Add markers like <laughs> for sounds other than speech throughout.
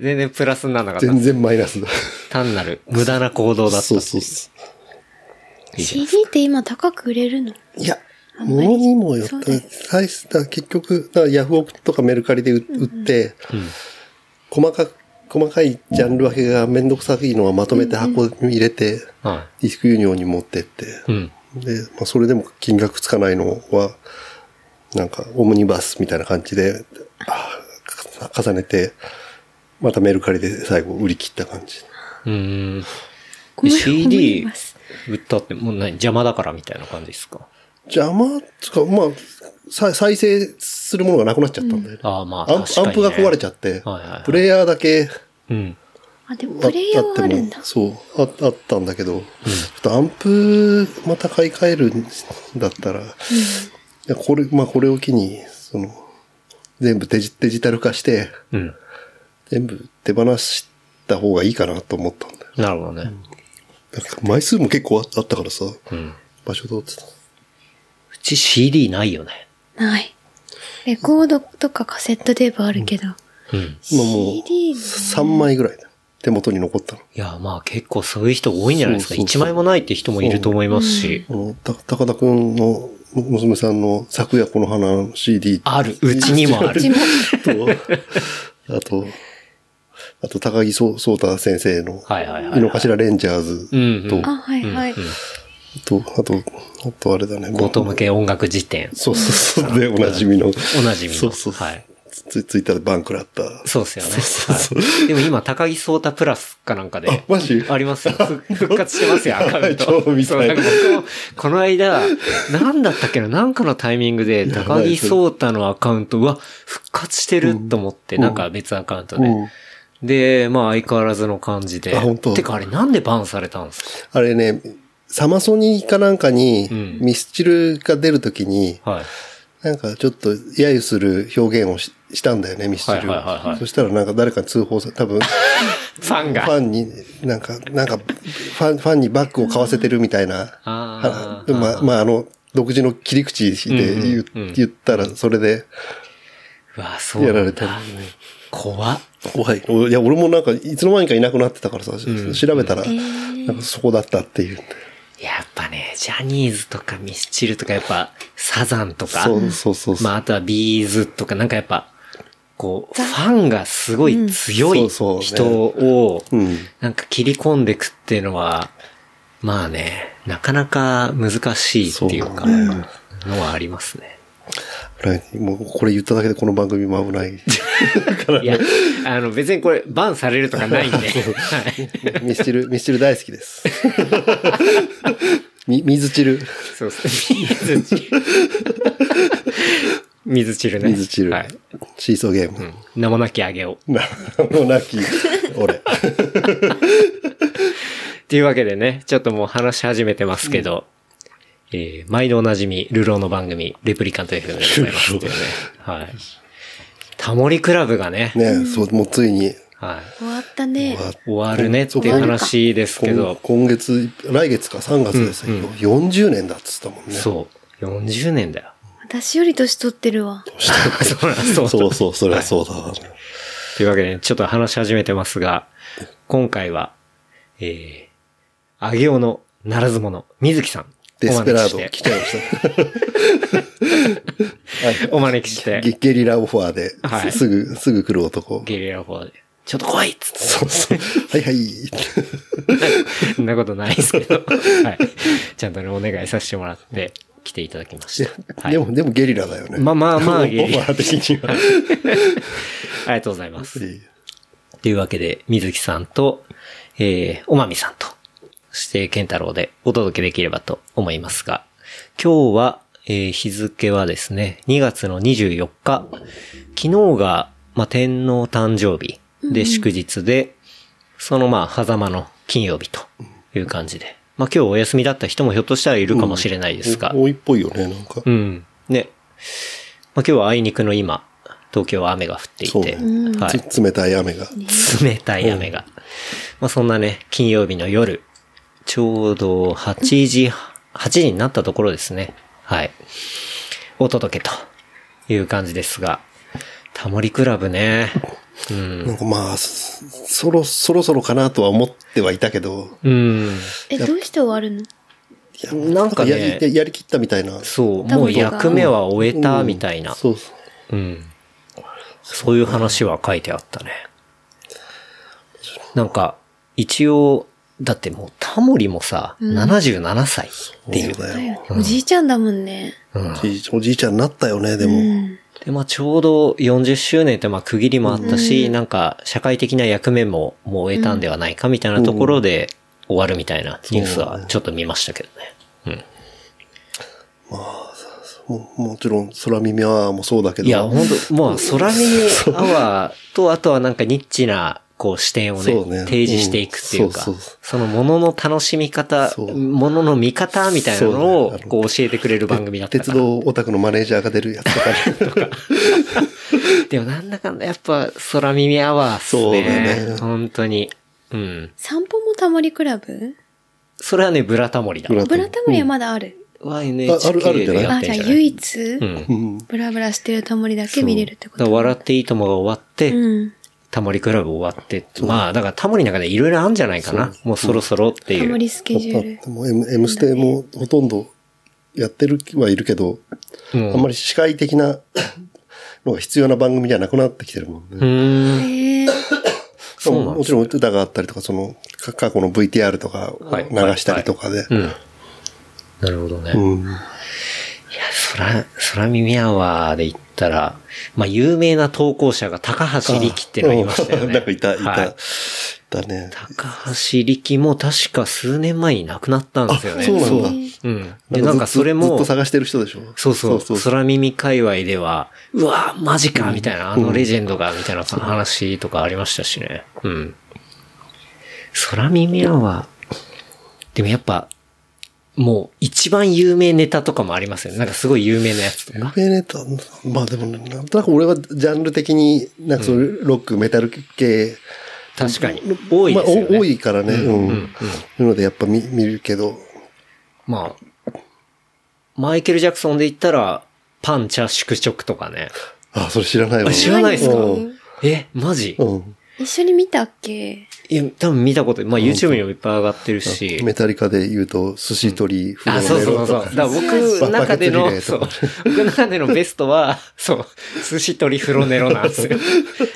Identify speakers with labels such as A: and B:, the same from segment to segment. A: 全然プラスにならなかった
B: 全。然 <laughs> マイナスだ。
A: 単なる無駄な行動だったってい
B: そううそうそ
C: CD って今高く売れるの
B: う。いや、物にもよっ
C: そう
B: て
C: だよ、
B: 大した、結局、だからヤフオクとかメルカリで売売って、細かく、細かいジャンル分けがめんどくさいのはまとめて箱に入れて、
A: は
B: ディスクユニオンに持ってって、
A: い。うん。
B: で、まあ、それでも金額つかないのは、なんか、オムニバスみたいな感じで、あーか重ねて、またメルカリで最後売り切った感じ。
A: うーん。
C: ごめん
A: CD
C: 思います
A: 売ったってもう何邪魔だからみたいな感じですか
B: 邪魔つか、まあ、さ再生するものがなくなっちゃったんだよね。
A: ああまあ
B: アン
A: 確か
B: プア
A: に、ね。
B: ンプが壊れちゃって、
A: はいはいはい
B: プレイヤーだけ
A: うん。
C: あ、でも
B: あ
C: プレイヤーはあるん
B: あ
C: だ
B: っ。そうあ、あったんだけど、ちょっとアンプまた買い替えるんだったら、いやこれ、まあこれを機に、その、全部デジデジタル化して、
A: うん。
B: 全部手放した方がいいかなと思ったんだよ。
A: なるほどね。
B: なんか枚数も結構ああったからさ、
A: うん。
B: 場所どうってた。
A: うち CD ないよね。
C: ない。レコードとかカセットテープあるけど。
A: うん。
B: 今もう
C: CD ね
B: 3枚ぐらいだよ。手元に残ったの。
A: いや、まあ結構そういう人多いんじゃないですか。
B: そうそうそ
A: 一
B: う
A: 枚もないって人もいると思いますし。
B: あの、た、高田くんの娘さんの昨夜この花の CD と、
A: ある。うちにもある。
B: あと、あと高木聡聡太先生の、
A: はいはいはい。
B: 井の頭レンジャーズ
A: うんうん。
C: あ、はいはい。
B: と、あと、あとあれだね。
A: 強盗向け音楽辞典。
B: そうそうそう。で、おなじみの。
A: おなじみの。
B: そうそう。
A: はい。
B: つ、ツイッターでバンクらった。
A: そうですよね。はいでも今、高木聡太プラスかなんかで。
B: あ、マジ
A: あります
B: <laughs>
A: よ。ふ復活してますよ、アカウント。
B: 超見たい
A: そうなんか僕もこの間、なんだったっけな、なんかのタイミングで、
B: やばい
A: 高木聡太のアカウントは復活してると思って、なんか別アカウントで。
B: うん
A: で、まあ相変わらずの感じで。
B: あ本当
A: てかあれなんでバンされたんです
B: あれね、サマソニーかなんかに、
A: うん
B: ミスチルが出るときに、
A: かはい。
B: なんかちょっと揶揄する表現をししたんだよね、ミスチル。
A: はいはいはいはい
B: そしたらなんか誰かに通報さ、多分、フ
A: ファンが。
B: ァンに、なんか、なんか、ファン、ファンにバッグを買わせてるみたいな。は
A: あー
B: まあ、まあ、あの、独自の切り口で言,、
A: うんうんうん
B: 言ったら、それで
A: うわ、そう
B: やら
A: な
B: れ
A: ん
B: た
A: だ。
B: らね。
A: 怖っ。
B: 怖い。おいや、俺もなんか、いつの間にかいなくなってたからさ、調べたら、なんかそこだったっていう。
A: やっぱね、ジャニーズとかミスチルとかやっぱ、サザンとか。
B: そうそうそうそう。
A: まあ、あとはビーズとか、なんかやっぱ、こう、ファンがすごい強
B: う
A: い
B: んそうそう
A: 人を
B: うん、
A: なんか切り込んでくっていうのは、まあね、なかなか難しいっていうか、
B: そう
A: のはありますね。
B: はいもうこれ言っただけでこの番組も危ない。
A: いや、あの別にこれバンされるとかないんで、
B: <laughs>
A: はい。
B: ミスチ
A: <laughs>
B: ル、ミスチル大好きです。み、水チル。
A: そうですね。
B: <laughs>
A: 水チル。水チルね。
B: 水チル。
A: はい。
B: シーソーゲー
A: うん
B: ム。
A: 名もなきあげを。
B: な、 <laughs> もうなき、俺。
A: っていうわけでね、ちょっともう話し始めてますけど、えー、毎度おなじみ、ルローの番組、レプリカント FM でございますっていう
B: <laughs>
A: ね。はい。タモリクラブがね、
B: ねそう、もうついに、
A: は
C: 終わったね。
B: わっ
A: い。終わるねっていう話ですけ
B: 今
A: ど、
B: 今月、来月か3月ですよ。40年だっつったもんね。
A: そう。40年だよ。
C: 私より年取ってるわ。
A: そうなんそ
B: <laughs>
A: う。
B: そうそう、それはそうだわ。
A: というわけで、ちょっと話し始めてますが、今回は、えー、あげおのならず者、水木さん。
B: デスペラー
A: お招き
B: ド来
A: して
B: ちゃいました。
A: お招きして、
B: ゲゲリラオファーで、
A: はい
B: すぐ、すぐ来る男。
A: ゲリラフォーで、ちょっと来いっつって。
B: そうそう。はいはい。
A: <laughs> そんなことないですけ
B: <laughs>
A: ど。はい。ちゃんとね、お願いさせてもらって、来ていただきました。はい。
B: でも、でもゲリラだよね。
A: まあまあま
B: <laughs>
A: あ、
B: オフ
A: ゲリ
B: ァ
A: ラ
B: ー的には。
A: ありがとうございます。
B: いい
A: というわけで、水木さんと、えー、おまみさんと、そして、健太郎でお届けできればと思いますが、今日は、えー日付はですね、2月の24日、昨日が、まあ、天皇誕生日で、祝日で、そのまあ、狭間の金曜日という感じで。まあ今日お休みだった人もひょっとしたらいるかもしれないですが。
B: お多いっぽいよね、なんか。
A: うん。ね。まあ今日はあいにくの今、東京は雨が降ってい
B: そう
A: て
B: ね、
A: は
B: つ
A: い。
B: 冷たい雨が。
A: 冷たい雨が。まあそんなね、金曜日の夜、ちょうど8時、8時になったところですね。はい。お届けという感じですが、タモリクラブね。うん。
B: なんかまあ、そそろ、そろそろかなとは思ってはいたけど、
A: うん。
C: え、どうして終わるの
B: いや
A: なんかね
B: やややりきったみたいな。
A: そう、
C: タ
A: も
C: モ
A: う
C: リが
A: 役目は終えたみたいな。
B: そうそう。
A: うん。そういう話は書いてあったね。なんか、一応、だってもうタモリもさ、77歳っていう。
B: そうだ
C: だ
B: よ。
C: よねおじいちゃんだもんね。
A: うん
B: おじいおじいちゃんになったよね、でも。
C: うん。
A: で、まあちょうど40周年ってまあ区切りもあったし、なんか社会的な役目ももう終えたんではないかみたいなところで終わるみたいなニュースはちょっと見ましたけどね。
B: ももちろん、空耳はもそうだけど。
A: いや、本当もう、空耳アワーと、あとはなんかニッチな、こう、視点をね
B: そうね
A: 提示していくっていうか、
B: うん
A: そ
B: そうそう
A: のものの楽しみ方、
B: そう
A: ものの見方みたいなの
B: そう
A: を
B: ね、
A: こう、教えてくれる番組だった
B: 鉄
A: から。
B: 道オタクのマネージャーが出るやつとかね。
A: <laughs> でも、なんだかんだ、やっぱ、空耳アワーっす
B: そう
A: ね。
B: だね
A: 本当に。うん。
C: 散歩もタモリクラブ
A: それはね、ブラタモリだ。
B: ブ
C: ブラタモリはまだある。
A: は
B: ああるある
A: NHK
B: んじゃ
A: で
B: ない
A: やっ
C: あ、
A: てん
C: じゃあ
A: じゃない
C: 唯一、
A: うん。
B: うん。
C: ブラブラしてるタモリだけ見れるってこ
A: だ
C: と
A: から笑っていいともが終わって、
C: うん。
A: タモリクラブ終わって、まあ、だからタモリの中でいろいろあるんじゃないかな。もうそろそろってい
C: タ
A: う。
C: モリスケジュール。
B: もう M, M ステもほとんどやってるはいるけど、
A: うん
B: あんまり司会的なのが必要な番組じゃなくなってきてるもんね。
A: うーん。
C: ええ
A: そうなん
B: も
A: で
B: ちろん歌があったりとか、そのか過去の VTR とかを
A: はい
B: 流したりとかで。
A: うん。なるほどね。
B: う
A: いや、
B: ん。
A: 空、空耳アワーで言ったら、まあ、有名な投稿者が高橋力っていうのがいましたよね。
B: なんか <laughs> いた、い
A: は
B: た、
A: い
B: い、たね。
A: 高橋力も確か数年前に亡くなったんですよね。
B: あそうなんだ
A: うん。で、なんかそ
B: ず
A: れ
B: っ
A: も
B: と、探してる人でしょ
A: そうそう、
B: そうそう。
A: 空耳界隈では、うわマジかみたいな、あのレジェンドが、みたいな話とかありましたしね。うん。空耳アワー、でもやっぱ、もう一番有名ネタとかもありますよね。なんかすごい有名なやつと
B: 有
A: か。
B: 名ネタ、まあでも、なんとなく俺はジャンル的に、なんかそういうロック、メタル系、
A: 確かに。多い
B: ま
A: で
B: あ
A: すよね。
B: お多いからね。うん。
A: うん。
B: なのでやっぱ見見るけど、
A: まあ、マイケル・ジャクソンで言ったら、パンチャ縮食とかね。
B: あ、それ知らないわ。
A: あ知らないですか
B: うん
A: え、マジ
B: うん。
C: 一緒に見たっけ
A: いや、多分見たこと、まあ YouTube にもいっぱい上がってるし。
B: メタリカで言うと、寿司鳥、フロ
A: あ、
B: ー
A: そう
B: ネ
A: そうそ
B: ロ
A: うそう。
B: と
A: だ
B: か
A: から僕の中で
B: バ
A: の、
B: ケツ
A: そ
B: リ
A: う
B: レーとか。
A: 僕の中でのベストは、そう、寿司取りフロネロなん
B: <laughs>
A: ですよ。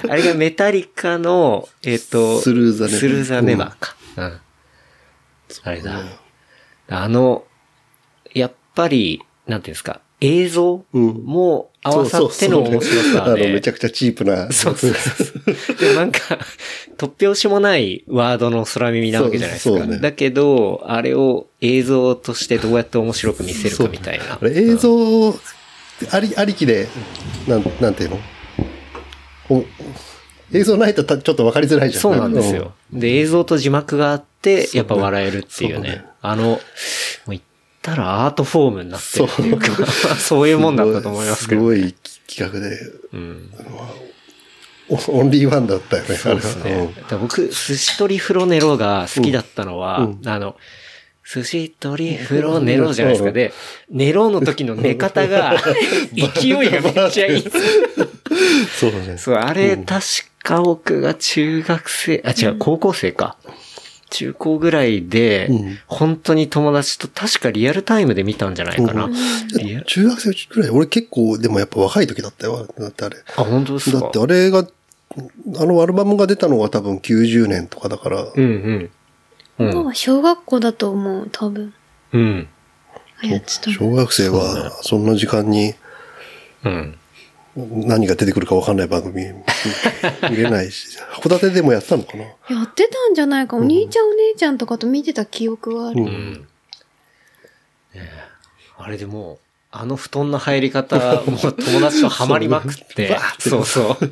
A: あれがメタリカの、えっ、と、
B: スルーザネバー
A: スルーザネバーか。うん。あれだ。あの、やっぱり、なんていうんですか、映像
B: うん
A: も合わさっての面白
B: そうそう
A: さ
B: あの、め
A: で
B: ち。ゃくちゃチープな。
A: そうそうそう。でもなんか、突拍子もないワードの空耳なわけじゃないです
B: そ
A: か。
B: うね
A: だけど、あれを映像としてどうやって面白く見せるかみたいな
B: あ。れ映像、あり、ありきで、なん、なんていうのお映像ないとたちょっとわかりづらいじゃん。
A: そうなんですよ。で、映像と字幕があって、やっぱ笑えるっていう
B: そう
A: ね
B: ね。
A: あの、もう言ったらアートフォームになってるっていうか、 <laughs> そういう
B: うん。
A: もんだったと思いますけど。
B: ごいすごい企画で、
A: うん。
B: オオンリーワンだったよね、
A: そうです
B: あれは
A: ね。だから僕、寿司取りフロネロが好きだったのは、
B: うん
A: あの、寿司取りフロネロじゃないですか。で、ネロの時の寝方が、勢いがめっち
B: <laughs>
A: ゃいいんですよ
B: うんそうだね。
A: そう、あれ、確か僕が中学生、あ、違う、高校生か。中高ぐらいで
B: うん、
A: 本当に友達と確かリアルタイムで見たんじゃないかな。リアル
B: 中学生くらい、俺結構、でもやっぱ若い時だったよ、だってあれ。
A: あ、本当ですか
B: だってあれが、あのアルバムが出たのが多分90年とかだから、
A: うんうん。
C: 今は小学校だと思う、多分。
A: うん。うん。
C: あやつと。
B: 小学生はそんな時間に
A: うん。
B: 何が出てくるか分かんない番組見れないし、函館でもやってたのかな
C: やってたんじゃないか。お兄ちゃんお姉ちゃんとかと見てた記憶はある。
B: うん
A: うん。ねえあれでもう、あの布団の入 <laughs> り方、もう友達とハマりまくって、そうそう。っ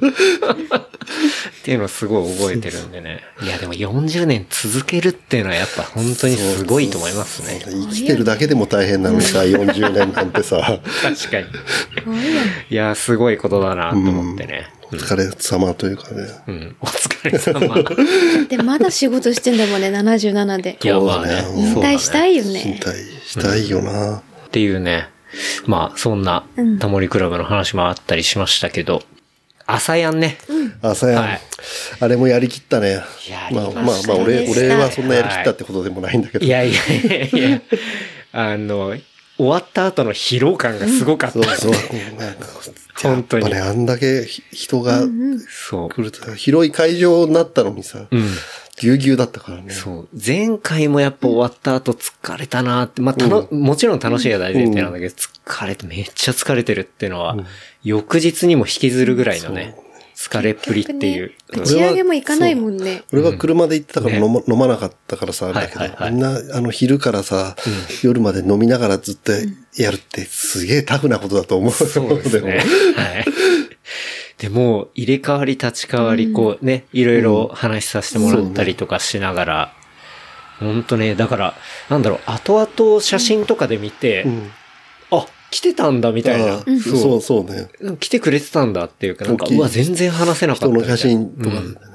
A: ていうのをすごい覚えてるんでね。いや、でも40年続けるっていうのはやっぱ本当にすごいと思いますね。
B: 生きてるだけでも大変なのにさ、40年なんてさ、
A: 確かに。
C: すごいよね。
A: いや、すごいことだなと思ってね。
B: お疲れ様というかね。
A: うん。お疲れ様。
C: だってまだ仕事してんだもんね、77で。
A: いや、まあね。
B: そうだね
C: 引
A: そうだね
C: 退したいよ
B: 引
C: ね。
B: 退したいよな。
A: っていうね。まあ、そんな
C: うん、
A: タモリクラブの話もあったりしましたけど、朝やんね。
B: 朝やん、
A: はい
B: あれもやりきったね。
A: やり
B: ま
A: ま
B: あ
A: した
B: まあま
A: ね
B: あ、俺、俺はそんなやりきったってことでもないんだけど。
A: いやいやいやいや、あの、終わった後の疲労感がすごかった。
B: そうそう。
A: 本当に
B: やっぱね、あんだけひ人が
A: そう。
B: 来ると、広い会場になったのにさ、
A: うん。
B: ぎゅうぎゅうだったからね。
A: そう。前回もやっぱ終わった後疲れたなって、まあ、たの、もちろん楽しいが大前提なんだけど、疲れて、めっちゃ疲れてるっていうのは、翌日にも引きずるぐらいのね、疲れっぷりっていう。
C: 打ち上げも行かないもんね。
B: 俺は車で行ってたから
A: ね
B: 飲ま,、飲まなかったからさ、あれだけど、
A: はいはいはい
B: みんな、あの、昼からさ、夜まで飲みながらずっとやるって、すげえタフなことだと思う。
A: そうですね。 <laughs> はい。でも、入れ替わり立ち替わり、こうね、いろいろ話しさせてもらったりとかしながら、ほんとね、だから、なんだろう、後々写真とかで見て
B: う、ん。
A: あ、来てたんだみたい
B: あ
A: な
B: あ、そうそうね。
A: 来てくれてたんだっていうか、なんか、
B: 大きいう
A: わ、全然話せなかった
B: 人
A: みたい
B: の
A: な。
B: 写真とか、
A: うん
C: だか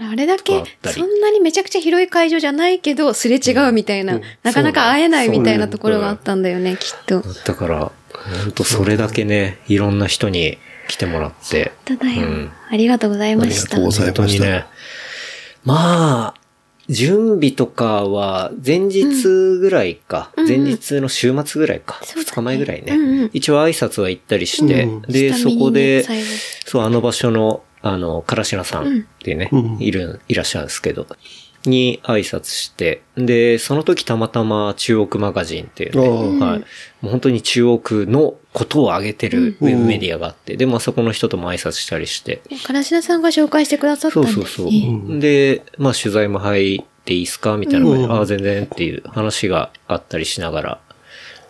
C: らあれだ
A: そう
C: け
A: だっ、たり
C: そんなにめちゃくちゃ広い会場じゃないけど、すれ違うみたいな、なかなか会えないみたいなところがあったんだよね、きっと。
A: だから、ほんとそれだけね、いろんな人に来てもらって、
C: ただよ、
A: うん
C: ありがとうございまし
B: ありが
C: た
B: とう。ござい
A: 本当にね。まあ、準備とかは、前日ぐらいか、前日の週末ぐらいか、
C: そうだね
A: 2日前ぐらいね、
C: うんうん
A: 一応挨拶は行ったりして、
B: うん
A: で、
C: 下
A: そ
C: 見にね
A: こで、
C: 最後
A: そう、あの場所の、あの、カラシナさんっていうね、
B: うん
A: いる、いらっしゃるんですけど、に挨拶して、で、その時たまたま中央区マガジンっていうね、
B: うん
A: はい。もう本当に中央区のことを挙げてるウェブメディアがあって、で、まあそこの人とも挨拶したりして、
C: からしなさんが紹介してくださった
A: そ
C: ん
A: う
C: です、
A: そ
C: ね。
A: うそう。で、まあ取材も入っていいですかみたいな感じで、ああ、全然っていう話があったりしながら、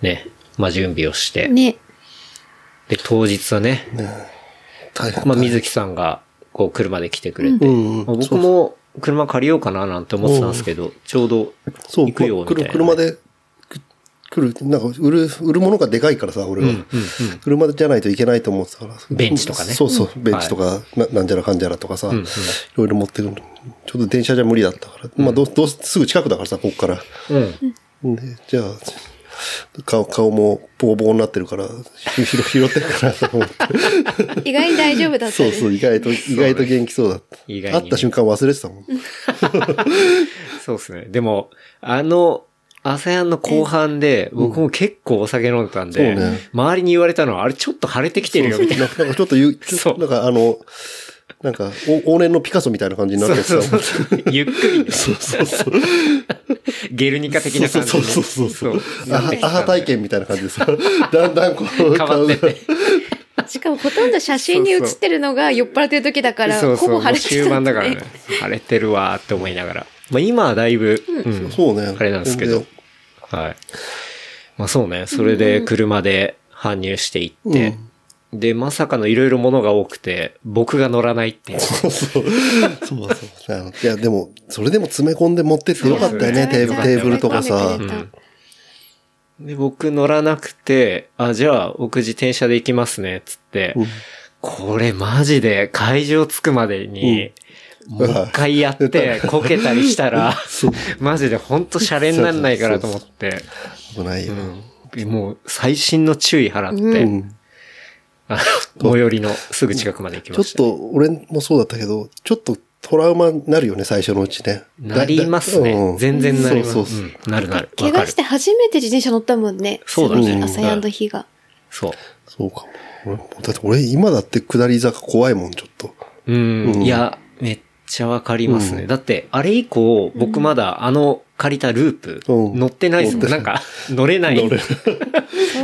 A: ね、まあ準備をして、
C: ね。
A: で、当日はね、
B: 大変
A: まあ水木さんが、こう車で来てくれて、
B: うん
A: まあ僕も車借りようかななんて思ってたんですけど、ちょうど
B: そう、
A: 行くよ
B: ま
A: みたい
B: 来る
A: な、
B: 車。でく来る、なんか売る、売るものがでかいからさ、俺は。車じゃないといけないと思ってたから。
A: ベンチとかね
B: そうそう、ベンチとか、ななんじゃらかんじゃらとかさ、いろいろ持ってくる。ちょっと電車じゃ無理だったから。まあ、どう、どう、すぐ近くだからさ、こっから。
A: うん。
B: で、じゃあ、顔、顔もボーボーになってるから、ひ拾拾ってからと思って。
C: 意外に大丈夫だった
B: そ
C: ね、
B: うそう、意外と、意外と元気そうだった。
A: 意外に
B: 会った瞬間忘れてたもん。
A: そうですね。でも、あの、朝やんの後半で、僕も結構お酒飲んでたんで、
B: そうね
A: 周りに言われたのは、あれちょっと晴れてきてるよ、みたいな。
B: そうそうなんかちょっと言う、ち
A: そ
B: ょっ
A: う
B: となんかあの、なんか、お往年のピカソみたいな感じになってさ
A: そうそうそう。ゆっくりね。そうそうそう。ゲルニカ的な感じ
B: そう
A: ね
B: そうそうそう。ア
A: なってき
B: ハ
A: た
B: ア
A: んで
B: ハ体験みたいな感じでさ、だんだんこう、変
A: 変わってて。
C: <laughs> しかもほとんど写真に写ってるのが酔っ払ってる時だから、
A: そう
C: ほ
A: そ
C: ぼ
A: う。も
C: 晴
A: う
C: れて
A: 終
C: た
A: 盤
C: ん
A: だからね。晴れてるわーって思いながら。まあ今はだいぶ、うん
B: そうね。
A: あれなんですけど。はい。まあそうね。それで車で搬入していって、で、まさかのいろいろ物が多くて、僕が乗らないっていう。
B: そうそう。そうそう。あのいや、でも、それでも詰め込んで持ってってよかったよね、
C: そう
B: テ
C: で
B: ー
C: す
B: ブ
C: ね
B: ルテーブルとかさ
C: う。ん
A: で、僕乗らなくて、あ、じゃあ僕自転車で行きますね、つって、
B: うん
A: これマジで会場着くまでに、もう一回や
B: <laughs>
A: って、こけたりしたら、マジでほんとシャレになんないからと思って、
B: 危ないよ。
A: うんもう最新の注意払って、
B: うん
A: あの、最寄りのすぐ近くまで行き
B: ちょ
A: ま
B: っ
A: した。
B: と、俺もそうだったけど、ちょっとトラウマになるよね、最初のうちね。だ
A: なります
B: だう
A: ね
B: ん。
A: 全然なります。
B: そうそうそう。
A: うんなるなる。
C: 怪
A: わか
C: 我
A: る
C: して初めて自転車乗ったもんね。
A: そうだね
C: その日朝やんの
A: <laughs>
C: 日が。
A: そう。
B: そうかも。俺もだって俺今だって下り坂怖いもん、ちょっと。
A: うん、
B: うん
A: いや、めっちゃわかりますね。だって、あれ以降、僕まだあの借りたループ、
B: うん
A: 乗ってないですもん。なんか、乗れない。 <laughs> ち
C: そ
A: ょ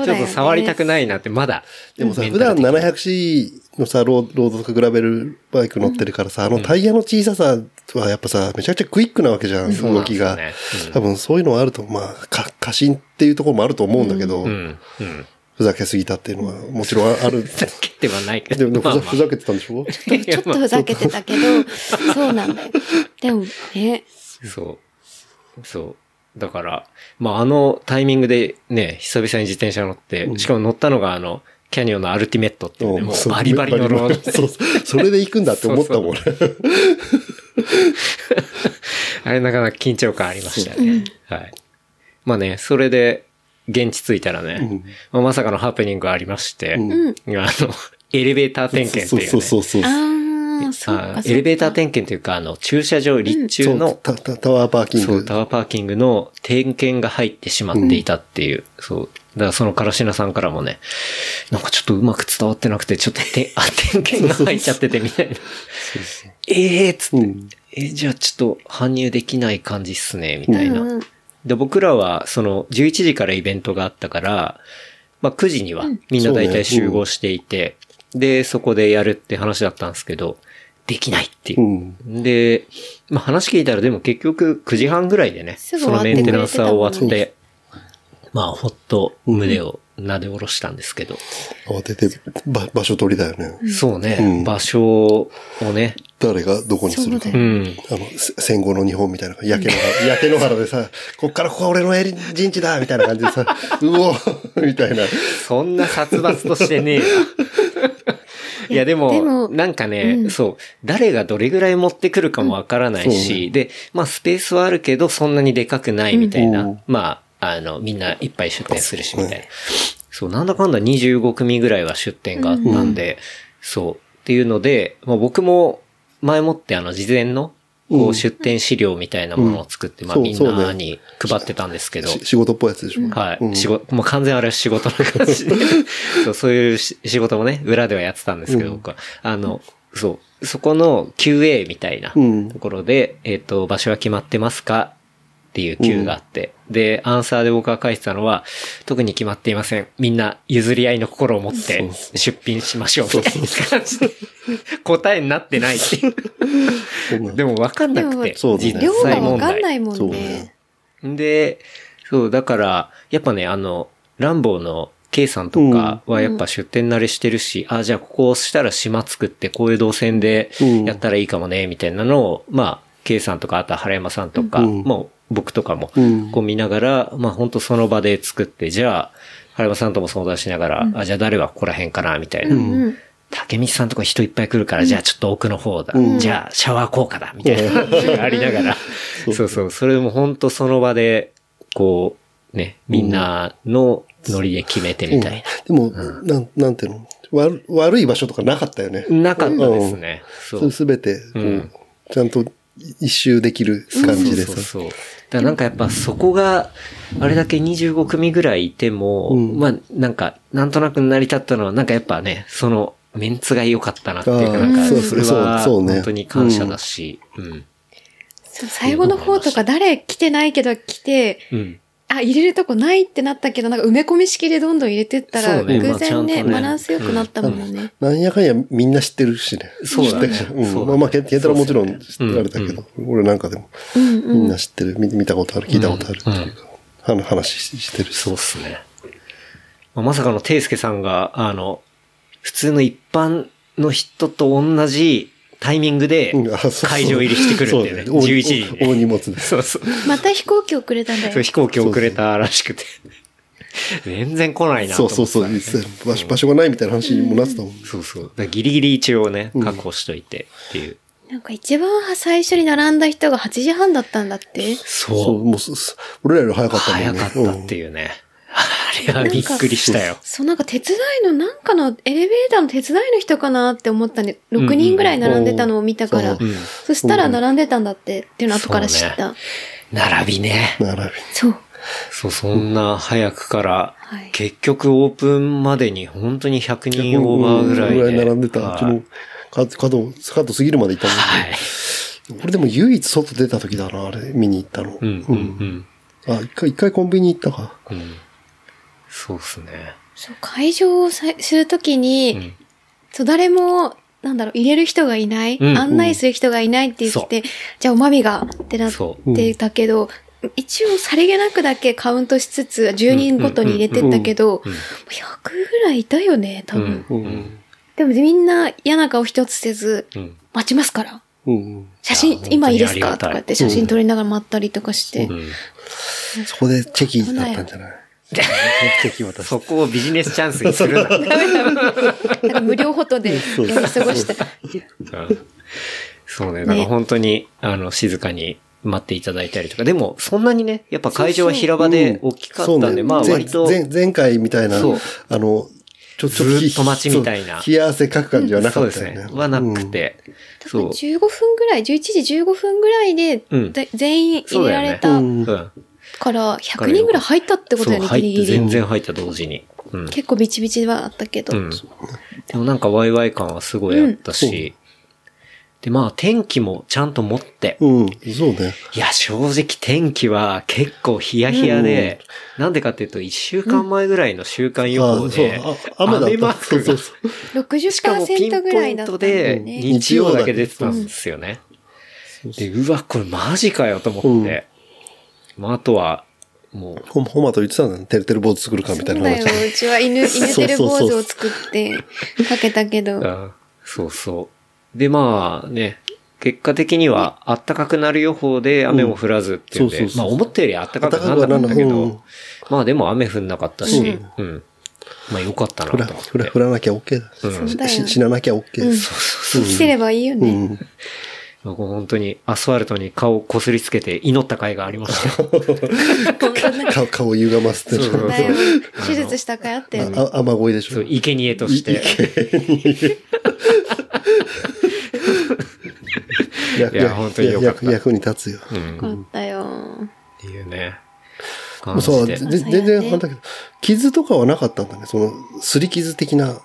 C: う
A: っ
C: だよ、
A: と
C: ね。
A: 触りたくないなって、まだ。
B: でもさ、
A: メン
B: 普
A: タル
B: 段
A: 的に
B: 700C のさ、ローロードとかグラベルバイク乗ってるからさ、あのタイヤの小ささはやっぱさ、めちゃくちゃクイックなわけじゃん、
A: そうな
B: 動
A: んで
B: き
A: すよ
B: が。
A: ねうん
B: 多分そういうのはあると、まあ、か過信っていうところもあると思うんだけど、
A: うん。うん。 <laughs>
B: ふざけすぎたっていうのはもちろんある。
A: ってはないけ
B: でも、
A: ど。
B: ふ
A: まあ
B: ざ
A: まあ
B: ふざけてたんでしょ
C: ちょっとふざけてたけど、そうなんだよ。でもね、
A: そう。そう。だから、まあ、あのタイミングでね、久々に自転車乗って、しかも乗ったのがあの、キャニオンのアルティメットっていうね、もう
B: そう
A: バリバリのロー
B: <laughs>
A: ド。
B: そう、それで行くんだって思ったもんね。
A: あれなかなか緊張感ありましたね。はい。まあね、それで、現地着いたらね、
B: うん
A: まあまさかのハプニングがありまして、
B: うん
C: うん。
A: あの、エレベーター点検って
B: そ
A: いうう、ね。
B: そうそうそう。
C: ああ、そう
A: あ
C: か。
A: エレベーター
C: ー
A: 点検というか、あの、駐車場立中の、
B: タタタワーパーキン
A: そ
B: グ
A: う、。タワーパーキングの点検が入ってしまっていたっていう、そう。だからそのからしなさんからもね、なんかちょっとうまく伝わってなくて、ちょっとて、あ、点検が入っちゃっててみたいな。ええーっつって、
B: うん
A: え、じゃあちょっと搬入できない感じっすね、みたいな。
C: うんうん
A: で、僕らはその11時からイベントがあったから、まあ9時にはみんな大体集合していて、で、そこでやるって話だったんですけど、できないっていう。
B: うん。
A: で、まあ、話聞いたらでも結局9時半ぐらいでね、
C: すぐ
A: そのメンテナンスは終わっ
B: 終わ
A: て、まあ、ほっと胸を撫で下ろしたんですけど、
B: 慌てて、ば場所取りだよね。
A: そうね、
B: うん
A: 場所をね、
B: 誰がどこにするか
C: そう。だ
A: う
C: よ
A: ん、
B: あの、せ戦後の日本みたいな、焼け野
A: <laughs>
B: 原、焼け野原でさ、こっからここは俺の襟陣地だみたいな感じでさ、 <laughs> うおみたいな。
A: そんな殺伐とし
B: <laughs>
A: てねえよ。いや、でも、
C: でも
A: なんかね、そう、誰がどれぐらい持ってくるかもわからないし、で、まあ、スペースはあるけど、そんなにでかくないみたいな、
B: うん
A: まあ、あの、みんないっぱい出店するし、みたい
B: そう
A: な。そう、なんだかんだ25組ぐらいは出店があったんで、そう、っていうので、まあ、僕も、前もってあの、事前の、こ
B: うん
A: う、出店資料みたいなものを作って、まあ、
B: そう
A: みん
B: そう
A: な
B: ね
A: に配ってたんですけど。
B: し仕事っぽいやつでしょ。
A: はい。
B: うん
A: 仕事、もう完全あれは仕事の
B: <laughs>
A: 感じで。そう、そういうし仕事もね、裏ではやってたんですけど、
B: うん
A: 僕は。あの、そう、そこの QA みたいな
B: うん
A: ところで、えっ、と、場所は決まってますかっていう Q があって、で、アンサーで僕が書いてたのは、特に決まっていません。みんな譲り合いの心を持って出品しましょうみたいな感じで、答えになってないっていう。
B: そうなん
A: でも分かんなくて、
B: そうだね
C: 量
A: 実
C: が
A: 際
C: わ
A: 問
C: かん
A: 題。
C: ないも
B: そうんね
C: ね。
A: で、そう、だから、やっぱね、あの、ランボーの K さんとかはやっぱ出店慣れしてるし、あ、じゃあここをしたら島作ってこういう動線で
B: うん
A: やったらいいかもね、みたいなのを、まあ、K さんとか、あとは原山さんとか、
B: うん
A: もう僕とかも
B: うん、
A: こう見ながら、まあ本当その場で作って、じゃあ、原山さんとも相談しながら、あ、じゃあ誰はここら辺かな、みたいな。
C: うんうん。
A: 竹道さんとか人いっぱい来るから、じゃあちょっと奥の方だ。じゃあシャワー効果だ。みたいな話 <laughs> がありながら。そうそう。それも本当その場で、こう、ね、みんなのノリで決めてみたい
B: でも、なん、なんていうの悪悪い場所とかなかったよね。
A: な。なかったですね。そう。
B: すべて、こ
A: うん
B: う、ちゃんと一周できる感じで
A: そうそ
B: さ。
A: うそうそう。だからなんかやっぱそこが、あれだけ25組ぐらいいても、
B: うん
A: まあなんか、なんとなく成り立ったのは、なんかやっぱね、そのメンツが良かったなっていうか、
B: あ
A: な
B: ー
A: ん
B: そう
A: か、そ
B: そう
A: れは
B: そうそうね
A: 本当に感謝だし、うん。
C: そう最後の方とか誰来てないけど来て、
A: うん。
C: あ、入れるとこないってなったけど、なんか埋め込み式でどんどん入れてった
A: そ
C: ら、
A: うね
C: 偶然ね、
A: まあちゃんとね
C: バランス良くなったもんね。
B: なんやかんやみんな知ってるしね。
A: そうだね
B: 知ってるし
A: そ
B: うん。
A: うだね
B: まあまあ、ケケンタロウもちろん知って
A: うん
B: られたけど、俺なんかでも、
C: うん
B: みん
C: うん。
B: な知ってる、み見たことある、聞いたことあるっていうか、あの話ししてるし。
A: そうっすね。まあまさかのていすけさんが、あの、普通の一般の人と同じタイミングで
B: うんあそうそう
A: 会場入りしてくるっていうね。
B: そうだ
A: 11時に
B: 大大
A: ね。
B: 荷物です。
A: そうそう。
C: また飛行機遅れたんだ
A: そ
C: よ
A: う。飛行機遅れたらしくて。全然来ないなと
B: そ
A: 思
B: う
A: って
B: そうそう。実際場所場所がないみたいな話にもなってたもん。
A: そうそう。だからギリギリ一応ね、確保しといてっていう。
C: なんか一番最初に並んだ人が8時半だったんだって。
B: そ
A: そう
B: う、。もうす、す俺らより早かったもんね。
A: 早かったっていうね。あれはびっくりしたよ。
C: そう、なんか手伝いの、なんかの、エレベーターの手伝いの人かなって思ったね。6人ぐらい並んでたのを見たから。
B: うんうん
A: うん
C: そしたら並んでたんだって、っていうの後から知った。
A: 並びね。
B: うん。並び。
C: そう,、
A: そう、そんな早くから、
C: はい
A: 結局オープンまでに本当に100人オーバーぐらいで。
B: うん並んでた。
A: は
B: う
A: い
B: ちの、カード、カード過ぎるまで行ったん
A: は
B: だ
A: い。
B: けど、俺でも唯一外出た時だな、あれ、見に行ったの。
A: うん、うん、うん。
B: あ、一回、一回コンビニ行ったか。
A: うん、そうっすね。
C: そう、会場をさするときに、
A: うん
C: そう、誰も、なんだろう、入れる人がいない、
A: うん
C: 案内する人がいないって言って、じゃあおまみがってなっ
A: そ
C: てたけど、一応さりげなくだけカウントしつつ、10人ごとに入れてったけど、もう100ぐらいいたよね、多
A: う
C: 分。
A: ん、
B: う
A: うんん。
C: でもみんな嫌な顔一つせず、
A: うん。
C: 待ちますから。
B: うん。
C: 写
A: いや
C: 真
A: 本当、に
C: 今いいで
A: あ
C: す
A: りが
C: か
A: た
C: と
A: い
C: かって写真撮りながら待ったりとかして。
A: うん。
B: そこでチェキだったんじゃないチェキ渡し
A: そこをビジネスチャンスにするな。
C: なんか無料フォトでや
B: う
C: り過ごした。
A: うんそうね。だから本当に、あの、静かに待っていただいたりとか。でも、そんなにね、やっぱ会場は平場で大きかったんで、まあ
B: 前
A: 割と、
B: 前前回みたいな、あ
A: そう
B: の、ちょっと
A: ずっと待ちみたいな
B: そう冷や汗かく感じはな
A: そ
B: か
A: う
B: った
A: です
B: よね。
A: ね。はなくて。
C: 多分
A: そう。
C: 15分ぐらい、11時15分ぐらいで、
A: うん
C: で全員入れられ
B: う
C: た
B: ん。うん。
A: うん。
C: から、100人ぐらい入ったってこと
A: そ
C: だ
A: う、
C: よね、ギ
A: 入
C: リ
A: って、
C: ギリ
A: 全。然入った同時に。うん。
C: 結構ビチビチはあったけど。
A: うん。でもなんかワイワイ感はすごいあったし、で、まあ天気もちゃんと持って、
B: うん、そうね。
A: いや、正直天気は結構ヒヤヒヤで、なんでかっていうと、1週間前ぐらいの週間予報で、
B: あそうあ雨だった
A: 雨マークが
B: そうそう
A: しかもピン
C: 60%ぐ
A: ポ
C: ら
A: イ
C: い
A: ン
C: だった
A: ト
C: んだ
A: で
C: よね。
A: 日曜だけ出てたんですよね。で、うわ、これマジかよと思って。まあ、あとは、もう、
B: ほ、ほまと言ってたんだね。てるてる坊主作るかみたいな
C: そうだよ、うちは犬、犬てる坊主を作ってかけたけど。
A: あそうそう。で、まあね、結果的には暖かくなる予報で雨も降らずっていうん
B: そ
A: で
B: うそう、そう
A: まあ思ったより暖かくならなかっ
B: 暖か
A: たけ
B: くはならないう
A: ど
B: ん、
A: まあでも雨降んなかったし、うん。まあよかったな
B: ふら、
A: と思っ
B: ふら、
A: て
B: ふ。らなきゃ OK だ。
C: そうだ
B: し
C: よ。
B: 死ななきゃ OK
C: うん
B: です。
C: 生きてればいいよ
B: う
C: ね。
B: ん。
A: 僕本当にアスファルトに顔をこすりつけて祈った甲斐がありま <laughs> したよ。
C: 本当ね
B: 顔、顔を歪ませて
A: そうそう
C: だよ。手術したかやって。
B: あ、あ雨乞いでし
A: そ
B: ょ
A: う、。生贄として。
B: 役
A: いや本当によかった
B: 役役に立つよ。
A: うん。
C: よかったよ。
A: っていうね。感じ
B: そう、
A: で
B: ぜ。全然あれだけど、傷とかはなかったんだね。その、すり傷的な。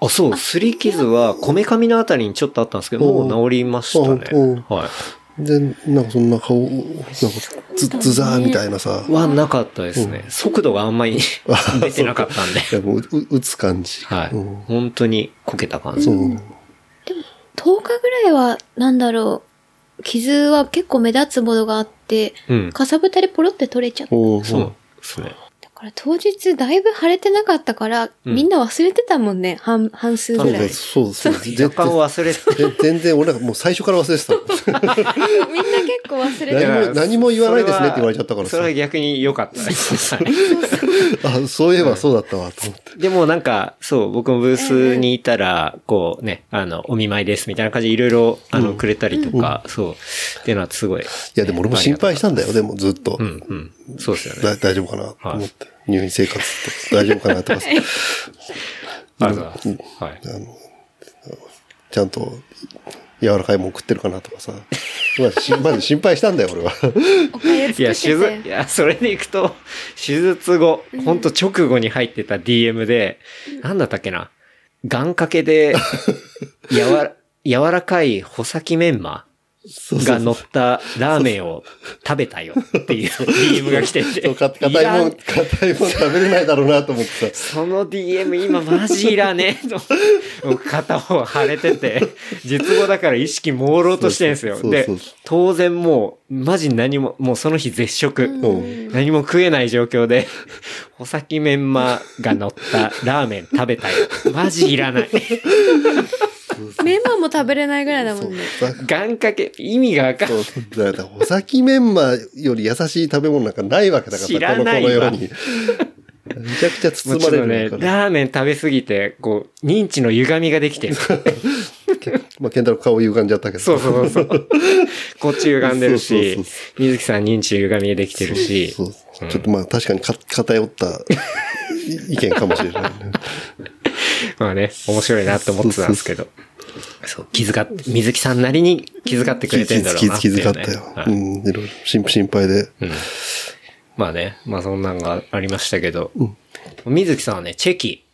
A: あ、そう、すり傷は、こめかみのあたりにちょっとあったんですけど、もう治りましたね
B: うんうん。
A: はい。
B: 全然、なんかそんな顔、なんかズ、ズザーみたいなさ。
A: はなかったですね。速度があんまり出てなかったん
B: <laughs>
A: で。
B: いやもう、う打つ感じ。
A: はい。
B: うん
A: 本当にこけた感じ。
B: そう。
C: 10日ぐらいは、なんだろう。傷は結構目立つものがあって、
A: うん。
C: かさぶたでポロって取れちゃった。
B: おー
A: そうですね。
C: だから当日だいぶ腫れてなかったから、
A: うん
C: みんな忘れてたもんね。半、半数
B: そう
C: ぐら
B: だ
C: い。
B: そうそう。全
A: 若干忘れて
B: 然、全然俺なんかもう最初から忘れてた。
C: <laughs> みんな結構忘れて
B: 何
C: た。
B: も <laughs> 何も言わないですねって言われちゃったから
A: そ
B: さ
A: れ。は逆に良かったです。はい
B: <laughs>
A: <laughs>
B: あ、そういえばそうだったわ、と思って。
A: でもなんか、そう、僕もブースにいたら、こうね、あの、お見舞いですみたいな感じでいろいろ、あの、くれたりとか、そう、っていうのはすごい。い
B: いや、でも俺も心配したんだよ、でもずっと。
A: うん、うん。そうですよね。
B: だ大丈夫かなと思って。入院生活と大丈夫か <laughs> なとかさ。
A: ありがとうございます。はい。
B: あの、ちゃんと柔らかいもん食ってるかなとかさ。 <laughs> まあ、しまず心配したんだよ、俺は。
C: おかゆ作っ
A: いや、手術
C: て、
A: い
C: て。
A: や、それでいくと、手術後、ほんと直後に入ってた DM で、なんだったっけな、願掛け
B: <laughs>
A: で、やわ、柔らかい穂先メンマ
B: そうそう
A: が乗ったラーメンを食べたよっていう DM が来てて
B: そう。か硬
A: いら
B: いもん、
A: ん
B: 硬いもん食べれないだろうなと思ってさ。
A: その DM 今マジいらねえと
B: <laughs>
A: 思って。もう片方腫れてて、術後だから意識朦朧としてるんですよ。
B: そうそう
A: で
B: そうそう、
A: 当然もう、マジ何も、もうその日絶食。
B: うん
A: 何も食えない状況で、穂先メンマが乗ったラーメン食べたよ。マジいらない。
C: メンマも食べれないぐらいだもんね。
B: そう
A: 願掛け、意味がわかんない。
B: だから、お先メンマより優しい食べ物なんかないわけだから
A: 知らない
B: この
A: わ
B: 世に。めちゃくちゃ包
A: もち
B: ま
A: ろん
B: れ
A: ね、
B: るから。
A: ラーメン食べすぎて、こう、認知の歪みができてる。
B: まあ、ケンタロウ顔歪んじゃったけど。
A: そうそうそうそう。こっち歪んでるし
B: そうそうそ、
A: 水木さん認知の歪みができてるし、
B: そうそうちょっとまあ、確かにか偏った意見かもしれないね。
A: まあね、面白いなって思ってたんですけど。そう、気遣って、水木さんなりに気遣ってくれてんだろうなって
B: 気
A: いう、ね。
B: 遣ったよ。
A: は
B: う
A: い
B: ん、いろいろ心心配で。
A: まあね、まあそんなんがありましたけど、水木さんはね、チェキ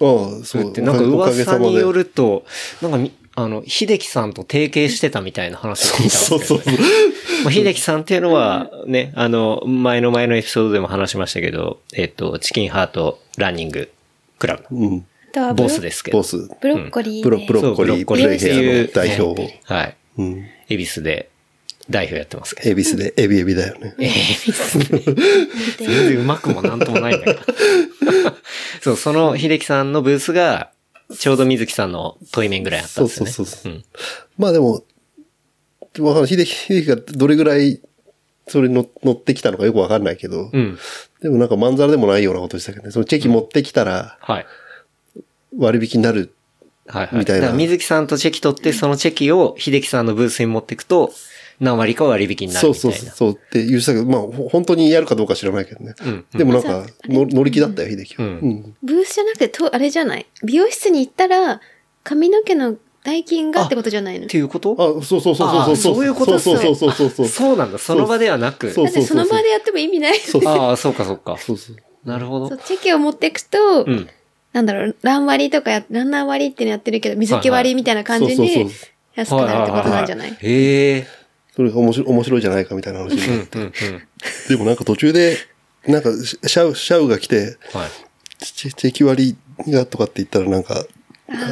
B: ああ、そう。
A: って、なんか
B: おげ
A: 噂によ
B: おか
A: ると、なんかみ、あの、秀樹さんと提携してたみたいな話を聞い
B: げ
A: た
B: さま
A: ん
B: で。
A: で
B: そ
A: すけ
B: うそう
A: ど、
B: そ
A: ね。
B: う。
A: まあ、秀樹さんっていうのは、ね、あの、前の前のエピソードでも話しましたけど、えっと、チキンハートランニングクラブ。
B: うん。
C: あとはブロ
A: ボスですけど。
B: ボス。
C: ブロッコリーね。
B: プロ、プロッコ
A: そう
B: リー、プ
A: ブロッコリー
B: レイヘアの代表を。
A: はい。
B: うん。
A: 恵比寿で代表やってますけど。
B: エビスで、エビエビだよね。
A: 全 <laughs> 然うまくもなんともないんだけど。そう、その秀樹さんのブースが、ちょうど水木さんの対面ぐらいあったんですよね。
B: そうそうそう
A: うん。
B: まあでも、わかんない。秀樹秀樹がどれぐらい、それに乗乗ってきたのかよくわかんないけど、
A: うん。
B: でもなんかまんざらでもないようなことでしたけどね。そのチェキ持ってきたら
A: はい。
B: 割引になる。
A: はいはい。
B: みたいな
A: だから水木さんとチェキ取って、そのチェキを秀樹さんのブースに持っていくと、何割か割引になる
B: そう
A: みた
B: そ
A: いうな。
B: そうって言ってたけど、まあほ本当にやるかどうか知らないけどね。
A: うんうん
B: でもなんかの乗り気だったよ、秀樹は。
A: うん
B: うん。
C: ブースじゃなくて、とあれじゃない美容室に行ったら、髪の毛の代金がってことじゃないの
A: っていうこと
B: あ、そうそうそうそうそう。
A: あそういうことっす
B: そう
A: ね
B: そうそうそうそう。
A: そうなんだ。その場ではなく。
B: そう
C: だってその場でやっても意味ない。
B: そうそう
A: ああ、そうかそうか。
B: そうそう。
A: なるほ
C: そう
A: ど。
C: チェキを持っていくと、
A: うん。
C: なんだろう、ラン割りとかや、ランナー割りっていうのやってるけど、水気割りみたいな感じ
B: そうそう
C: で
B: そう。
C: 安くなるってことなんじゃない
A: へえ。
B: それが面白い面白いじゃないかみたいな話
A: うんう
B: で。
A: んうん。
B: でもなんか途中で、なんかシャウ、シャウが来て、
A: はい。
B: チェチェキ割りがとかって言ったらなんか、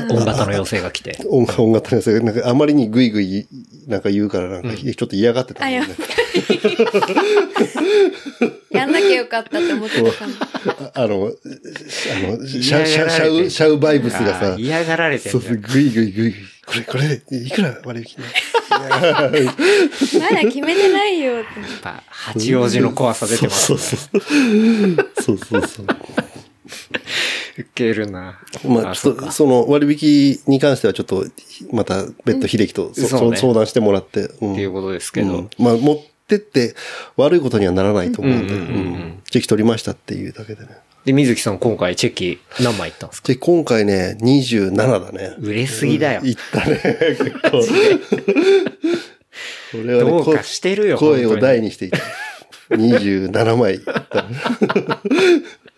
A: 音型の要請が来て。
B: 音楽、音楽のやつがなんかあまりにグイグイなんか言うから、なんか、ちょっと嫌がってた
C: あ、
B: もん
C: やっ
B: ね。
C: やんなきゃよかったって思ってたかも。
B: あ <laughs> あの、しあの、シャ
A: 嫌がられ
B: ウ、シャウ、シャ
A: て
B: ウ、シャウバイブスが
A: あ
B: さ
A: ー、嫌がられて
B: そ
A: る
B: うそう、グイグイグイグイ。これ、これ、いくら割引なのいやー
C: まだ決めてないよって。
A: やっぱ、八王子の怖さ出てま
B: そ
A: す
B: う
A: ね。
B: そうそう。そうそうそう。
A: ウケるな。
B: まあ、ちょ
A: そう
B: っと、
A: か。
B: その割引に関してはちょっと、また別途秀樹とそ
A: そうね
B: そ相談してもらって、うん
A: っていうことですけど
B: うんまあ、持ってって悪いことにはならないと思うんで、
A: うんうんうんうん
B: うんチェキ取りましたっていうだけでね。
A: で、水木さん今回チェキ何枚いったんですか
B: で、今回ね、27だね。
A: 売れすぎだよ。
B: いったね、結構。これはね、
A: どう
B: こ
A: かしてるよ、
B: 声を
A: 本当に
B: 大にしていた。27枚いった。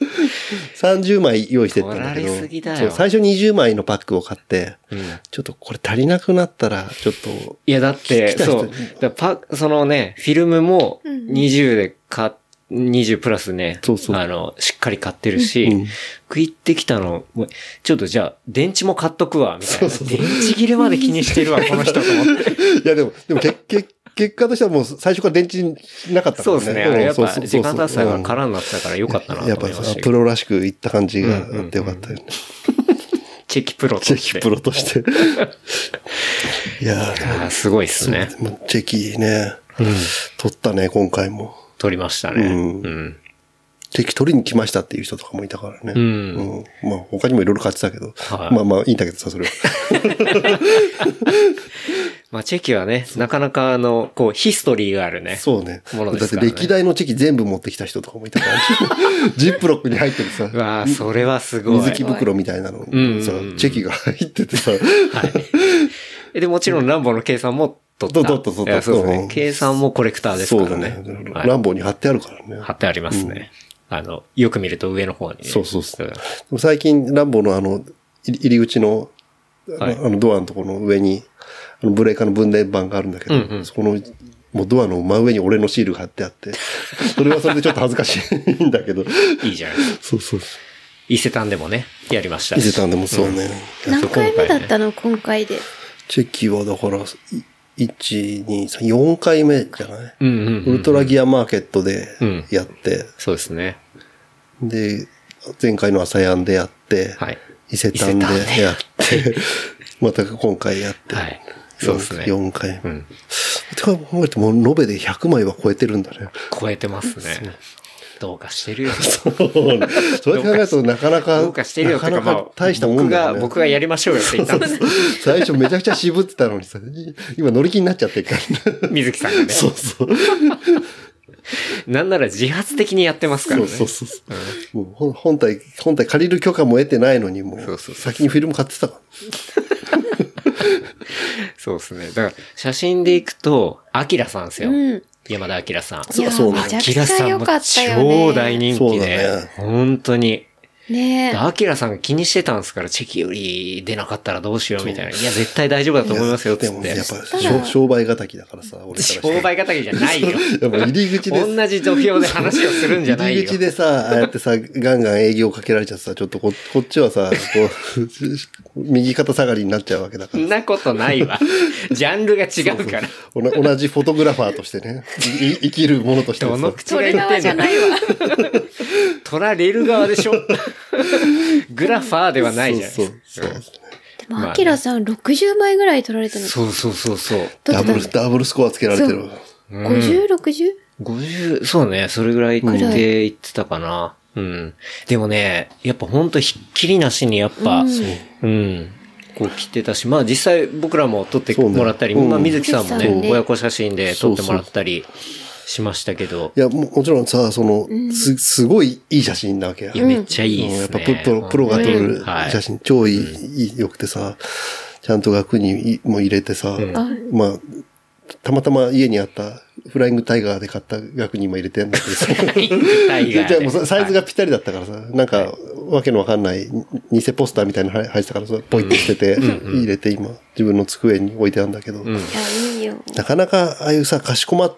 B: 30枚用意してったんだけ
A: 取られすぎだ
B: ど、
A: よ
B: そう最初20枚のパックを買って、
A: うん
B: ちょっとこれ足りなくなったら、ちょっと、
A: いや、だって、
B: 来た人
A: そう。だからパ、そのね、フィルムも
C: うん
A: 20で買っ、20プラスね、
B: そうそう
A: あの、しっかり買ってるし、
B: うん
A: 食いってきたの、もうちょっとじゃあ、電池も買っとくわ、みたいな。電池切れまで気にして
B: <laughs>
A: るわ、この人と思って。
B: いやでも、でも結結結果としてはもう最初から電池なかったか
A: そう
B: ら
A: ですね。あれやっぱ、時間
B: 出
A: 差が
B: ら
A: 空になったから良かったな
B: やっぱ
A: と思いましたけ
B: プ
A: ど。
B: ロらしくいった感じがあってよかったよね。
A: チェキプロと
B: チ
A: して。
B: ェキプロと
A: <laughs>
B: して。いやー
A: あーすごいっすね。
B: でもチェキね、取ったね、今回も。
A: 撮りましたね。
B: うん
A: うん。
B: チェキ取りに来ましたっていう人とかもいたからね。
A: うん
B: うんまあ他にもいろいろ買ってたけど、
A: はい
B: まあまあいいんだけどさ、それは。
A: まあ、チェキはね、なかなかあの、こう、ヒストリーがあるね。
B: そうね。
A: もので
B: だっ
A: す
B: て
A: からね
B: 歴代のチェキ全部持ってきた人とかもいた
A: <laughs>
B: から、ジップロックに入っててさ。
A: うわあそれはすごい。
B: 水着袋みたいなの、
A: ん
B: さ
A: うんうん
B: チェキが入っててさ、
A: えで、もちろん、ランボの計算も取った。
B: 取った取った
A: いやそうですね
B: うん。
A: 計算もコレクターです
B: そ
A: か
B: うだ
A: らね
B: ね。。
A: はい
B: ランボーに貼ってあるからね。
A: 貼ってありますね。あの、よく見ると上の方にね。
B: そうそうそう
A: うん
B: でも最近、ランボーのあの、入入り口の、あ
A: はい
B: のあのドアのところの上に、あのブレーカーの分電盤があるんだけど、
A: うんうん
B: そこの、もうドアの真上に俺のシールが貼ってあって、 <laughs> それはそれでちょっと恥ずかしいんだけど、
A: いいじゃないですか。
B: そうそう。
A: 伊勢丹でもね、やりました
B: 伊
A: し。
B: 勢丹でもそうね。
C: 何回目だったの今回で。
B: チェキはだから、1、2、3、4回目じゃない、
A: うんうんう
B: ウ
A: ん。
B: ルトラギアマーケットでやって、
A: そうですね。
B: で、前回の朝やんでやって、
A: はい。
B: 伊勢丹
A: 伊勢丹
B: で
A: で
B: やって、
A: <laughs>
B: また今回やって、
A: はい。そうですね。
B: 4回
A: う
B: 目。
A: ん。
B: てか、もう延べで100枚は超えてるんだね。
A: <laughs> 超えてますね。どうかしてるよ。
B: それ考えるとなかなか、
A: どうかしてるよ。
B: なかな
A: てかまあ
B: か大したもん
A: 僕
B: だよ
A: が、
B: ね。
A: 僕がやりましょうよって言ったんです。
B: 最初めちゃくちゃ渋ってたのにさ、今乗り気になっちゃってるからね。
A: 水木さんがね。
B: そうそう。
A: なんなら自発的にやってますか
B: そ
A: らね。
B: うそうそうそう。もう本本体、本体借りる許可も得てないのに、も
A: そう
B: う
A: そう
B: 先にフィルム買ってたから。
A: そうですね。だから、写真で行くと、アキラさんですよ。
C: うん
A: 山田アキラさん。
C: いや
B: そう
C: ー、
B: な
C: め
B: の
C: ちゃくちゃ良かったよね。
A: 超大人気で、
B: そうだね
A: 本当に。
C: ねえ。
A: アキラさんが気にしてたんですから、チェキより出なかったらどうしようみたいな。いや、絶対大丈夫だと思いますよ、つ
B: で
A: っ
B: も
A: て
B: や。っぱ商商売敵だからさ、俺からして
A: 商売敵じゃないよ。
B: <laughs> でも入り口で、
A: 同じ土俵で話をするんじゃな
B: 入
A: い
B: り
A: よ
B: 口。でさ、ああやってさ、ガンガン営業かけられちゃってさ、ちょっとここっちはさ、こう、 <laughs> 右肩下がりになっちゃうわけだか
A: そ
B: ら
A: ん。なことないわ。ジャンルが違うから。
B: おな同じフォトグラファーとしてね、いい生きるものとして
A: どの
B: さ、
A: 口が
C: それ
A: 言っ
C: 側
A: てん
C: じゃ
A: だ
C: ないわ。
B: <laughs>
A: 取られる側でしょグラファーではないじゃない
B: そ
A: で
B: う
A: すか。
B: そうそうですね。
C: でも、アキラさん60枚ぐらい取られたの。
A: そうそうそうそう。
B: ダ
C: だって
B: ブル、ダブルスコアつけられてる。
C: 50、60?
A: 50、そうね、それぐらい借りていってたかな。うん。でもね、やっぱほんとひっきりなしにやっぱ、うん。こう来てたし、まあ実際僕らも撮ってもらったり、
B: そうねうん
A: まあ水木さんもね、
C: 水木さんね
A: 親子写真で撮ってもらったりしましたけど、
B: いや、ももちろんさ、その、す、すごいいい写真なわけや。
A: いや、めっちゃいい
B: うん
A: で
B: やっ
A: す
B: ぱ
A: ね。
B: ププロプロが撮る
A: はい
B: 写真、超いい、いい良くてさ、ちゃんと額にいも入れてさ、まあ、たまたま家にあったフライングタイガーで買った額にも入れて持ってさ
A: <laughs> タイ
B: じ
A: ガ
B: ゃ
A: ー
B: あ <laughs>
A: で
B: じゃあもうさサイズがぴったりだったからさ、なんか、わけのわかんない、に偽ポスターみたいなの入ってたからさ、ポイって捨てて、入れて今、自分の机に置いてあるんだけど、
C: いや、いいよ。
B: なかなか、ああいうさ、かしこまっ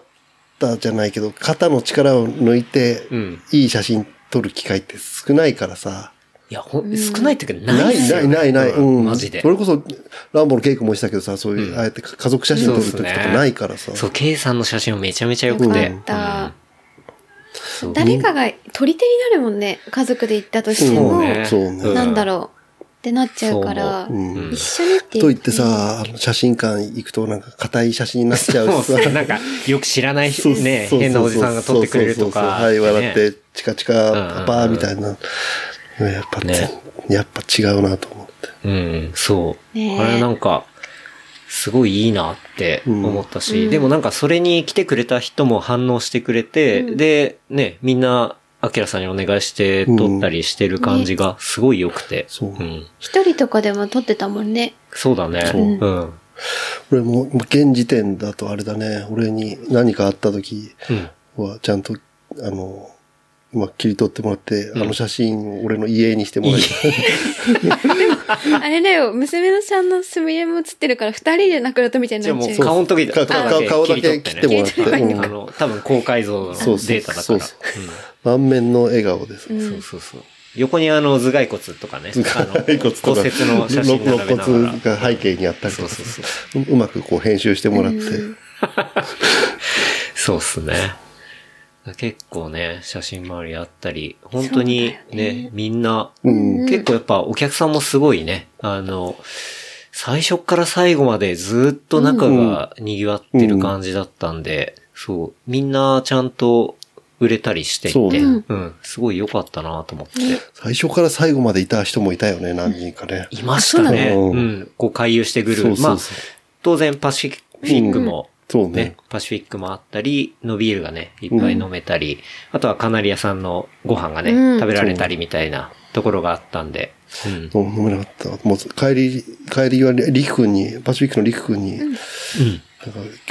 B: たじゃないけど、肩の力を抜いて
A: ん、
B: いい写真撮る機会って少ないからさ、
A: いや、ほん、少ないっていうか、な
B: ない
A: っ
B: い
A: す
B: な
A: よ
B: いないない。うん。
A: マジで
B: そ。れこそ、ランボの稽古もしたけどさ、そういう、ああやって家族写真撮る時とかないからさ。
A: そう、K さんの写真もめちゃめちゃ良
C: よ
A: く
C: か
A: て。
C: った。誰かが取り手になるもんね。家族で行ったとして
B: そう
C: も、
B: ねそうね
C: なんだろうってなっちゃうから、
A: そう
B: 思う
A: うん
C: 一緒にっていう。
B: と言ってさ、あの写真館行くとなんか硬い写真になっちゃう
A: もう
B: しさ。
A: さ、なんか、よく知らない
B: そう
A: ね、
B: そうそうそう
A: 変なおじさんが撮ってくれるとか。
B: そうそうそうはい、笑っ
A: ね。
B: て、チカチカ、パパーみたいな。やっぱ、
A: ね
B: やっぱ違うなと思って。
A: うん、そう。
C: ねえ
A: あれなんか、すごいいいなって思ったし、でもなんかそれに来てくれた人も反応してくれて、で、ね、みんな、アキラさんにお願いして撮ったりしてる感じがすごい良くて。。
B: そうん
C: 一人とかでも撮ってたもんね。
A: そうだね。
B: そう
A: うん。
B: 俺も、もう現時点だとあれだね、俺に何かあった時
A: うん。
B: は、ちゃんと、あの、まあ、切り取ってもらって、あの写真を俺の家にしてもらいたい。
C: あれだよ、娘のさんのすみれも映ってるから、二人で仲良とみたいに
A: じゃあ
C: なっ
A: も
C: ちゃ
A: う
C: う。
A: 顔の時だ
B: かか顔だけ切ってもらって。
C: 切り取ればいい
B: うん
A: あの、多分高解像のデ
B: そうそう
A: ータだから。
B: そう <laughs> 満面の笑顔です。
A: うんそうそうそう。横にあの、頭蓋骨とかね。あの
B: 骸骨とか、
A: 骨折の写真並べな
B: 肋
A: がら
B: 骨。が背景にあったりと
A: そう
B: か
A: そうそう。
B: うまくこう編集してもらって。
A: そうっすね。結構ね、写真周りあったり、本当にね、みんな、結構やっぱお客さんもすごいね、あの、最初から最後までずっと中が賑わってる感じだったんで、そう、みんなちゃんと売れたりしていて、
B: そうね
A: うん、すごい良かったなと思って。
B: 最初から最後までいた人もいたよね、何人かね。
A: いましたね。
B: あそうなの
A: うん。こう回遊してくる。
B: そうそうそう
A: まあ、当然パシフィックも、
B: そう
A: ね、
B: ね。
A: パシフィックもあったり、のビールがね、いっぱい飲めたり、あとはカナリアさんのご飯がね、
C: うん
A: 食べられたりみたいなところがあったんで、うん。
B: 飲めなかった。もう帰り、帰り際に、リク君に、パシフィックのリク君に、なんか、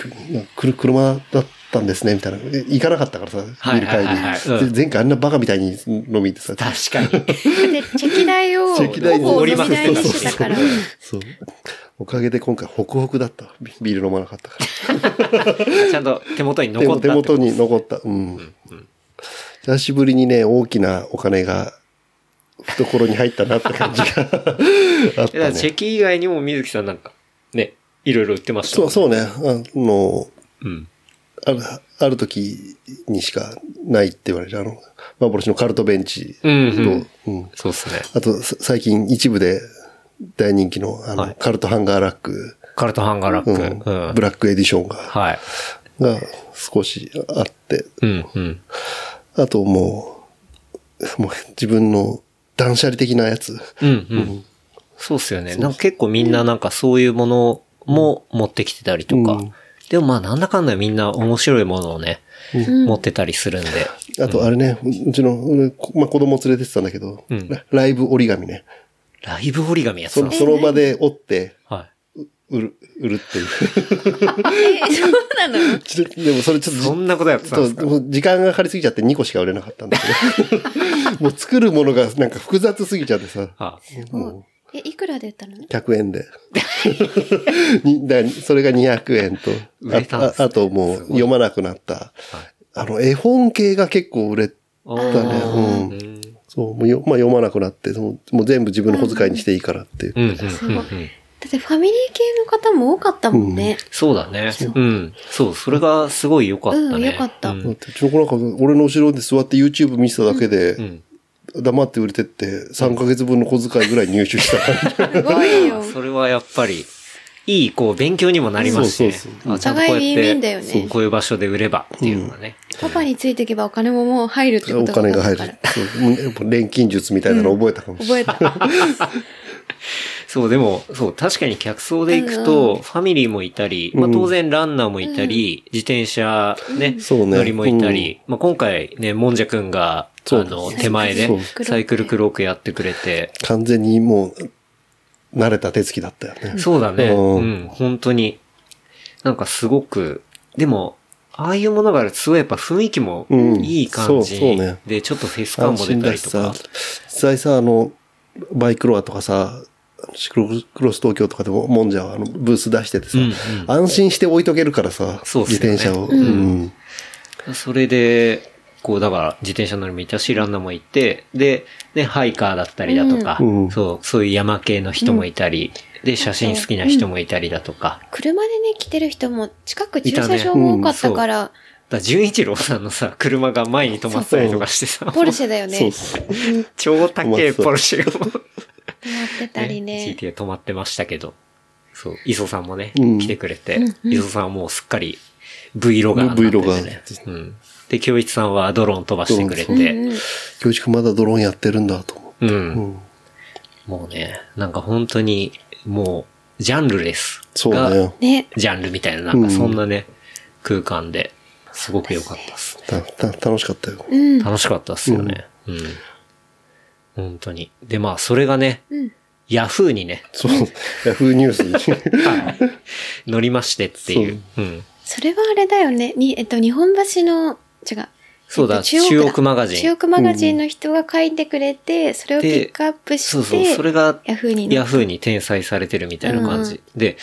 B: 今日なんかくる車だったんですね、みたいな。え行かなかったからさ、
A: はい
B: ビール
A: はいはい
B: 帰
A: はい
B: り
A: う
B: に。
A: ん
B: で前回あんなバカみたいに飲みってさ、
A: 確かに。 <laughs>
C: で、チェキ台を、
B: チェキ台
C: ほぼ
A: 折
C: 飲
A: り
C: み
A: まくって
C: 台
A: た
C: にしてたから。
B: そう。おかげで今回ホクホクだったわ。ビビール飲まなかったから。
A: ちゃんと手元に
B: で
A: 残
B: も
A: っ
B: 手
A: たって
B: 元に残った。うん。久しぶりにね、大きなお金が懐に入ったなって感じがあっ
A: だか
B: た
A: らチ
B: ね。
A: ェキ以外にも水木さんなんか、ね、いろいろ売ってました
B: そ
A: もん
B: う、そうね。あの、
A: うん。
B: ある、ある時にしかないって言われる。あの、幻のカルトベンチと、う
A: う
B: んん。
A: そうっすね。
B: あと、さ最近一部で大人気の、あの、
A: はい
B: カルトハンガーラック、
A: カルトハンガーラ
B: うん
A: ック。うん。
B: ブラックエディションが、
A: はい。
B: が少しあって、
A: うん、うん。
B: あともう、もう自分の断捨離的なやつ。
A: うんうん。そうっすよね。なんか結構みんななんかそういうものも持ってきてたりとか。
B: うん
A: でもまあなんだかんだみんな面白いものをね、持ってたりするんで。
B: あと、あれね、ううちの、俺こまあ、子供連れてってたんだけど、
A: うん
B: ラライブ折り紙ね。
A: ライブ折り紙やって
B: そ
A: たん
B: の
A: です
B: その場で折って、
A: は
B: 売る、売るっていう。 <laughs>
C: え、そうなの
B: ちょでもそれちょっ
A: い。
B: とじ、
A: そんなことやってたん
B: そ
A: で
B: う
A: すか
B: もう時間がかかりすぎちゃって2個しか売れなかったんだけど。
A: <laughs>
B: もう作るものがなんか複雑すぎちゃってさ、
A: あ
B: も
C: え、いくらで売ったの
B: う100円で。 <laughs> にだからそれが200円と
A: 売れたん
B: あ
A: で、す
B: ああともう読まなくなった。あの、絵本系が結構売れ
A: あ
B: だね。
A: ー
B: うん。
A: うん
B: そう、もうよ、まあ、読まなくなって、そのもう全部自分の小遣いにしていいからっていう。
A: うんうん
C: す
A: うん
C: ごい。だ
A: うん。
C: ってファミリー系の方も多かったもんね。
A: そうだね。うん。そう、それがすごい良かったね。
C: うん良かった
A: うん
B: だってうちの子なんか、俺の後ろで座って YouTube 見せただけで、
A: ん
B: 黙って売れてって、3ヶ月分の小遣いぐらい入手した。
C: すごいよ。
A: それはやっぱり、いい、こう、勉強にもなりますしね
B: そうそう。
A: あちゃんとこうやっ
C: お互いウィンウィンだよ
A: て、
C: ね
A: そうこういう場所で売ればっていうのがね。
C: パパについていけばお金ももう入るってこ
B: お
C: とが
B: 金が
C: 分かっ
B: 入
C: た
B: る
C: から。。
B: そうやっぱ錬金術みたいなの覚えたかもしれ
C: 覚
B: ない。
C: えた。
B: <laughs>
A: そう、でも、そう、確かに客層で行くと、ファミリーもいたり、まあ当然ランナーもいたり、自転車ね、
B: そうね
A: 乗りもいたり、まあ今回ね、もんじゃくんが、あ
B: そう
A: の、手前で
B: そう、
A: サイクルクロークやってくれて、
B: 完全にもう、慣れた手つきだったよね。
A: そうだね。
B: うん
A: うん、本当に。なんかすごく、でも、ああいうものがあると、すごいやっぱ雰囲気も
B: うん
A: いい感
B: そうそう
A: じ
B: ね
A: で、ちょっとフェス感も出たりとか
B: 安心だし。さ実際さ、あの、バイクロアとかさ、シクロクロス東京とかでも、もんじゃはあのブース出しててさ、
A: うんうん
B: 安心して置いとけるからさ、
A: そうっす
B: 自
A: よね
B: 転車を。
A: うん
B: うん
A: それで、こう、だから、自転車乗りもいたし、ランナーもいて、で、ね、ハイカーだったりだとか、
B: うんうん
A: そう、そういう山系の人もいたり、で、写真好きな人もいたりだとか、
C: 車でね、来てる人も近く駐
A: いたね
C: 車場も多かったから、
A: だから純一郎さんのさ、車が前に止まったりとかしてさ、
C: ポルシェだよね。
B: そうっ
C: 止
B: す。
A: 超高いポルシェがもう
C: まってたりね。
A: GT で止まってましたけど。そう、磯さんもね、
B: うん
A: 来てくれて、磯さんはもうすっかり V ロガーになっててね。うん。で、京一さんはドローン飛ばしてくれて、
B: 教授君まだドローンやってるんだと思
A: うん、
B: う。うん。
A: もうね、なんか本当に、もう、ジャンルレス
B: そうだ
A: が
B: よ。
C: ね。
A: ジャンルみたいな、なんかそんなね、空間で、すごく良かったっすね。
B: たた楽しかったよ。
C: うん。
A: 楽しかったっすよね。うん。本当に。で、まあ、それがね、ヤフーにね、
B: そう。ヤフーニュースに。
A: 乗りましてっていう。うん。
C: それはあれだよね。に、えっと、日本橋の、違う。
A: そうだ
C: えっとだ
A: 中央区マガジン
C: 中央区マガジンの人が書いてくれて、それをピックアップして、
A: そうそう、それが
C: ヤフーに載っ
A: ヤフーに転載されてるみたいな感じ。で、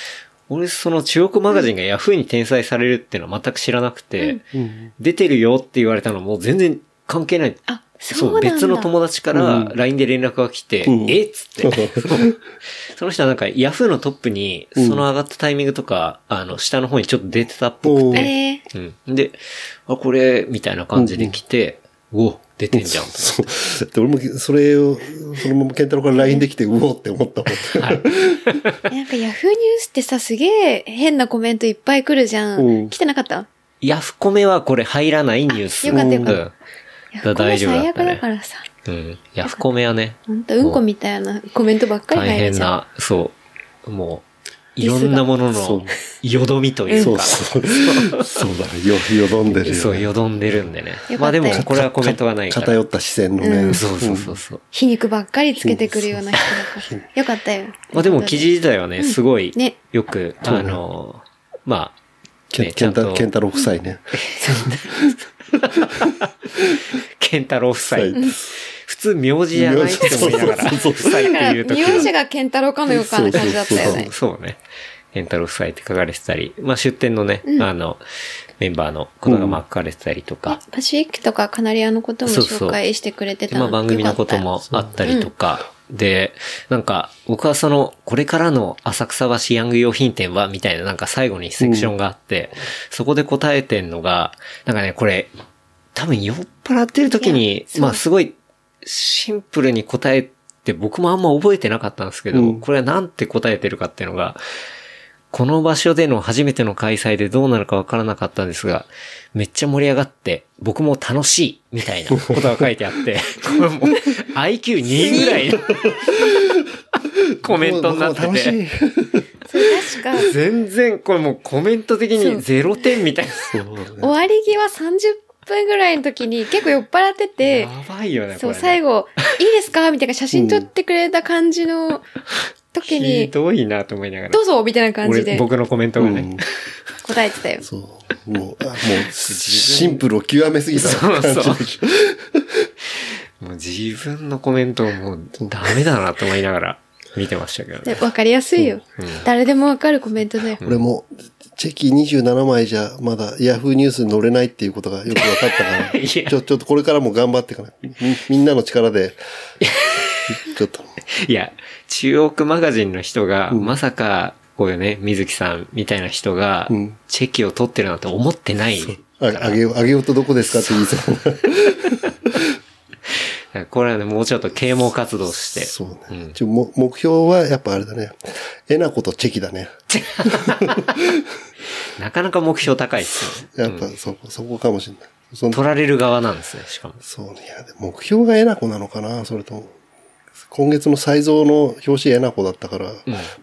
A: 俺その中国マガジンがヤフーに転載されるっていうのは全く知らなくて、
B: うん
A: 出てるよって言われたのも全然関係ない。
C: あ、そうなんだ。
A: 別の友達から
B: うん
A: LINE で連絡が来て、
B: うん
A: えっつって。その人はなんかヤフーのトップに、その上がったタイミングとか、あの、下の方にちょっと出てたっぽく
B: 達
A: て、
C: えー
A: うん。で、あ、これ、みたいな感じで来て、うお、出てんじゃん。
B: そう。で、俺もそれを、そのまま健太郎から LINE できて、うおって思ったもん。
C: えなんかヤフーニュースってさ、すげえ変なコメントいっぱい来るじゃ
B: うん
C: ん。来てなかった
A: ヤフコメはこれ入らないニュース。
C: あよかったよかった
A: うんだ
C: ヤフコメ
A: 大丈夫だ
C: 最
A: っ
C: 悪
A: たね
C: だからさ。
A: うん。ヤフコメはね、
C: ほんと、うんこみたいなコメントばっかり
A: 大
C: 入る
A: 変
C: じゃん。
A: な、そう、もう、いろんなもの
B: そう
A: の、よどみという
B: そう
A: か、
B: そう。そうだね。よ、よどんでるよね。
A: そう、よどんでるんでね。
C: よ
A: まあでも
C: かった、よ
A: これはコメントがないから。
B: 偏った視線のね。
A: そうそうそうそう。
C: 皮肉ばっかりつけてくるような人だから。よかったよ。
A: まあでも、記事自体はね、すごい
C: ね、
A: よく、あの、まあ、
B: ケ
A: ね
B: ン
A: ち
B: ケ
A: ゃ
B: ン
A: ん
B: タ
A: と、
B: ケンタロウ夫妻ね。
A: ケンタロウ夫妻
B: 夫。
A: 普通、名字じゃないって思いながら、夫
B: そうそう
A: 妻って
C: だから、
A: いう時は
C: 名字が健太郎かのような感じだったよね。
A: そうね。ケンタロウ夫妻って書かれてたり、まあ出店のね、あの、メンバーのことがまあ書かれてたりとか、
C: パシフィックとかカナリアのことも紹介してくれて
A: で
C: た
A: まあ
C: の
A: 番組のこともあったりとか、で、なんか、僕はその、これからの浅草橋ヤング用品店は、みたいななんか最後にセクションがあって、そこで答えてんのが、なんかね、これ、多分酔っ払ってる時
C: い
A: に
C: や、そう
A: まあすごいシンプルに答えて、僕もあんま覚えてなかったんですけど、
B: うん
A: これはなんて答えてるかっていうのが、この場所での初めての開催でどうなるかわからなかったんですが、めっちゃ盛り上がって、僕も楽しい、みた
B: <laughs>
A: いなことが書いてあって、これもう IQ2 ぐら
B: <laughs>
A: いのコメントになって、
B: もう楽してい。
C: そう確か、
A: 全然これもうコメント的に0点みたいな。
C: 終わり際30分ぐらいの時に結構酔っ払ってて
A: や、ばいよね、こ
C: そ
A: れ
C: う、
A: ね。
C: 最後、いいですかみたいな写真撮ってくれた感じの
A: ひ
C: 時に、
A: どいなと思いながら
C: ど。うぞみたいな感じ
A: 俺、
C: で
A: 僕のコメントがね。
B: うん
C: 答えてたよ。
B: そう。もう、あもう、シンプルを極めすぎた感じで
A: そうもう自分のコメントもうダメだなと思いながら見てましたけどね。
C: でわかりやすいよ。誰でもわかるコメントだよ。
B: 俺も、チェキ27枚じゃ、まだヤフーニュースに載れないっていうことがよく分かったから、
A: <laughs> いや
B: ちょ、ちょっとこれからも頑張っていかない。みみんなの力で、
A: <laughs>
B: ちょっと、
A: いや、中央区マガジンの人が、まさか、こういうね、水木さんみたいな人が
B: うん、
A: チェキを取ってるなんて思ってない。
B: ああげよう、あげようとどこですかって言いそう
A: これはね、もうちょっと啓蒙活動して。
B: そうね。
A: ん
B: ちょも目標はやっぱあれだね。えなことチェキだね。
A: なかなか目標高いっすよ
B: や
A: ね。
B: っぱそこ、そこかもしれない。その
A: 取られる側なんですね、しかも。
B: そうね。いやで目標がえなこなのかなそれとも。今月の才蔵の表紙えなこだったから、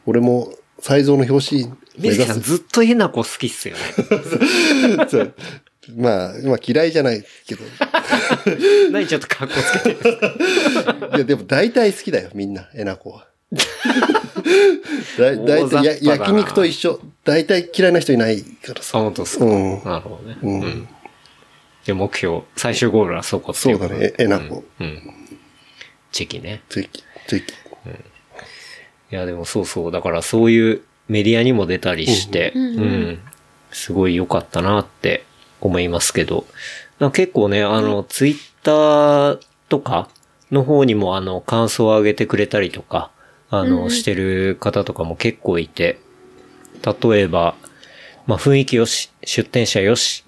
B: 俺も才蔵の表紙目
A: ミル
B: 指
A: キさん
B: す。
A: ずっとえなこ好きっすよね。
B: そうまあ、まあ嫌いじゃないけど。
A: 何ちょっと格好つけてる。
B: いや、でも大体好きだよ、みんな、えなこは。だ大
A: 大雑把
B: 体や
A: だな
B: 焼肉と一緒。大体嫌いな人いないからさ。
A: そう本当っすか。
B: うん
A: なるほどね。
B: うん
A: うん。で、目標、最終ゴールはそこって
B: そ
A: いううこ
B: だ
A: と
B: ね、ええなこ。
A: うん。チェキね。
B: ぜひ、ぜひ。
A: いや、でもそうそう。だからそういうメディアにも出たりして、うん。すごい良かったなって思いますけど。なんか結構ね、あの、ツイッターとかの方にもあの、感想を上げてくれたりとか、あの、してる方とかも結構いて、例えば、まあ、雰囲気よし、出店者よし、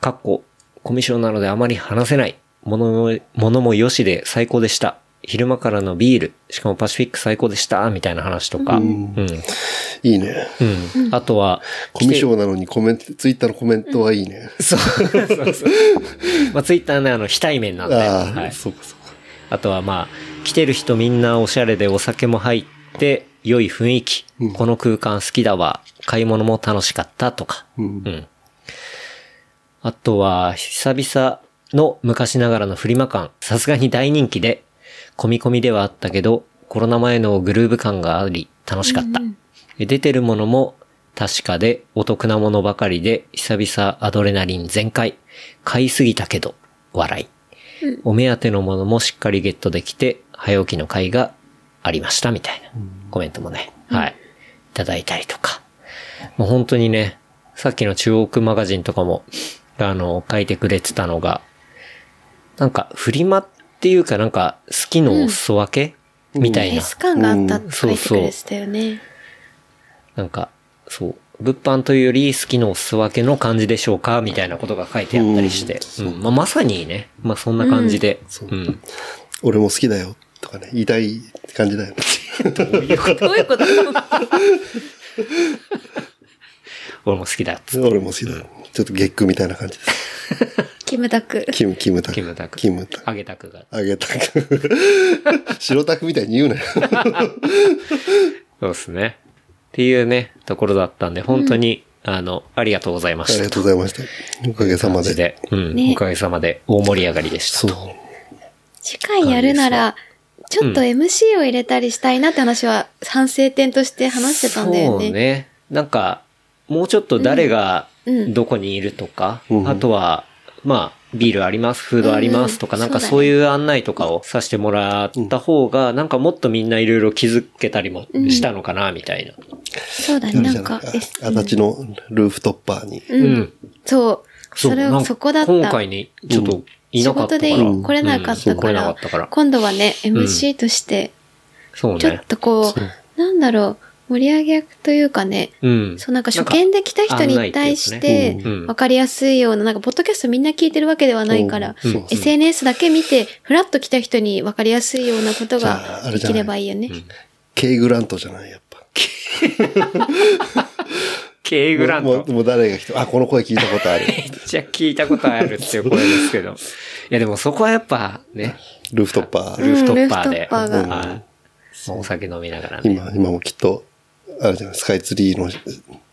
A: かっこ、コミュ障なのであまり話せない。ものも、ものもよしで最高でした。昼間からのビール、しかもパシフィック最高でした、みたいな話とか。うん。うん。
B: いいね。
A: あとは、
B: コミュ障なのにコメント、ツイッターのコメントはいいね。
A: そうそうそう。まあ、ツイッターね、あの、非対面なんで。
B: ああ、
A: はい。
B: そうかそうか。
A: あとはまあ、来てる人みんなおしゃれでお酒も入って、良い雰囲気、この空間好きだわ。買い物も楽しかったとか。
B: うん
A: う。ん。あとは、久々の昔ながらのフリマ感、さすがに大人気で、込み込みではあったけど、コロナ前のグルーヴ感があり、楽しかった。出てるものも確かで、お得なものばかりで、久々アドレナリン全開。買いすぎたけど、笑い。お目当てのものもしっかりゲットできて、早起きの会がありました、みたいなコメントもね、はい。いただいたりとか。もう本当にね、さっきの中央区マガジンとかも、あの、書いてくれてたのが、なんか、フリマっていうかなんか、好きのお裾分け、みたい
C: フェ
A: な。
C: ス感があったって書いてく
A: うん
C: れてたよね。
A: なんか、そう、物販というより好きのお裾分けの感じでしょうかみたいなことが書いてあったりして。うんまあ、まさにね、まあそんな感じで。うん
B: 俺も好きだよ。とかね、言いたい感じだよね。
C: どういうこと
A: 俺も好きだっつ。
B: 俺も好きだよ。ちょっとゲックみたいな感じです。
C: キムタク。
B: キム、キムタク。
A: キムタク。
B: キムタク。
A: あげたくが。
B: あげたく。 <laughs> 白タクみたいに言うなよ。
A: そうですね。っていうね、ところだったんで、本当に、あの、ありがとうございま
B: あ
A: し
B: り
A: た。
B: がとうございました。おかげさま
A: マ
B: で。
A: ジで。うん。
C: ね
A: おかげさまで大盛り上がりでした。
B: そう。
C: 次回やるなら、ちょっと MC を入れたりしたいなって話は反省点として話してたんだよ
A: そう
C: ね。
A: ね。なんか、もうちょっと誰が
C: うんうん
A: どこにいるとか、
B: うん
A: あとは、まあ、ビールあります、フードありますとか、
C: うんう
A: な
C: ん
A: んか
C: そうだね
A: そういう案内とかをさせてもらった方が、なんかもっとみんないろいろ気づけたりもしたのかな、みたいな。
C: そうだね。
B: やる
C: な
B: じゃ
C: んか、
B: い
C: え
B: 足立のルーフトッパーに。
C: うん
A: うん。
C: そう。
A: う
C: それ
A: な
C: を
A: んか
C: そこだった。
A: 今回にちょっといな
C: 仕
A: かった
C: 事
A: から。
C: で来れなか
A: う
C: った
A: んそう来
C: か
A: れなからったから。
C: 今度はね、MC として、
A: そう
C: ちょっ
A: ね。
C: とこう、なんだろう、盛り上げ役というかね、
A: うん。
C: そうなんか初見で来た人に対し
B: なんか案内ってい
C: て
B: う
A: かねうん
C: 分かりやすいような、なんかポッドキャストみんな聞いてるわけではないから、
B: そうそう
C: SNS だけ見て、フラッと来た人に分かりやすいようなこと
B: じゃあ
C: が
B: あれ
C: で
B: じゃない
C: きればいいよね。
B: K グラントじゃない、やっぱ。
A: K グラン
B: もう。
A: ト
B: もう誰が来ても、あ、この声聞いたことあ
A: <laughs>
B: る。
A: めっちゃ聞いたことあるっていう声です
C: <laughs>
A: けど。いやでもそこはやっぱね、
B: ルーフトッパ
C: ん
B: ー。
A: ルーフトッパーで。
C: ルーフトッパーが
A: はいもうお酒飲みながらね。
B: 今、今もきっと、あれじゃない、スカイツリーの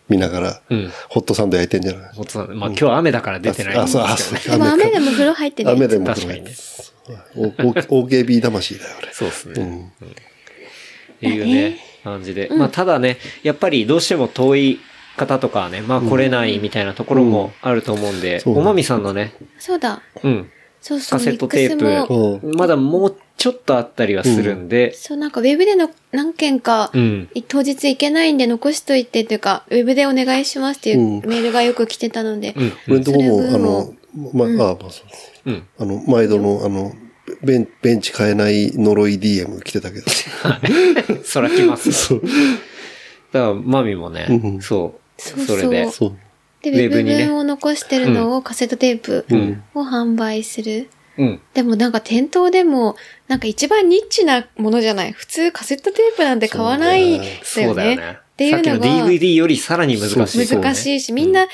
B: 見ながら、
A: うん
B: ホットサンド焼いてんじゃない
A: ほんとだねまあ今日は雨だから出てないん
B: あ、
A: です
B: そう、あ、
A: け
B: そう、
A: どね。
C: で
B: か
C: も雨でも風呂入ってね。
B: 雨でも。
A: 確かにね
B: おお OKB 魂だよ、俺。
A: そうです
B: う
A: ね。
B: ん。
A: っていうね、感じで。まあただね、やっぱりどうしても遠い方とかはね、まあ来れないみたいなところもあると思うんで、
B: うん
A: おまみさんのね、
C: そうだ。
A: うん、
C: そう
A: カ
C: そう、ミ
A: セッ
C: ッ
A: ト
C: ク
A: テ
C: ス
A: ー
C: も。
B: も
A: プ、まだもうちょっとあったりはするんで、
C: そう、なんかウェブでの何件か、
A: うん。
C: 当日行けないんで残しといてというか、ウェブでお願いしますっていううんメールがよく来てたので、
A: うん。
B: 俺のとこ
C: それ
B: もあの、
C: も、
B: ま、あ、まあ、そう
A: うん。
B: あの、毎度の、あの、ベンベンチ買えない呪い DM 来てたけど。
A: そら来ます。
B: そう。
A: だから、マミもね、
B: うん
A: そう。
C: そうそう
A: それで。
B: そう。
C: で、
A: ウェ
C: ウェ
A: ブ
C: ブ
A: にね
C: 分を残してるのをカセットテープ
A: うん
C: を販売する。
A: うん。
C: でもなんか店頭でも、なんか一番ニッチなものじゃない。普通カセットテープなんて買わないんだよね。
A: そうだよね。
C: っていう
A: さっきの
C: のが
A: DVD よりさらに難しい
B: そう
A: そうね。
C: 難しいし、みんな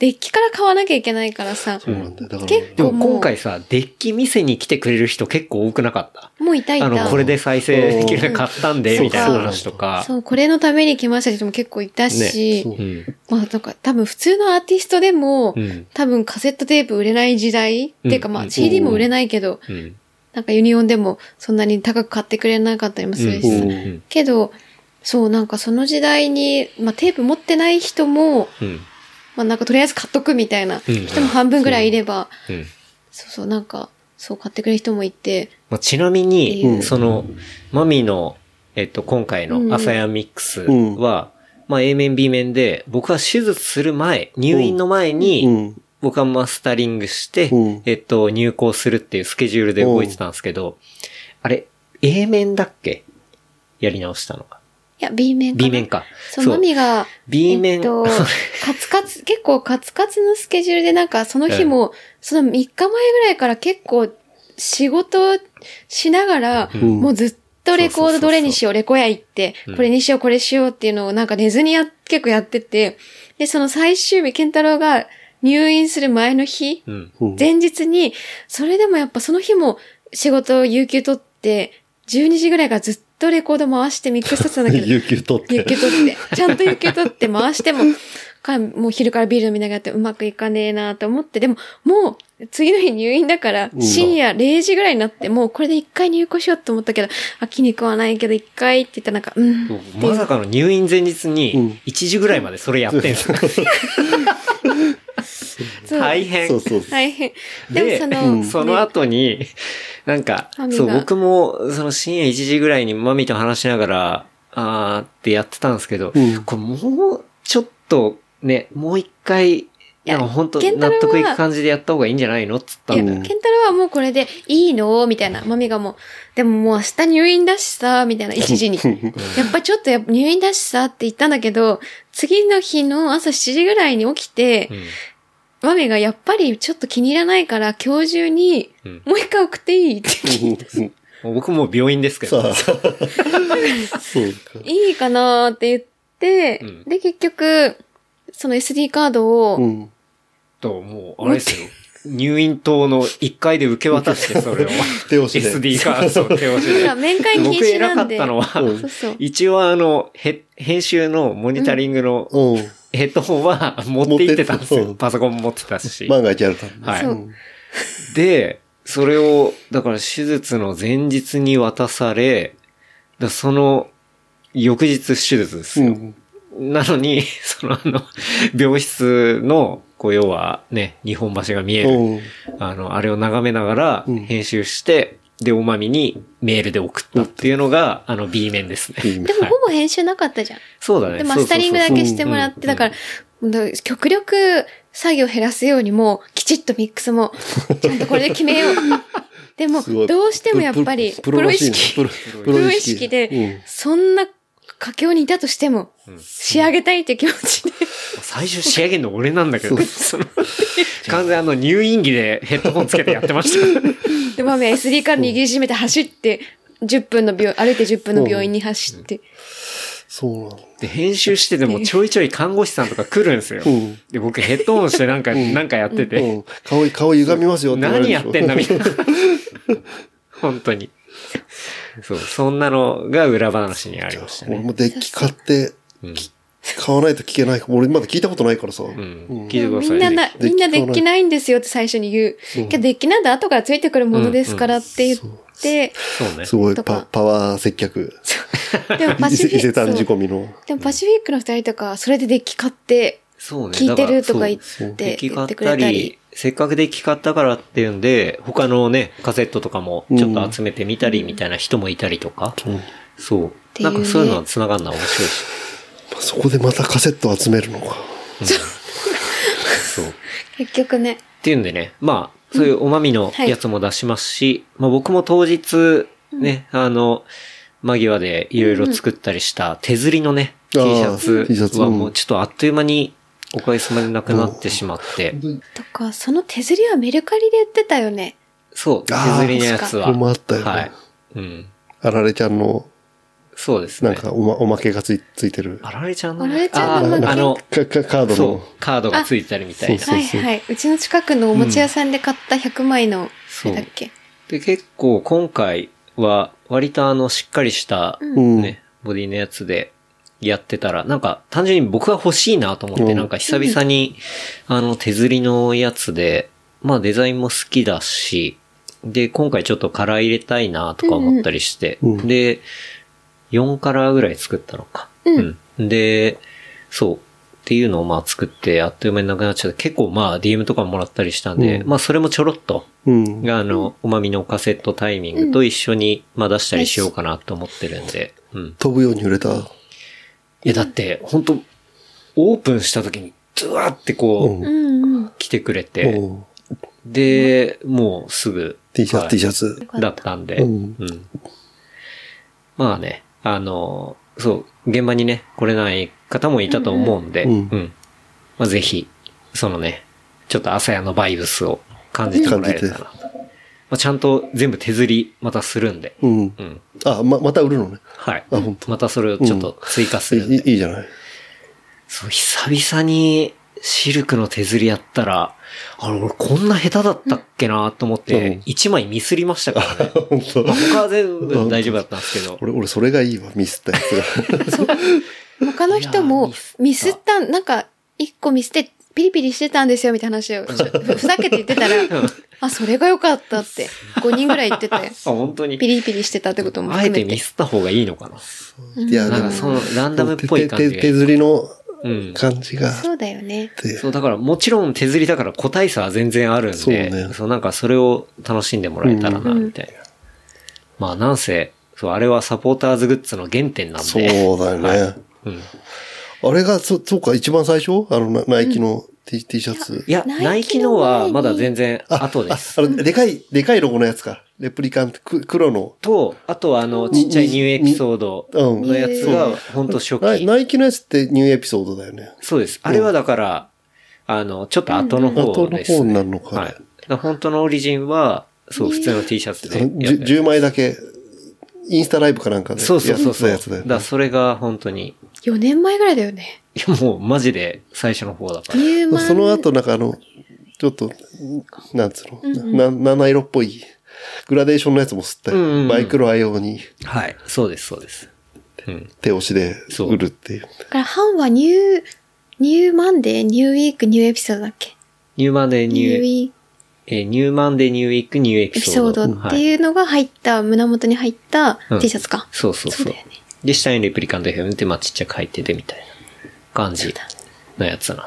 C: デッキから買わなきゃいけないからさ、
B: そうなんだよ。だから、
C: 結
A: で
C: 構
A: も今回さ、デッキ店に来てくれる人結構多くなかった。
C: もういたい
A: あの、
C: た
A: こ。れで再生できるの買ったんで、
B: うん
A: みたいな話とか。
C: そう、これのために来ました人も結構いたし、
B: そう
A: うん。
C: まあなんか多分普通のアーティストでも、
A: うん。
C: 多分カセットテープ売れない時代、っていうかま
A: う
C: あ
A: ん
C: CD も売れないけど、
A: うん。
C: なんかユニオンでもそんなに高く買ってくれなかったりもするし、
B: うん
C: けど、そう、なんかその時代に、まあテープ持ってない人も、
A: うん。
C: まあなんかとりあえず買っとくみたいな
A: うん
C: 人も半分ぐらいいれば、
A: うん。
C: そうそう、なんか、そう買ってくれる人もいて、
A: まあ、ちなみ
C: う
A: に、
C: ん
A: その、マミの、えっと、今回
C: うん
A: のアサヤンミックスは、まあ、A 面 B 面で、僕は手術する前、入院の前
B: う
A: に、
B: ん。
A: 僕はマスタリングして
B: うん、
A: えっと、入校するっていうスケジュールで動いてたんですけど、あれ、A 面だっけやり直したのが。
C: いや、B 面か
A: B
C: な。
A: 面か。
C: そう、マミが、
A: B 面、
C: えっと、カツカツ、 <laughs> 結構カツカツのスケジュールでなんかその日も、その3日前ぐらいから結構仕事しながら、
B: ん
C: もうずっとレコ
A: そうそう
C: ー
A: そう
C: ドどれにしよう、レコヤ行って、これにしよう、これしようっていうのをなんか寝ずにや、結構やってて、で、その最終日、ケンタロウが入院する前の日、
A: うん。
B: うん
C: 前日に、それでもやっぱその日も仕事を有給取って、12時ぐらいからずっとレコード回してミックス取ってたんだけど、
B: 有給取っ
C: 有
B: て。
C: 給取
A: <laughs>
C: って、ちゃんと有給取って回しても、かもう昼からビール飲みながらやってうまくいかねえなと思って、でももう次の日入院だから
B: う、ん
C: 深夜0時ぐらいになって、もうこれで一回入庫しようと思ったけど、あ、気に食わないけど一回って言ったらなんか、うん。
A: まさかの入院前日
B: うん
A: に、1時ぐらいまでそれやってんす
B: <laughs>
A: よ。
C: そう
A: 大変。
B: そうそう。
C: 大変。でも
A: で、
C: その、ね
A: その後に、なんか
C: マ、ミが
A: そう、僕も、その深夜1時ぐらいにマミと話しながら、あーってやってたんですけど、
B: うん
A: これもうちょっと、ね、もう一回、
C: や
A: なんか本当
C: ケンタロウ
A: 納
C: は
A: 得いく感じでやった方がいいんじゃないのっつった
C: いや、
B: う
A: ん
C: ケ
A: だよ。
C: ンタロウはもうこれでいいのみたいな。マミがもう、でももう明日入院だしさ、みた
A: <laughs>
C: いな、1時に。やっぱちょっとやっぱ入院だしさって言ったんだけど、次の日の朝7時ぐらいに起きて、マミがやっぱりちょっと気に入らないから今日中に
A: うん
C: もう一回送っていいって聞いて、
A: うん僕もう病院ですけど。
B: さあ、そうか。
C: いいかなーって言って、
A: うん
C: で結局、その SD カードを、
B: うん。
A: と、もう、あれですよ。入院棟の1階で受け渡して、それを。
B: 手押しで。
A: SD カードを手押し
C: ほら
A: で。
C: 面会禁
A: 僕
C: 止
A: 偉
C: な
A: か
C: ん
A: っ
C: で。
A: たのは、
B: うん
C: そうそう。
A: 一応あの、へ編集のモニタリングの
B: うん。
A: ヘッドホンは持って行ってたんです
B: 持ってそ
A: よ。
B: う
A: パソコンも持ってたし。
B: 万が一あるからね。
A: はい
C: そう
B: うん
A: で、それを、だから手術の前日に渡され、だその、翌日手術です
B: う
A: よ。
B: ん。
A: なのに、そのあの、病室の、こう要はね、日本橋が見える、
B: うん。
A: あの、あれを眺めながら
B: うん
A: 編集して、で、おまみにメールで送ったっていうのが、あの、B 面ですね。
B: いいね
C: でもほぼ編集なかったじゃん。
A: そうだね。
C: で、マスタリングだけしてもらっ
A: う
C: て、
A: んう
C: だ
A: ん
C: から、だ極力作業減らすようにも、きちっとミックスも、ちゃんとこれで決めよ <laughs> う。でも、
B: すごい
C: どうしてもやっぱり、プロ意識、
B: プロ
A: プ
B: プ
C: ロ
B: ロ
C: 意
B: 意
C: 識
B: 識
C: で、そんな佳境にいたとしても、仕上げたいって気持ちで、
A: 最終仕上げるの俺なんだけど、その、 <laughs> 完全あの入院着でヘッドホンつけてやってま
C: <laughs>
A: した。
C: で、マミは SD から握りしめて走って、10分の病、歩いて10分の病院に走って、
B: そうなの。
A: で、編集しててもちょいちょい看護師さんとか来るんですよ
B: うん。
A: で、僕ヘッドホンしてなんか、なんかやって
B: う
A: て、
B: ん。顔、顔歪みますよって言われるでし
A: 何や
B: ょ
A: ってんだみたいな。本当に。そう、そんなのが裏話にありました
B: 俺 <laughs>
A: ね。
B: もデッキ買って、
A: うん。
B: 買わないと聞けない。俺まだ聞いたことないからさ。う
A: うん
B: ん。
A: 聞いてくだ
C: み
A: さい
C: んな
A: ね。
C: な、みんなできないんですよって最初に言う。けど、できなんで後からついてくるものですからって言って、
A: そうね
B: す。ごい
C: とか
B: パ、パワー接客。
C: でもパ
B: 伊勢
C: シフィ
B: 伊勢
C: ッ
B: 丹仕
C: ク。そう
B: 込みの。
C: でもパシフィックの二人とか、それでデッキ買って、
A: そうね。
C: 聞いてるとか言っ
A: そうそう
C: て
A: 出来
C: 言ってく
A: 買った
C: れた
A: り
C: り、
A: せっかく出来買ったからっていうんで、他のね、カセットとかもちょっと集めてみたりみたいな人もいたりとか。
B: うんま
A: そう。
C: てい
A: な
C: うんね
A: かそういうのは繋がるのは面白いし。
B: あそこでまたカセット集めるのか。
A: そう。っ
C: 結局ね、
A: ていうんでね、まあ、そういうおまみのやつも出しますし、まあ僕も当日、ね、あの、間際でいろいろ作ったりした手刷りのね、T
B: あ
A: シ
B: ー
A: ャ
B: T シャ
A: ツ
B: ツ
A: は
B: うん
A: もうちょっとあっという間におかげさまでなくなってしまって、
C: とか、その手刷りはメルカリで売ってたよね。
A: そう、
B: あー
A: 削りのやつ
B: これ
A: は。
B: もあったよね
A: はい。うん。
B: あられちゃんの、
A: そうですね。
B: なんかおま、おまけがついついてる。
A: あられちゃんの、
C: あられちゃん
B: の
A: あーあの、
B: かかカード
A: そう
B: の。、
A: カードがついてるみたいな
B: そ。う
C: はいはい。うちの近くのお餅屋さんで買った100枚の、
A: そ
C: な
A: う
C: んだっ。け。
A: で、結構今回は、割とあの、しっかりした、
B: うん。
A: ね、ボディのやつでやってたら、なんか単純に僕が欲しいなと思って、
B: うん
A: なんか久々に、あの、手刷りのやつで、まあデザインも好きだし、で、今回ちょっとカラー入れたいなとか思ったりして、
B: うんうん
A: で、4カラーぐらい作ったのか。
C: うん
A: うんで、そう。っていうのをまあ作って、あっという間になくなっちゃって、結構まあ DM とかもらったりしたんで、
B: うん
A: まあそれもちょろっと
B: うん。
A: が、あの、おまみのカセットタイミングと一緒に、まあ出したりしようかなと思ってるんで。うん。
B: 飛ぶように売れた。
A: いや、だって、本当オープンした時に、ズワーってこう、
C: うんうん。
A: 来てくれて、
B: おう
A: で、もうすぐ、
B: T シャツ、
A: はい
B: T シャツ。
A: だったんで、
B: う
A: うんん。まあね、あの、そう、現場にね、来れない方もいたと思うんで、
B: う
A: うんん。
B: うん
A: まあぜひ、そのね、ちょっと朝屋のバイブスを感じてもらえるかなと。まあ、ちゃんと全部手刷り、またするんで。
B: うん
A: う。ん。
B: あ、ま、また売るのね。
A: はい。
B: あ本当
A: またそれをちょっと追加す
B: い
A: るんで。
B: いいいじゃない。 <laughs>
A: そう、久々にシルクの手刷りやったら、あれ、俺こんな下手だったっけなと思っ
B: う
A: て
B: ん、
A: 一枚ミスりましたからね。
B: 本当
A: 他は全部大丈夫だったんですけど。
B: 俺、俺、それがいいわ、ミスったやつが。
C: 他の人
A: い
C: も
A: やー
C: ミスった、なんか、一個ミスって、ピリピリしてたんですよ、みたいな話を、ふざけて言ってたら、あ、それが良かったって、5人ぐらい言 <laughs> ってて、
A: あ、本当に
C: ピ。リピリしてたってことも
A: あえ
C: 含め
A: て
C: て
A: ミ。スった方がいいのかな。
B: いや、
A: な
B: で
A: ん
B: も
A: か、そのランダムっぽい感
B: 手
A: じ
B: 手
A: が
B: 手
A: いい。
B: 刷りの
A: うん。
B: 感じがあっ
C: そうだよね。
B: て。
A: そう、だからもちろん手刷りだから個体差は全然あるんで、
B: そ
A: そうう,、
B: ね
A: なんかそれを楽しんでもらえたらな、
C: うん
A: みたいな。まあなんせ、そう、あれはサポーターズグッズの原点なんで。
B: そうだよね。
A: うん。
B: あれが、そ、そうか、一番最初あの、ナナイキの T, T シャツ。
A: いや、
C: ナ
A: ナ
C: イ
A: イ
C: キ
A: キ
C: の
A: の
C: 前
A: は
C: に
A: まだ全然後です。
B: あの、でかい、でかいロゴのやつか。レプリカント、く黒の。
A: と、あとはあの、ちっちゃいニューエピソード
B: うん
A: のやつ
B: うん
A: が、ほんと初
B: ナイ
A: 期。
B: ナイキのやつってニューエピソードだよね。
A: そうです。あれはだから、あの、ちょっと後の
B: 後
A: 方
B: の
A: です
B: 方に
A: ね。
B: なるのか。
A: はい。だから本当のオリジンは、そう、普通の T シャツ
B: あ
A: で
B: の
A: やって
B: じゅ10枚だけ、インスタライブかなんかでや
A: そうそうそう
B: って
A: そ
B: た
A: う。
B: や
A: だ
B: つだよ
A: か
B: ね
A: ら。それが本当に、
C: 4年前ぐらいだよね。
A: いやもうマジで最初の方だから。
C: 入門。
B: その後なんかあの、ちょっと、なんつうの、な七色っぽい、グラデーションのやつも吸ったよ
A: うんうんうん
B: バイクロア用に
A: はい。そうです、そうです。うん。
B: 手押しで売るっていう。
C: だから、ハンはニュー、ニューマンデー、ニューウィーク、ニューエピソードだっけ
A: ニューマンデーニ
C: ニュー
A: ュ
C: ウ
A: ー、
C: ィーク
A: えーニューマンデーニューウィークニューエ
C: エ
A: ピ
C: ピソ
A: ソ
C: ー
A: ード。
C: ドって
A: はい
C: いうのが入った、胸元に入った
A: うん
C: T シャツか。
A: そうそうそう。
C: そうだよね
A: で、下にレプリカント FM って、まあ、ちっちゃく書いててみたいな感じのやつなん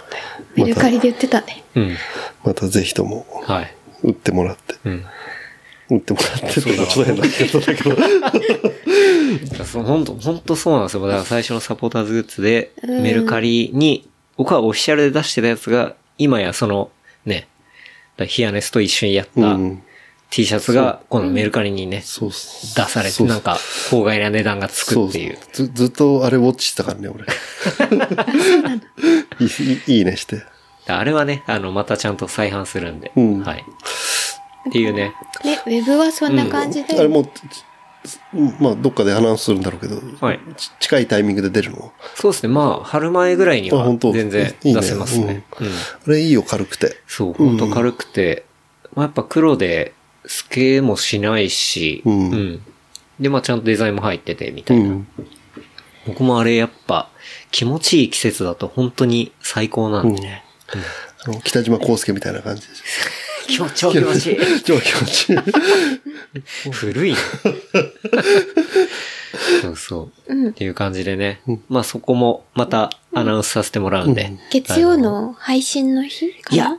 C: メルカリで売ってたね。
A: で。うん。
B: またぜひとも、
A: はい。
B: 売ってもらって。
A: うん。
B: 売ってもらってっていうのはちょっと変な言い方だけど。
A: そう本当本当そうなんですよ。だから最初のサポーターズグッズで、
C: うん
A: メルカリに、僕はオフィシャルで出してたやつが、今やその、ね、だからヒアネスと一緒にやっ
B: う
A: た
B: ん。
A: T シャツが、このメルカリにね、
B: そうっ
A: 出
B: す
A: されて、
B: そう
A: なんか、法外な値段がつくっていう。
B: そうそうずずっとあれウォッチしてたからね、 <laughs> 俺。いいいいねして。
A: あれはね、あの、またちゃんと再販するんで。
B: うん
A: はい。っていうね。
C: ね、ウェブはそんな感じ
B: あれ
C: で。
B: もう、ちまあ、どっかでアナウンスするんだろうけど、
A: はい
B: ち近いタイミングで出るの。
A: そうですね。まあ、春前ぐらいに
B: あ
A: は
B: 本当
A: 全然
B: いいね
A: 出せますね。うん
B: あれいいよ、軽くて。
A: そう、ほんと軽くて、まあ、やっぱ黒で、透けもしないし、
B: うん
A: で、まあ、ちゃんとデザインも入ってて、み
B: う
A: たいな。
B: ん。
A: 僕もあれやっぱ、気持ちいい季節だと本当に最高な
B: うんん
A: でね。。
B: あの、北島康介みたいな感じでし
A: <laughs> 気持ち、超気持ちい
B: ょ。超気持ちいい。
A: い。古い <laughs> な。そうそう。
C: うん
A: っていう感じでね。まあ、そこもまたアナウンスさせてもらうんで。
C: 月曜の配信の日かない
A: や
C: も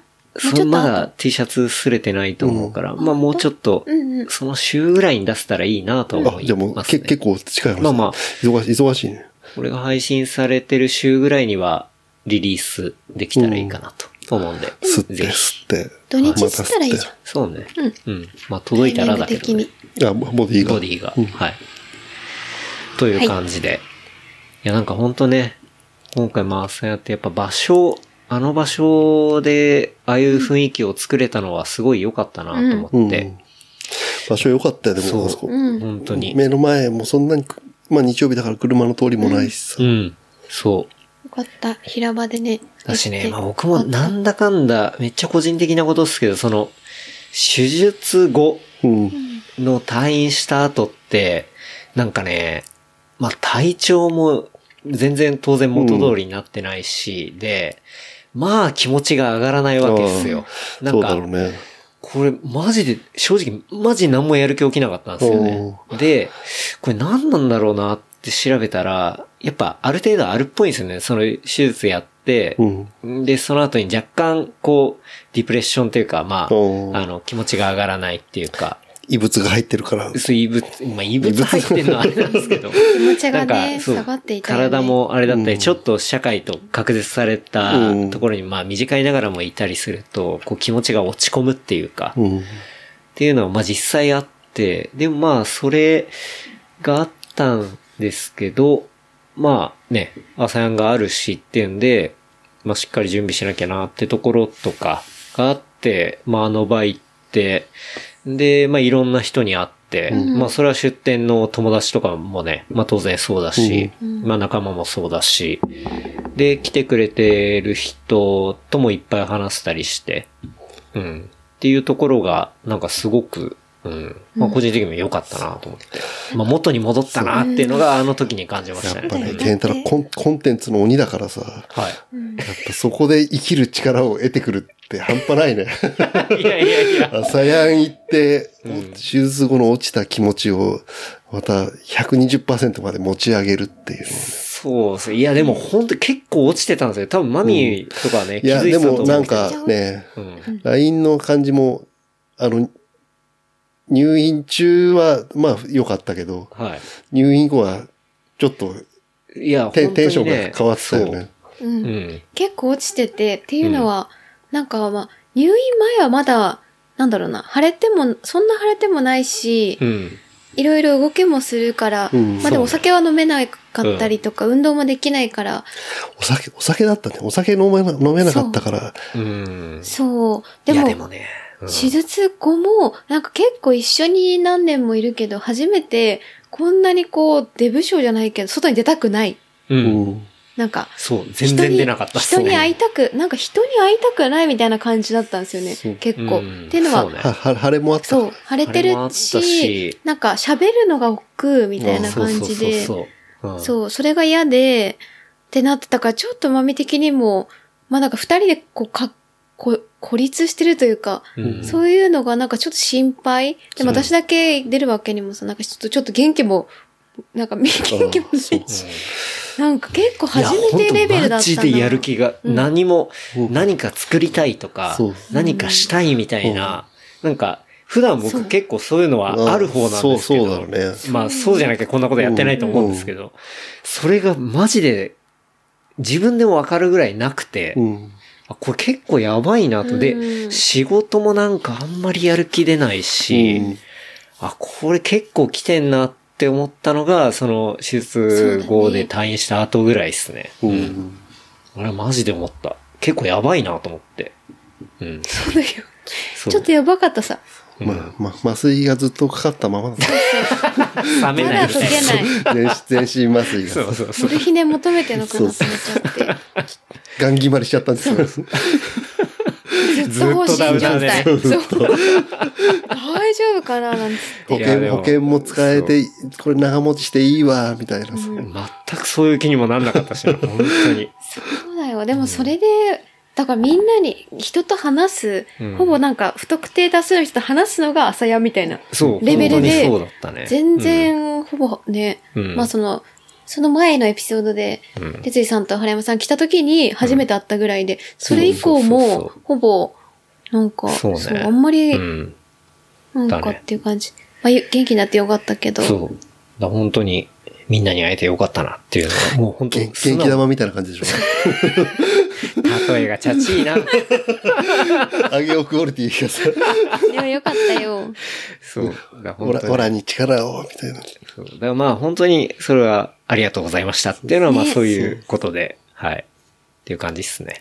C: うちょ
A: そ
C: っ
A: れ
C: と
A: まだ T シャツすれてないと思うから、まあもうちょっと
C: うんうん、
A: その週ぐらいに出せたらいいなと思
B: あ、
A: い
B: じゃあもう、
A: ます
B: け
A: ね。
B: 結構近い話。
A: まあまあ
B: 忙しい、忙しいね。
A: これが配信されてる週ぐらいにはリリースできたらいいかなと思うんで。
B: 吸って、
A: ぜひ。
B: 吸って。
C: 土日したらいいじ
B: ま
C: ゃん
B: た吸っ
A: そうね。うん。まあ届いたらだけ
C: タイミ
A: ど
C: ン
B: て
A: ね
C: グ的。
B: あ、ボボディが。
A: ボディが。はい。という感じで。い、や、なんかほんとね、今回まあそうやってやっぱ場所、あの場所で、ああいう雰囲気を作れたのはすごい良かったなと思って、
B: うん。場所良かったよ、で
A: そ
B: も、
A: う
B: あそこ。
C: うん。
A: 本当に。
B: 目の前もそんなにく、まあ日曜日だから車の通りもないしさ。
A: うん。そう。
C: よかった。平場でね。
A: だし
C: 行っ
A: ね、
C: て
A: まあ、僕もなんだかんだ、めっちゃ個人的なことですけど、その、手術後
B: うん。
A: の退院した後って、なんかね、まあ、体調も全然当然元通りになってないし、で、まあ気持ちが上がらないわけですよ。な
B: そ
A: ん
B: うだろ
A: か
B: う、ね。
A: これマジで、正直マジ何もやる気起きなかったんですよね。で、これ何なんだろうなって調べたら、やっぱある程度あるっぽいんですよね。その手術やって
B: う、ん。
A: で、その後に若干、こう、ディプレッションというか、まあ、
B: うん
A: あの、気持ちが上がらないっていうか、
B: 異物が入ってるから。
A: そう異物、まあ、異物入ってんのはあれなんです
B: <laughs>
A: けど、
C: 気持
A: な
C: ちが
A: んか、
C: ね、
A: そう
C: 下がっていたよね
A: 体。もあれだった
B: う
A: り、
B: ん
A: ちょっと社会と隔絶された
B: うん
A: ところに、まあ、短いながらもいたりすると、こう、気持ちが落ち込むっていうか、っ
B: うん。
A: ていうのは、まあ、実際あって、でもまあ、それがあったんですけど、まあね、朝やんがあるしっていうんで、まあしっかり準備しなきゃなってところとかがあって、まああの場行って、で、まあいろんな人に会って、
C: うん
A: まあそれは出店の友達とかもね、まあ当然そうだし、
C: うん
A: まあ仲間もそうだし、で、来てくれてる人ともいっぱい話したりして、うん。っていうところが、なんかすごく、うん。まあ個人的にも良かったなと思って。まあ元に戻ったなっていうのがあの時に感じまし
B: や
A: た
B: っ
A: ね。
B: ぱ
C: だよ
B: ね、
C: ね
B: ケンタラコンコンテンツの鬼だからさ。
A: はい。
C: うん
B: やっぱそこで生きる力を得てくるって半端ないね。
A: いやいやいや。
B: 朝やん行って、
A: うん
B: 手術後の落ちた気持ちを、また120%まで持ち上げるっていうね。
A: そうですね。いや、でも本当結構落ちてたんですよ。多分マミーとかね、
B: い
A: 気づ
B: や、
A: いて
B: で
A: たと思
B: も
A: う
B: なん
A: けど、
B: かね、
A: うん。
B: LINE の感じも、あの、入院中は、まあ良かったけど、
A: は
B: 入院後は、ちょっと
A: い。いや、
B: テン、
A: 本当にね
B: テンションが変わってたよね。
C: う
A: そうんうん。
C: 結構落ちてて、っていうのは、なんかまあ、入院前はまだ、なんだろうな、腫れても、そんな腫れてもないし
A: う、ん。
C: いろいろ動きもするから、
B: うん
C: まあでもお酒は飲めなかったりとか、運動もできないから、
B: お酒、お酒だったね。お酒飲めな飲めなかったから、
A: うん。
C: そう。
A: い
C: で
A: や、
C: も、
A: でもね。うん
C: 手術後も、なんか結構一緒に何年もいるけど、初めて、こんなにこう、出不症じゃないけど、外に出たくない。
A: う。
B: うんん。
C: なんか、
A: そう、全然出なかったっす
C: 人
A: ね。
C: に人に会いたく、なんか人に会いたくないみたいな感じだったんですよ
B: そう
C: ね、結構。
A: うん
C: っていうのは、
A: そうね
B: は、は、晴れもあった。
C: そう、晴れて
A: あれもあ
C: る
A: った
C: し、
A: し
C: なんか喋るのが億劫みたいな
A: そう
C: 感
A: そう
C: じで、
A: そうそう。うん
C: そう、それが嫌で、ってなってたから、ちょっとマミ的にも、まあなんか二人でこう、か、こ孤立してるというか、
A: うん
C: そういうのがなんかちょっと心配。でも
A: そう
C: 私だけ出るわけにもさ、なんかちょっと、ちょっと元気も、なんか、元気もないし、なんか結構初めてレベルだ
A: いや
C: ったな。
A: 本当マジでやる気が、
C: うん
A: 何も、
B: うん
A: 何か作りたいとか
B: そう、
A: 何かしたいみたいな、なんか、普段
C: そ
A: 僕
C: う
A: 結構そういうのはある方なんですけ
B: そう、そう
A: ど、
B: だろうね。
A: まあそうじゃなきゃこんなことやってないと思うんですけど、それがマジで、自分でもわかるぐらいなくて、
B: うん。
A: あこれ結構やばいなと。
C: う
A: で、
C: ん
A: 仕事もなんかあんまりやる気出ないし、
B: うん
A: あ、これ結構来てんなって思ったのが、その手術後で退院した後ぐらいですね。
B: う
A: うん
B: ん。
A: あれマジで思った。結構やばいなと思って。うん。
C: そうだよ。
A: そう
C: ちょっとやばかったさ。
B: まあ、まあ、麻酔がずっとかかったままだった
A: 冷めないみたい
C: まだ溶け
A: な。
C: ない。
B: 全身全身麻酔
A: そう
B: が。
A: そうそ
C: モ
A: う。
C: ルヒネ求めてのかなと思っちゃっ
B: ガン決まりしちゃったんですよ。
C: て。ずっと放心状態。
A: ずっ
C: そう大丈夫かななんつって。
B: 保
A: いや
B: 険、
A: で
B: 保
A: も
B: 険も使えて、これ長持ちしていいわ、みたいなさ。
A: 全くそういう気にもなんなかったしな、本当に。
C: そうだよ。でもそれで、だからみんなに人と話す、
A: うん
C: ほぼなんか不特定多数の人と話すのが朝やみたいな。
A: そう、
C: レベ
A: 本当
C: ルで
A: にそうだったね。
C: 全然、ほぼね、
A: うん
C: まあその、その前のエピソードで、
A: うん
C: 哲、井、さんと原山さん来た時に初めて会ったぐらいで、それ以降
A: そうそうそう
C: も
A: そ、
C: ほぼ、なんか、
A: そ
C: そうう,、
A: ね
C: あんま
A: う
C: り、
A: ん。うん
C: なん
A: だ
C: か
A: ね
C: っていう感じ。まあ、ゆ元気になってよかったけど。
A: そう。だから本当に、みんなに会えてよかったなっていうのは、もう本当
B: 元元気玉みたいな感じで
A: <laughs>
B: しょ。
A: 例えがチャチいな。
B: あげおクオリティがさ、
C: でもよかったよ。
A: そう。だ
B: オ
A: から本
B: ラ
A: 当に
B: オラに力を、みたいな。
A: そうだからまあ本当にそれはありがとうございましたっていうのはまあ
C: ね
A: そういうことで、はい。っていう感じですね。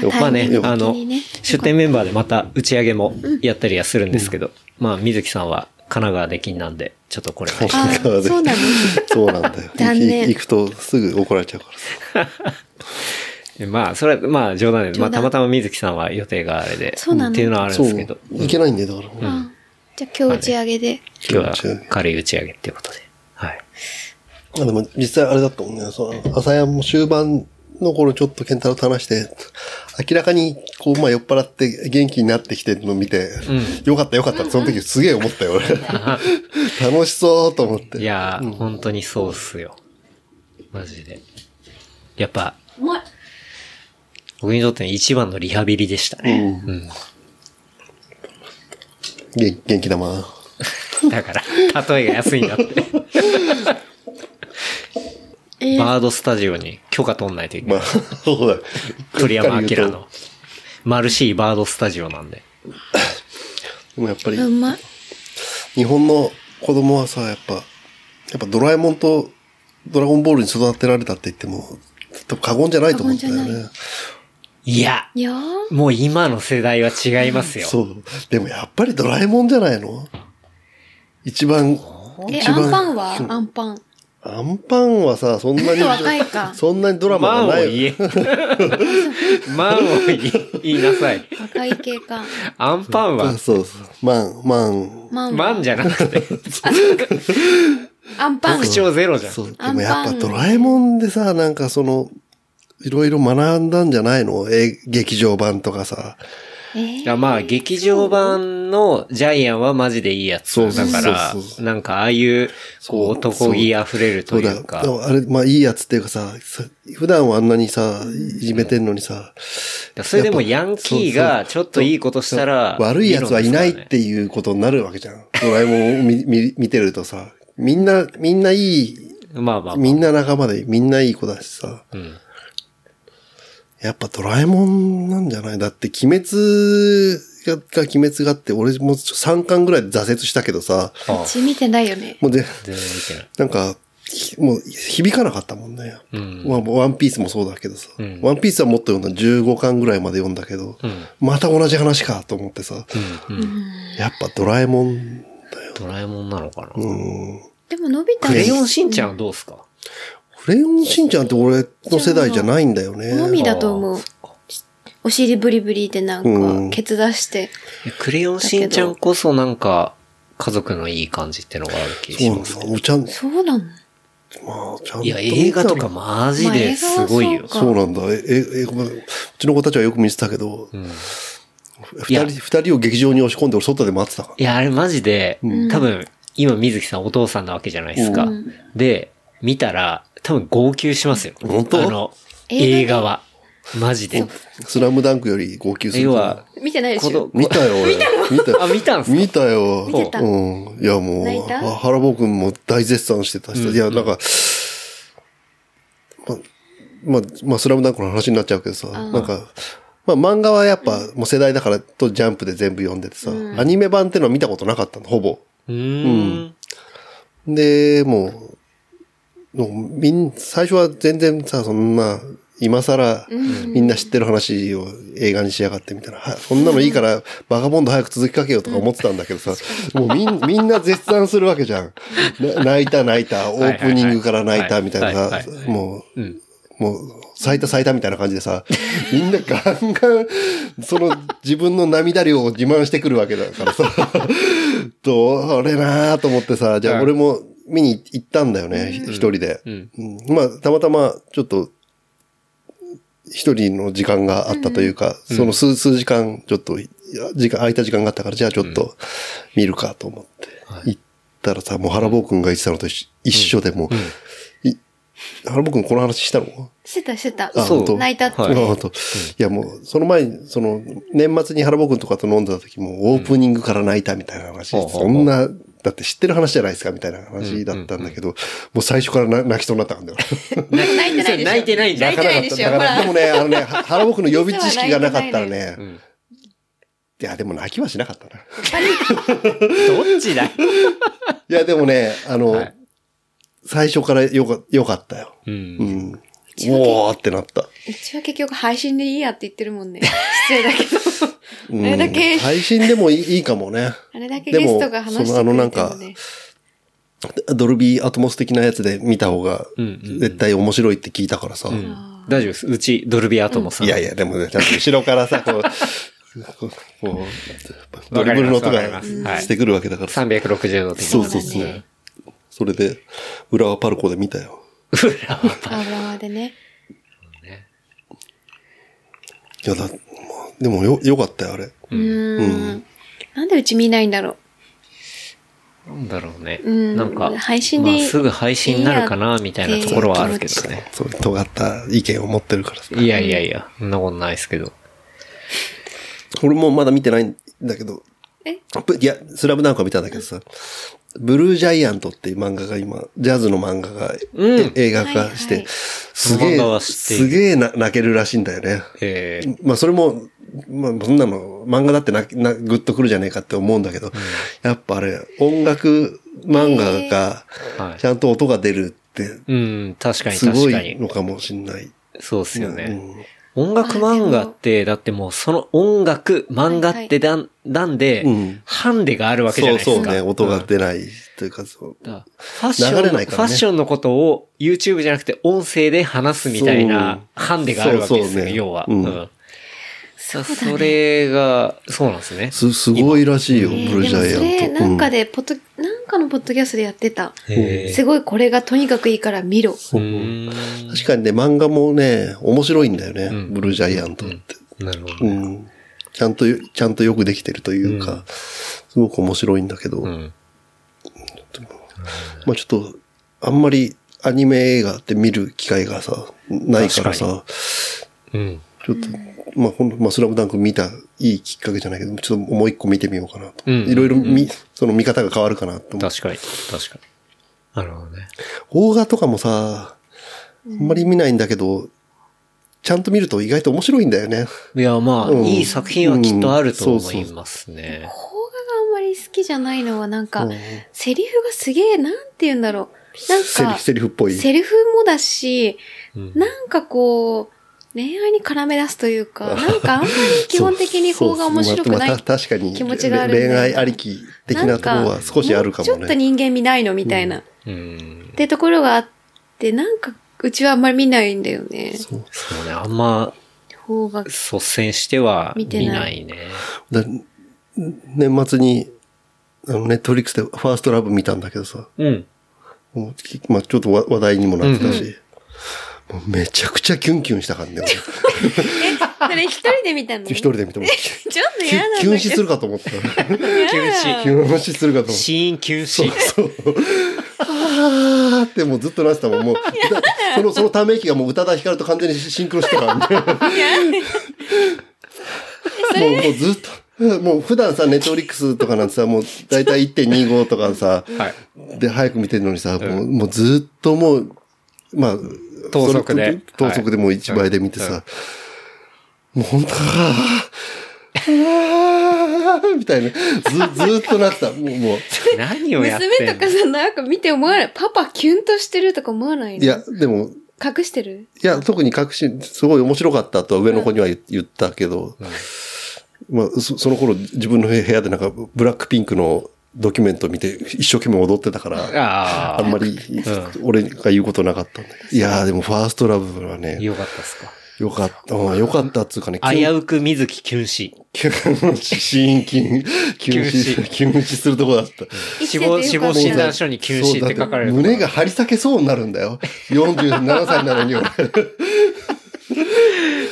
B: よかった
A: まあね
B: よ、か
A: あ
B: った
C: 本当
A: の
C: にね、
A: 出店メンバーでまた打ち上げもやったりはするんですけど、まあ水木さんは神奈川で禁なんで、ちょっとこれ。
C: あ
B: 神奈川で
C: そうなの
B: そうなんだよ。
C: 残念
B: 行くとすぐ怒られちゃうからさ。
A: えまあ、それは、まあ、冗談です。まあ、
C: 冗談
A: たまたま水木さんは予定があれで、
C: そうなの
A: っていうのはあるん
B: そう、
A: ですけど、
B: 行けないんだよ、だから。
C: あじゃあ今日打ち上げで。
A: 今日は軽い打ち上げっていうことで。はい。
B: まあでも実際あれだったもんね。その、朝やも終盤の頃ちょっと健太郎と話して、明らかにこう、まあ酔っ払って元気になってきてるのを見て、よかったよかったってその時すげえ思ったよ、
A: <laughs>
B: 俺。楽しそうと思って。
A: いやー、本当にそうっすよ。マジで。やっぱ、僕にとっての一番のリハビリでしたね。
B: 元元気玉。ま
A: だから、例えが安いんだって。バードスタジオに許可取んないといけない。
B: あ、そうだ。
A: 鳥山
B: うっかり言
A: 明
B: うと
A: の。。マルシーバードスタジオなんで。
B: でもやっぱり
C: う、まい。
B: 日本の子供はさ、やっぱ、やっぱドラえもんとドラゴンボールに育てられたって言っても、ちょっと過言じゃないと思ったよ
C: 過言じゃ
B: ね。
A: いや、
C: いやー
A: もう今の世代は違いますよ。
B: そう。でもやっぱりドラえもんじゃないの一番、
C: え、
B: 一
C: アン
B: 番。
C: パンはアンパン。
B: アンパンはさ、そんなに、
C: <laughs> 若いか
B: そんなにドラマ
A: マン
B: が
A: を
B: ない。
A: 言え。 <laughs> マンを言え言いなさい。
C: 若い系か。
A: アンパンは
B: あ、そうそう。マン、マン。
C: マン
A: マンじゃなくて、
C: アンパン
A: 口。調ゼロじゃん。
B: そう。
C: ア
B: で
C: ンパン
B: もやっぱドラえもんでさ、なんかその、いろいろ学んだんじゃないのえ、劇場版とかさ。
C: えー
A: あまあ、劇場版のジャイアンはマジでいいやつ。
B: そうそう
A: だ
B: そう
A: から
B: そう、そう
A: なんかああいう、こう、
B: そう
A: 男気溢れると
B: そうだ
A: い
B: よ
A: う。
B: で
A: か、
B: もあれ、まあいいやつっていうかさ、さ普段はあんなにさ、いじめてんのにさ、
A: それでもヤンキーがちょっといいことしたら、
B: 悪い奴はいないっ
A: 理
B: ていうことになるわけじゃん。ドラえもんを見 <laughs> 見見てるとさ、みんな、みんないい、
A: 論ですからね。まあまあまあ、
B: みんな仲間でみんないい子だしさ、
A: うん。
B: やっぱドラえもんなんじゃないだって鬼滅が、が鬼滅があって、俺も3巻ぐらいで挫折したけどさ、
A: あ
C: 血見てないよね。
B: もうで、
A: 全然見てない。
B: なんか、ひもう響かなかったもんね。
A: うん
B: まあワンピースもそうだけどさ、
A: うん
B: ワンピースはもっと読んだ15巻ぐらいまで読んだけど、
A: うん
B: また同じ話かと思ってさ、
A: うんうん。
B: やっぱドラえもんだよ。
A: ドラえもんなのかな。
B: うん
C: でも、のび太
A: クレヨ
C: の
A: ンしんちゃんはどうすか
B: クレヨンしんちゃんって俺の世代じゃないんだよね。
C: のみだと思
A: あ
C: う。お尻ブリブリでなん
B: う
C: か、
B: ん
C: ケツ出して。
A: クレヨンしんちゃんこそなんか、家族のいい感じってのがある気が
B: そう
A: し
B: なん
A: ま
B: ですす。よ。もうちゃん、ま
C: そうなの
B: あ、ちゃんと。
A: いや、映画とか。マジですごいよ。
C: か
B: そうなんだ。え、え、え、ごめんうちの子たちはよく見てたけど、
A: うんい
B: 二
A: や
B: 人、二人を劇場に押し込んで俺外で待ってたから。
A: いや、あれマジで、多分、今水木さんお父さんなわけじゃないですか。
C: うん
A: で、見たら、多分号泣しますよ。
B: 本当
A: あの、映
C: 映
A: 画は。マジで。
B: スラムダンクより号泣する。
A: 要は、、
C: 見てないで
A: 子
C: しょ
A: 供
B: 見たよ、俺。見た
A: あ、見たんすか
B: 見たよ。
C: 見てた
B: うん。いや、も、
C: 泣いうた
B: あ原坊くんも大絶賛してたし、いや、なんか、ま、まあ、まあ、スラムダンクの話になっちゃうけどさ、なんか、まあ、漫画はやっぱ、もう世代だからとジャンプで全部読んでてさ、アニメ版ってのは見たことなかったの、ほぼ。
A: うーん。
B: で、もう、もうみん、最初は全然さ、そんな、今更、みんな知ってる話を映画にしやがってみたいな、はそんなのいいから、バカボンド早く続きかけようとか思ってたんだけどさ、もうみん、みんな絶賛するわけじゃん。な泣いた泣いた、オ
A: はい
B: ープニングから泣いたみたいな
A: は
B: さ
A: いはいはい、
B: もう、
A: うん。
B: もう、咲いた咲いたみたいな感じでさ、 <laughs> みんなガンガン、その自分の涙量を自慢してくるわけだからさ、 <laughs> どれなーと思ってさ、じゃ
A: う
B: あ
A: ん
B: 俺も見に行ったんだよね、ひ一人で。
A: ん
B: うんまあ、たまたま、ちょっと、一人の時間があったというか、その数、数時間、ちょっと、いや時間、空いた時間があったから、じゃあちょっと、見るかと思って、行ったらさ、もう原坊くんが言ってたのと一緒一緒でもう、い原坊くんこの話したの
C: してた、してた。
B: あ
A: そう
B: 本当
C: 泣いたって。
A: はい
B: あ本当 <laughs> いやもう、その前に、その、年末に原坊くんとかと飲んだ時も、オープニングから泣いたみたいな話、
A: うん
B: そんな、だって知ってる話じゃないですかみたいな話だったんだけど、もう最初からな泣きそうになったんだよ。
C: 泣いてないでしょ。
A: 泣いてないんだ
C: <laughs> 泣いてないでし
B: だ
C: ょ。ほ
B: から、で
C: ら。
B: もね、あのね、は
C: <laughs>
B: 原僕の予備知識がなかったらね、
A: うん
B: いや、でも泣きはしなかったな。
A: どっちだよ。
B: いや、でもね、あの、
A: はい
B: 最初からよかよかったよ。
A: う。
B: うんん。
C: ちは
B: おーってなった。
C: うちは結局配信でいいやって言ってるもんね。 <laughs> 失礼だけど。
B: うん
C: あれだけ
B: 配信でもいいいいかもね。
C: あれだけ
B: で
C: ゲ
B: も
C: ストが話してくれて
B: そのあの
C: もね。
B: なんかドルビーアトモス的なやつで見た方が、
A: うんうんうん
B: 絶対面白いって聞いたからさ。
A: うん大丈夫です。うち、ドルビーアトモさん。
B: いやいや、でもね、ちゃんと後ろからさ、
A: <laughs>
B: こう、こうこう、ドリブルの音
A: わかり
B: が
A: ますわかりますはい
B: してくるわけだから、
A: 360度的な。
B: そうそうそう。それで、浦和パルコで見たよ。
C: あらわでね。
B: いやだ、まあでもよ、よかったよ、あれ。
C: うーん。なんでうち見ないんだろ
A: なんだろうね。
C: うん
A: なんか、
C: 配信でいい
A: まあ、すぐ配信になるかな、みたいなところはあるけどね。
B: そう、尖った意見を持ってるからさ。
A: いやいやいや、そんなことないですけど。
B: 俺もまだ見てないんだけど、
C: え
B: ぶいや、スラムダンクは見たんだけどさ、ブルージャイアントっていう漫画が今、ジャズの漫画が、
A: うん
B: 映画化して、
C: はいはい
B: すげ
A: 漫画
B: え、
A: は知ってい
B: すげえな泣けるらしいんだよね。
A: えー、
B: まあそれも、まあそんなの漫画だってな、な、ぐっとくるじゃねえかって思うんだけど、やっぱあれ、音楽漫画が
A: は、い
B: ちゃんと音が出るって、
A: うん、確かに
B: すご
A: 確かに
B: い。のかもしんない。
A: そうっすよね。
B: うん
A: 音楽漫画って、だってもうその音楽、漫画ってだん、だんで
B: うん、
A: ハンデがあるわけじゃ
B: そ
A: ないうですか。
B: そうね、音が
A: うん
B: 出ないというか、そう。
A: だからファッションの、
B: 流れないからね
A: ファッションのことを YouTube じゃなくて音声で話すみたいなハンデがあるわけです
B: そうそ
A: よ、
B: うね
A: 要は。
B: うん
A: そそれが、そうなんですね。
B: す、すごいらしいよ、
C: う。
B: ブ
C: えー
B: ルージャイアント。
C: でもそれ、なんか
B: で、
C: で、ポッド、なんかのポッドキャストでやってた。
A: へー
C: すごいこれがとにかくいいから見ろ。
A: う
B: うん
A: ん
B: 確かにね、漫画もね、面白いんだよね、
A: ん
B: ブルージャイアントって。
A: なるほど
B: う
A: ね。
B: んちゃんとよ、ちゃんとよくできてるというか、すごく面白いんだけど、
A: うん。
B: まあちょっと、あんまりアニメ映画って見る機会がさ、ないからさ、
A: うん。
B: ちょっと、まあほんまあスラムダンク見たいいきっかけじゃないけど、ちょっともう一個見てみようかなと。
A: うん
B: いろいろ見、その見方が変わるかなと思う。
A: 確かに、確かに。なるほどね。
B: 邦画とかもさ、あんまり見ないんだけど、ちゃんと見ると意外と面白いんだよね。
A: いや、まあ、
B: うん
A: いい作品はきっとあると
B: うんそ
A: 思
B: うそう
A: いますね。
C: 邦画があんまり好きじゃないのはなんか、
B: うん
C: セリフがすげえ、なんて言うんだろう。なん
B: セリ
C: か
B: フ、、セリフっぽい。
C: セリフもだし、
A: うん
C: なんかこう、恋愛に絡め出すというか、なんかあんまり基本的に
B: そう
C: 方が面白くない
B: まあまた確かに
C: 気持ちがあるんだよ
B: 恋愛ありき的なところは少しあるか
C: な
B: も
C: んちょっと
B: ね。
C: 人間見ないのみたいな、っ
A: うん。
C: てところがあって、なんか、うちはあんまり見ないんだよね。
B: そう
A: そうね、あんま、
C: 方が。
A: 率先しては見
C: 見て
A: ないね。
C: ない
B: だ年末に、あの、ネットフリックスでファーストラブ見たんだけどさ、
A: うん。
B: もうきまあちょっとわ話題にもなってたし、もうめちゃくちゃキュンキュンした感
C: <laughs>
B: じだよね。
C: それ一人で見たの
B: 一
C: ちょっ
B: 人で見ても、き
C: と嫌なんだけ
B: キュ
C: ど。
B: ン死するかと
C: <laughs>
B: 思った。
A: 休
B: キ
A: 止。
B: ュン死するかと思った。
A: シーン休止。
B: あーってもうずっとなってたもん。
C: <laughs>
B: もう、その、そのため息がもう宇多田ヒカルと完全にシンクロしてたからね。もう、もうずっと、もう普段さ、ネットフリックスとかなんてさ、もう大体1.25とかさ、
A: はい。
B: で早く見てるのにさ、もう、もうずっともう、まあ、
A: 等速で
B: その等速でもう一倍で見てさ、もう本当はあー、あーみたいな、ず、ずっとなってた。もう、もう。
A: 何をやってんの
C: 娘とかさ、なんか見て思わない。パパキュンとしてるとか思わないの
B: いや、でも、
C: 隠してる
B: いや、特に確信、すごい面白かったとは上の子には言言ったけど、まあ、そその頃自分の部屋でなんかブラックピンクのドキュメント見て一生懸命踊ってたから、
A: あ
B: あんまり俺が言うことなかったんだけど。いやーでもファーストラブは
A: あ、
B: ね、
A: よかったっすか。
B: よかった、うんよかったっつうかね、
A: 危うく水木休止。
B: キュン、シーン、キュン、キュン
A: キュ
B: 死、キュン死するとこだった。
A: 死亡、死亡診断書に休止って書かれる。
B: そうだって胸が張り裂けそうになるんだよ。47歳なの
A: <laughs>
B: に俺。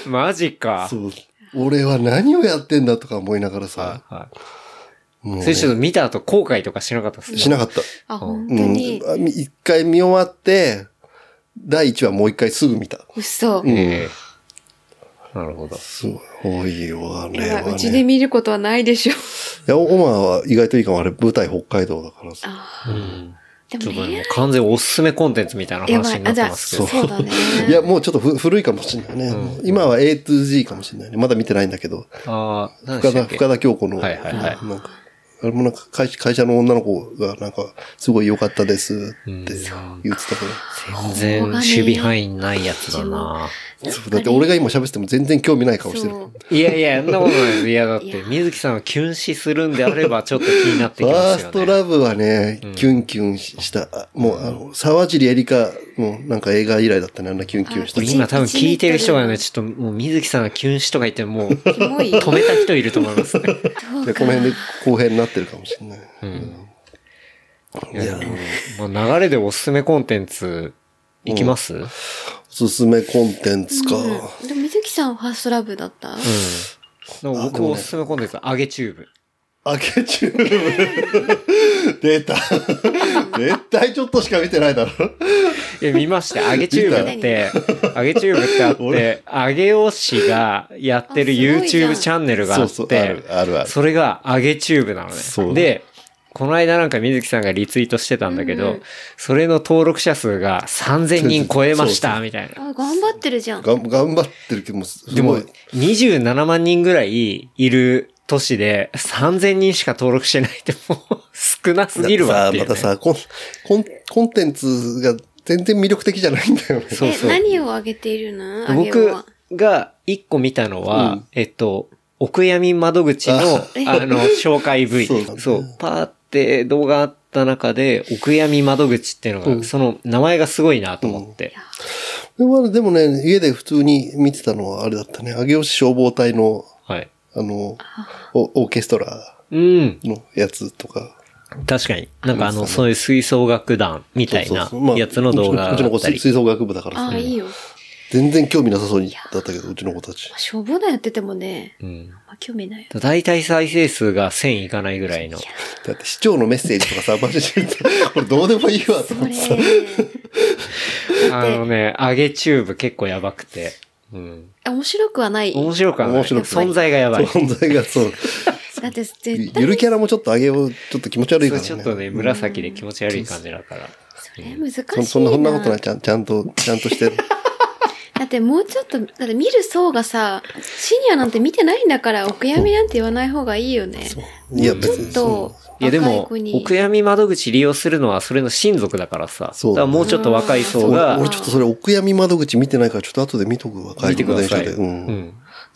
A: マジか。
B: そう。俺は何をやってんだとか思いながらさ。
A: はいはい。
B: もうね
A: それちょっと見た後後悔とかしなかったっすね。
B: しなかった。
C: あ、
A: うん
C: 本当
B: うん。
C: に。
B: あみ一回見終わって、第一話もう一回すぐ見た。
C: 嘘。
A: ええなるほど。
B: すごいよ、あ
C: い
B: れ
C: や、
B: は
C: うちで
B: ね。い
C: 見ることはないでしょ。
B: や、オマーは意外といいかも。あれ、舞台北海道だからさ。
A: うん。
C: で
A: ちょ
C: も
A: っと
C: 恋
A: もう
C: 愛
A: 完全おすすめコンテンツみたいな
C: や
A: 話
C: ば
A: にな
C: い。あ、
A: っ
C: じ
A: て
C: ゃあ、
A: ますけど。
C: そうだね。
B: いや、もうちょっとふ古いかもしれないね。今は A to Z かもしれないね。まだ見てないんだけど。
A: ああ、何で
B: 深
A: した
B: 田、
A: っけ
B: 深田京子の、
A: はいはいはい
B: なんか、あれもなんか会会社の女の子がなんか、すごい良かったですって言ってたから。
A: 全然守備範囲ないやつだな。
B: そうだって俺が今喋ってても全然興味ない顔してる。
C: そう
A: いやいや、そんなことないです。いや、だって、水木さんをキュン視するんであれば、ちょっと気になってき
B: フ
A: ま
B: ァー
A: す
B: ス
A: よ
B: ト
A: ね。
B: ラブはね、キュンキュンした。あもう、あの、沢尻エリカもなんか映画以来だったね、あんなキュンキュンした
A: こ
C: あ
A: れ。今多分聞いてる人がね、
C: 一
A: ちょっともう水木さんがキュン視とか言ってもう、
C: キモい
A: 止めた人いると思いますね。
B: で、この辺で後編になってるかもしれない。
A: いや、もうもう流れでおすすめコンテンツ、いきますうん。
B: おすすめコンテンツか。
C: うんでも、水木さんファーストラブだった
A: でも僕おすすめコンテンツ、揚げチューブ。
B: アケチューブ。出た。絶対ちょっとしか見てないだろ。
A: いや、見ました。揚げチューブって、揚げチューブって <laughs> あって、揚げおしがやってる
C: あすごいじゃん
A: YouTube チャンネルがあ
B: そう
A: っ
B: そう、あ
A: て
B: る、あるある。
A: それが揚げチューブなの
B: そ
A: ね。
B: う
A: で、この間なんか水木さんがリツイートしてたんだけど、
C: うん
A: それの登録者数が3000人超えまし
B: そう
A: た、
B: そ
A: みたいな。
C: あ、頑張ってるじゃん。
B: がん頑張ってるけども、す
A: で
B: ご
A: も
B: い。、
A: 27万人ぐらいいる都市で、3000人しか登録してないってもう少なすぎるわっていう、ね。
B: だってさまたさ、コン、コン、コンテンツが全然魅力的じゃないんだよね。
A: そうそう
C: え、何をあげているのあげ
A: 僕
C: は。
A: が一個見たのは、
B: うん
A: えっと、お悔やみ窓口の、あの、紹介 V。
B: そ
A: そうう,、
B: だね
A: パーって動画あった中で、お悔やみ窓口っていうのが、
B: うん
A: その名前がすごいなと思って。
B: でもでもね、家で普通に見てたのはあれだったね。上尾市消防隊の、
A: はい。
B: あの、おオーケストラ
A: うん。
B: のやつとか。
A: 確かに。なんかあの、そういう吹奏楽団みたい
B: そうそう
A: な
B: そうまあ
A: やつの動画
B: うち
A: だ
B: の
A: っ
B: うち
A: た
B: の子
A: り。
B: 吹奏楽部だから
C: あ
B: さ
C: あ、。いいよ。
B: 全然興味なさそうにだったけど、うちの子たち。
C: 消防団やっててもね、
A: うん。
C: あんま興味ないよ。
A: 大体再生数が1000いかないぐらいの。
B: だって市長のメッセージとかさ、マジで、これどうでもいいわと
C: そ
B: 思っ
C: れ
B: てさ。、
A: あのね、上げチューブ結構やばくて。うん。
C: 面白くはない。
A: 面白くはない。
B: 面白くない
A: 存在がやばい。
B: 存在がそう。
C: だって
B: ゆ
C: 絶対、
B: ゆるキャラもちょっと上げよう、ちょっと気持ち悪い
A: そ
B: か
A: う
B: らね。
A: ちょっとね、紫で気持ち悪い感じだから。
C: それ難しい
B: そ
C: な。
B: そんな、そんなことない。ちゃん、ちゃんと、ちゃんとして。
C: だってもうちょっと、だって見る層がさ、シニアなんて見てないんだから、お悔やみなんて言わない方がいいよね。
B: いや、
C: ち
B: 別
C: ょ
B: にそ
C: っと、
A: いやで
C: 若
A: も、
C: い
A: お
C: 子に。
A: 悔やみ窓口利用するのはそれの親族だからさ。
B: そう。
A: だからもうちょっと若いう層
B: 俺
A: が
B: 俺ちょっとそれ、お悔やみ窓口見てないから、ちょっと後で見とくわ。
A: 見てください。
B: 帰りの電車で
A: う
B: うん。
A: ん。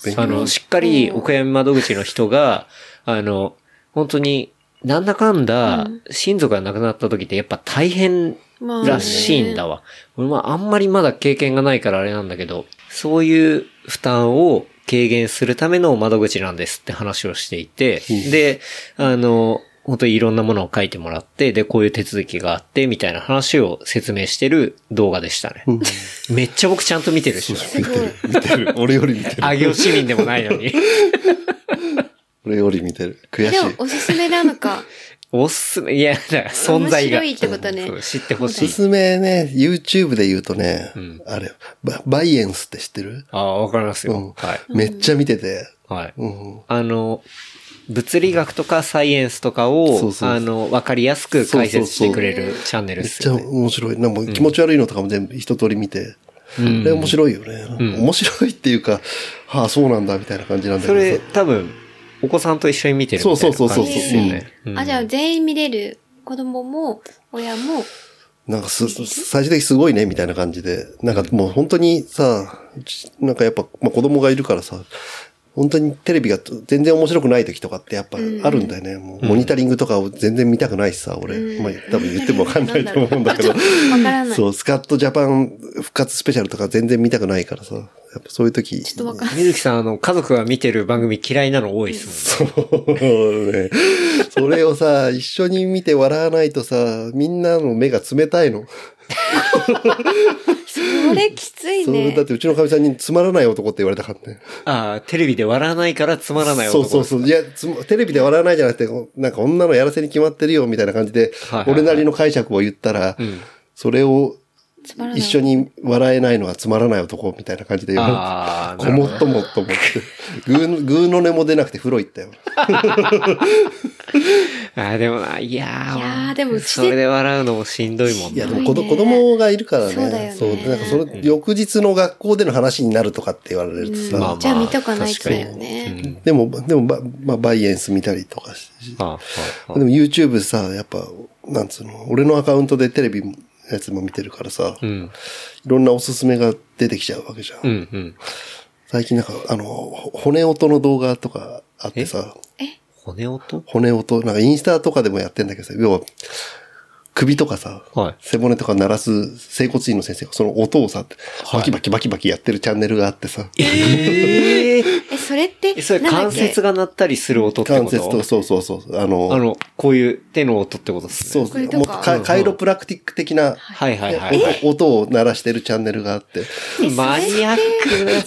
B: 勉強
A: あ
B: にな
A: の、
B: る
A: しっかりお悔やみ窓口の人が、あの、本当に、なんだかんだ、親族が亡くなった時ってやっぱ大変
C: まあね
A: らしいんだわ。俺もあんまりまだ経験がないからあれなんだけど、そういう負担を軽減するための窓口なんですって話をしていて、で、あの、本当にいろんなものを書いてもらって、で、こういう手続きがあって、みたいな話を説明してる動画でしたね。めっちゃ僕ちゃんと見てるし、
C: すごい。
B: 見てる。俺より見てる。
A: あげお市民でもないの
C: <laughs>
A: に。
B: 俺より見てる。悔し
A: <laughs>
C: でも
B: い、。
C: おすすめなのか。
A: おすすめ、いや、だから存在が。
C: 面白いってことね
A: そう知ってほ
B: お
A: し
B: す
A: い。
B: すめね、YouTube で言うとね、
A: ん
B: あれバ、バイエンスって知ってる
A: ああ、わかります
B: うん
A: よ。はい。
B: めっちゃ見てて。
A: はい。
B: うん。
A: あの、物理学とかサイエンスとかを、
B: そうそう
A: あの、わかりやすく解説してくれるチャンネ
B: め
A: ルで
B: っ
A: す
B: ちゃ
A: よ、ね。
B: 面白い。なんかもう気持ち悪いのとかも全部一通り見て。あれ面白いよね。面白いっていうか、はあ、そうなんだみたいな感じなんだけ
A: そ
B: どさ。
A: れ、多分、お子さんと一緒に見てるみたいな
B: そうそうそ
A: 感
B: うそう
A: じですよね。うん
C: あ、じゃあ全員見れる。子供も、親も、
B: なんかす、最終的にすごいね、みたいな感じで。なんかもう本当にさ、ちなんかやっぱ、まあ子供がいるからさ、本当にテレビが全然面白くない時とかってやっぱあるんだよね。もうモニタリングとかを全然見たくないしさ、俺。まあ多分言ってもわかんないと思うんだけ
A: <laughs>
B: ど。
C: わからない。
B: そう、スカットジャパン復活スペシャルとか全然見たくないからさ。やっぱそういう時。
C: ちょっとわかんない。
A: 水木さん、あの、家族が見てる番組嫌いなの多いっす
B: そうね。それをさ、一緒に見て笑わないとさ、みんなの目が冷たいの。
C: それきつい
B: それ
C: ね
B: だっ。てうちのかみさんにつまらない男って言われたからね。
A: もん。ああ、テレビで笑わないからつまらない
B: そ
A: 男。
B: うそうそう。いや、つまテレビで笑わないじゃなくて、こうなんか女のやらせに決まってるよみたいな感じで
A: はいはい、はい
B: 俺なりの解釈を言ったら
A: ん、
B: それを
C: つまらない。
B: 一緒に笑えないのはつまらない男みたいな感じで言わ
A: あ
B: れ
A: あ、
B: て、こもっともっともって、ぐーのぐーの音も出なくて風呂行ったよ。
A: ああ、でもな、いやー、
C: いやーでもうちで
A: それで笑うのもしんどいもん
B: いや、
A: な。
B: でも子ど
C: す
B: 子
C: ごいね
B: 供がいるからね。
C: そうだよね
B: なんかその翌日の学校での話になるとかって言われると
C: うん
B: さ、
A: まあまあ
C: じゃあ見とかないとだよ
A: 確か
C: ね。
A: にうん
B: でも、でも、ばまあ、バイエンス見たりとかし
A: ああああ
B: でも YouTube さ、やっぱ、なんつうの、俺のアカウントでテレビのやつも見てるからさ、
A: う
B: い
A: ん。
B: ろんなおすすめが出てきちゃうわけじゃん。
A: うん、うん。
B: 最近なんか、あの、ほ骨音の動画とかあってさ、
A: 骨音
B: 骨音、なんかインスタとかでもやってんだけどさ、要は、首とかさ、
A: はい
B: 背骨とか鳴らす整骨院の先生がその音をさ、
A: い
B: バキバキバキバキやってるチャンネルがあってさ、
A: <laughs> ええ
C: え、それって、
A: それ
C: なんだ
A: 関
C: っけ
A: 節が鳴ったりする音ってこ
B: 関
A: と
B: 節と、そうそうそう、あの、
A: あの、こういう手の音ってことです
B: そう
A: ね。う。
B: そ
C: こ
B: う、
C: れとか
B: もっとカカイロプラクティック的な、
A: はいはいはいはい。
B: 音を鳴らしてるチャンネルがあって、
A: マニアッ ク。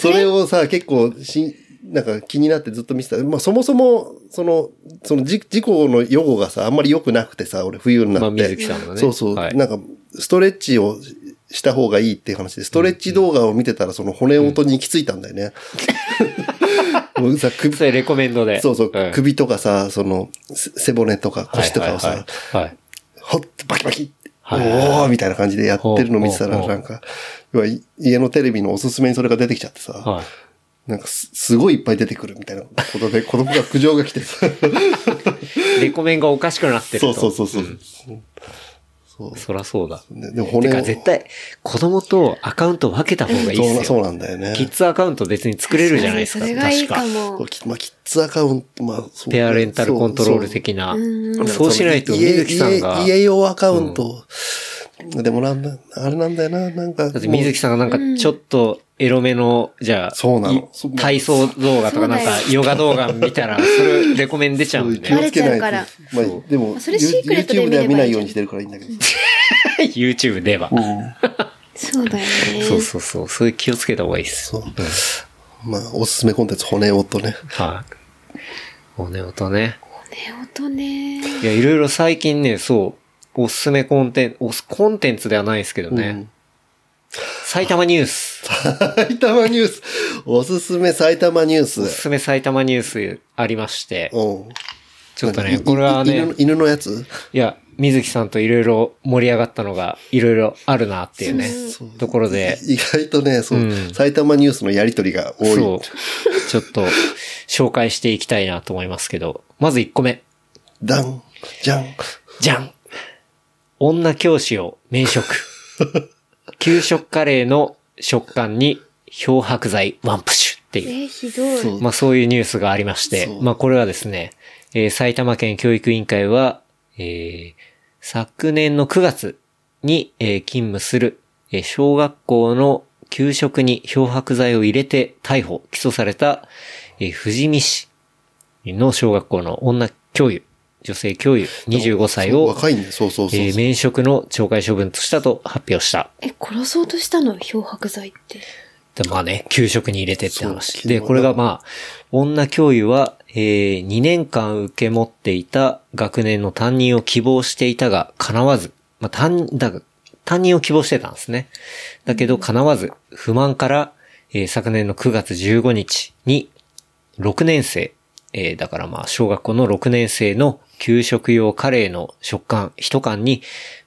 B: <laughs> それをさ、結構し、なんか気になってずっと見てた。まあそもそも、その、その事事故の予後がさ、あんまり良くなくてさ、俺冬になって。
A: まあ水木さんのね
B: そうそう。
A: はい
B: なんか、ストレッチをしした方がいいっていう話で、ストレッチ動画を見てたらその骨音に行き着いたんだよね。もうさ首
A: <laughs> それレコメンドで。
B: そうそう、
A: ん
B: 首とかさ、その、せ背骨とか腰とかをさ、
A: はいはいはい。
B: ほっとバキバキって、
A: はいはいはい
B: おーみたいな感じでやってるの見てた
A: ほう
B: ら、
A: ほうほう
B: なんか、要はい家のテレビのおすすめにそれが出てきちゃってさ、
A: はい。はい
B: なんかすすごいいっぱい出てくるみたいなことで、子供が苦情が来てさ、
A: レコメンがおかしくなってる
B: そ
A: と。
B: うそうそうそう。そう
A: そらそうだ。
B: ででも
A: て
B: 骨
A: か
B: を
A: 絶対、子供とアカウント分けた方がいい
B: そう
A: で
B: な、
A: す
B: そう
A: よ。
B: なんだよね。
A: キッズアカウント別に作れるじゃないですか。
C: それがいいか
A: 確か。
B: そ
C: も
B: う。きまあ、キッズアカウント、まあ、そう
A: ペアレンタルコントロール的な。
C: う
A: そ
B: そうう
A: しないと、
B: その家
A: 水木さんが。
B: 家家用アカウント、でもなんだ、あれなんだよな、なんか。
A: だって水木
B: さ
A: さんがなんかちょっとエロめの、じゃあ、
B: そうなの
A: い
B: そう
A: 体操動画とかなん
C: そう
A: か
C: だよ
A: ヨガ動画見たら、それレコメン出ちゃうんで
B: 気。をつけないと。
C: バレちゃ
B: まあ、でも、
C: それシークレットで
B: YouTube
C: 見
B: で
C: れば
B: はい
C: い
B: 見ないようにしてるからいいんだけど。
A: YouTube では。
C: そうだよね。
A: そうそうそう。それ気をつけた方がいいです。
B: そう。まあ、おすすめコンテンツ、骨音ね。
A: はい。骨音ね。
C: ね、音ね。
A: いや、いろいろ最近ね、そう、おすすめコンテンツ、おすコンテンツではないですけどね。
B: うん <laughs>
A: 埼玉ニュース。
B: 埼玉ニュース。おすすめ埼玉ニュー
A: お
B: ス
A: す。すめ埼玉ニュースありまして。
B: うん。
A: ちょっと
B: なん
A: ね、
B: かい
A: これはい
B: 犬
A: ね
B: の、犬のやつ
A: いや、水木さんといろいろ盛り上がったのが、いろいろあるなっていうね、ところで、
B: 意外とね、そう、
A: うん
B: 埼玉ニュースのやりとりが多い。
A: そう、ちょっと紹介していきたいなと思いますけど、まず1個目。
B: ダン、じゃん。
A: じゃん女教師を免職。
B: <laughs>
A: 給食カレーの食感に漂白剤ワンプッシュっていう。
C: え、ひどい。
B: そう
A: まあそういうニュースがありまして
B: そ、う
A: まあこれはですね、えー埼玉県教育委員会は、えー昨年の9月に、えー勤務する、えー小学校の給食に漂白剤を入れて逮捕、起訴された、えー富士見市の小学校の女教諭、女性教諭25歳
B: そう
A: を、
B: 若いんだよ。そうそうそう。
A: えー免職の懲戒処分としたと発表した。
C: え、殺そうとしたの漂白剤って。
A: でまあね、給食に入れてって
B: そう
A: 話。
B: 昨日
A: で、これがまあ、女教諭は、えー、2年間受け持っていた学年の担任を希望していたが、叶わず、まあ、担、だが、担任を希望してたんですね。だけど、叶わず、不満から、えー昨年の9月15日に、6年生、えーだからまあ、小学校の6年生の給食用カレーの食感、一缶に、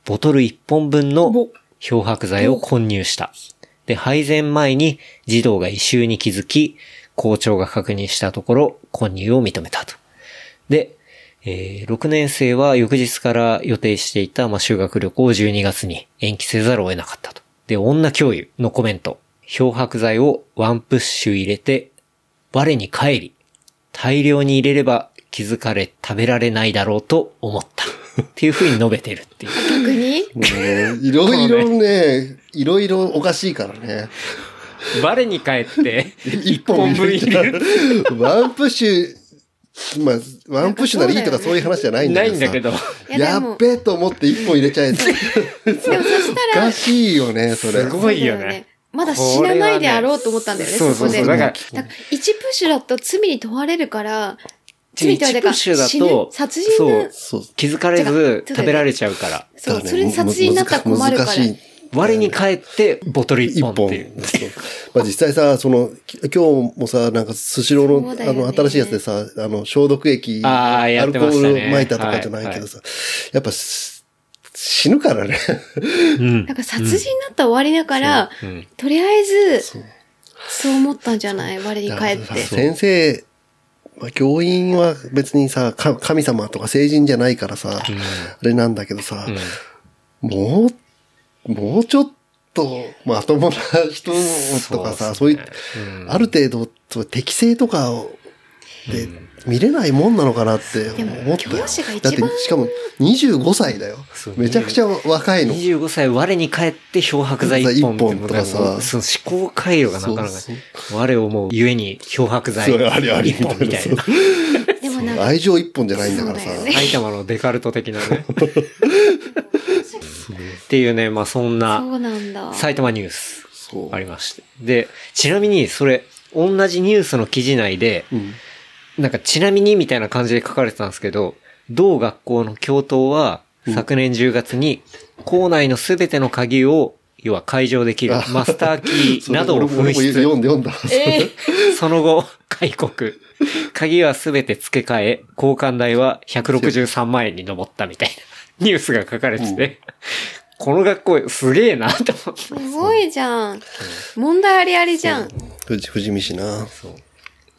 A: ボトル1本分の漂白剤を混入した。で、配膳前に児童が異臭に気づき、校長が確認したところ、混入を認めたと。で、え6年生は翌日から予定していた、まあ、修学旅行を12月に延期せざるを得なかったと。で、女教諭のコメント。漂白剤をワンプッシュ入れて、我に帰り、大量に入れれば気づかれ食べられないだろうと思った。っていう風に述べてるっていう。
C: 逆に
B: もうねいろいろね、いろいろおかしいからね。
A: <laughs> 我に返って、1本分入れる。
B: ワンプッシュ、まあ、ワンプッシュならいいとかそういう話じゃないんだ
A: な
B: け
A: い
B: ど
A: ん
B: さ。
A: だけど。
C: いや
B: や
C: でも
B: っべえと思って一本入れちゃえ。
C: でもそした
B: お
C: ら、
B: かしいよね、それ。
A: すごいよ
C: そうだ
A: ね。
C: まだ死なないであろうと思ったんだよね、
A: これはね
C: そこで。
A: そうそうそうだから
C: 1プッシュだと罪に問われるから、
A: 1
C: 罪に問われ
A: プ
C: るか
A: ッ
C: ら
A: シュだ
C: 死ぬ
A: と、、
C: 殺人な
B: そう。
A: 気づかれず食べられちゃうから。
C: そう、
B: だね
C: それで殺人になったら困るから。
B: 難しい。
A: 我に返って、ボトル一
B: 一
A: 本
B: 本。
A: っ
B: そう
A: ていう。
B: まあ実際さ、その、き今日もさ、なんか、スシロー
C: そう
B: の、
C: だ
B: あ
C: よね
B: の、新しいやつでさ、あの、消毒液、
A: あーや
B: ア
A: っ
B: ル
A: て
B: コ
A: ましたね
B: ール撒いたとかじゃないけどさ、やっぱ、し死ぬからね。
A: うん
C: なんか殺人だったら終わりだから、
A: うん
C: とりあえず、
B: そう
C: そう思ったんじゃない我に返って
B: だから。さ先生、まあ、教員は別にさ、か神様とか聖人じゃないからさ、あれなんだけどさ、もう、もうちょっと、まともな人とかさ、そう,、いう、ある程度、そう適性とかを、で、見れないもんなのかなって
C: でも
B: 思ったよ。
C: 教師が一
B: だっ
C: 番
B: て、しかも25歳だよ
A: そう。
B: めちゃくちゃ若いの。
A: 25歳我に返って漂白剤一本って
B: 一本とかさ
A: もうその思考回路がなかなか
B: そう
A: 我をもうゆえに漂白剤
B: そうありあり
A: 一本みたいな。
C: でもなんか、
B: 愛情一本じゃないんだからさ
C: そうだ。よね
A: 埼玉のデカルト的な
B: <laughs>
A: ね。っていうね、まあそん
C: そ
A: な
C: うなんだ。
A: 埼玉ニュース
B: そう
A: ありまして。で、ちなみにそれ、同じニュースの記事内で、
B: うん
A: なんかちなみにみたいな感じで書かれてたんですけど、同学校の教頭は昨年10月に校内のすべての鍵を、要は解錠できる
B: あ
A: マスターキーなどを
B: 俺も俺も
A: 紛
B: 読
A: 失。
B: んで読んだ。
C: えー
A: その後、開国。鍵はすべて付け替え、交換代は163万円に上ったみたいなニュースが書かれてて、この学校すげえなと思って。
C: すごいじゃん。問題ありありじゃん。
B: 富士富士見市な。
C: 富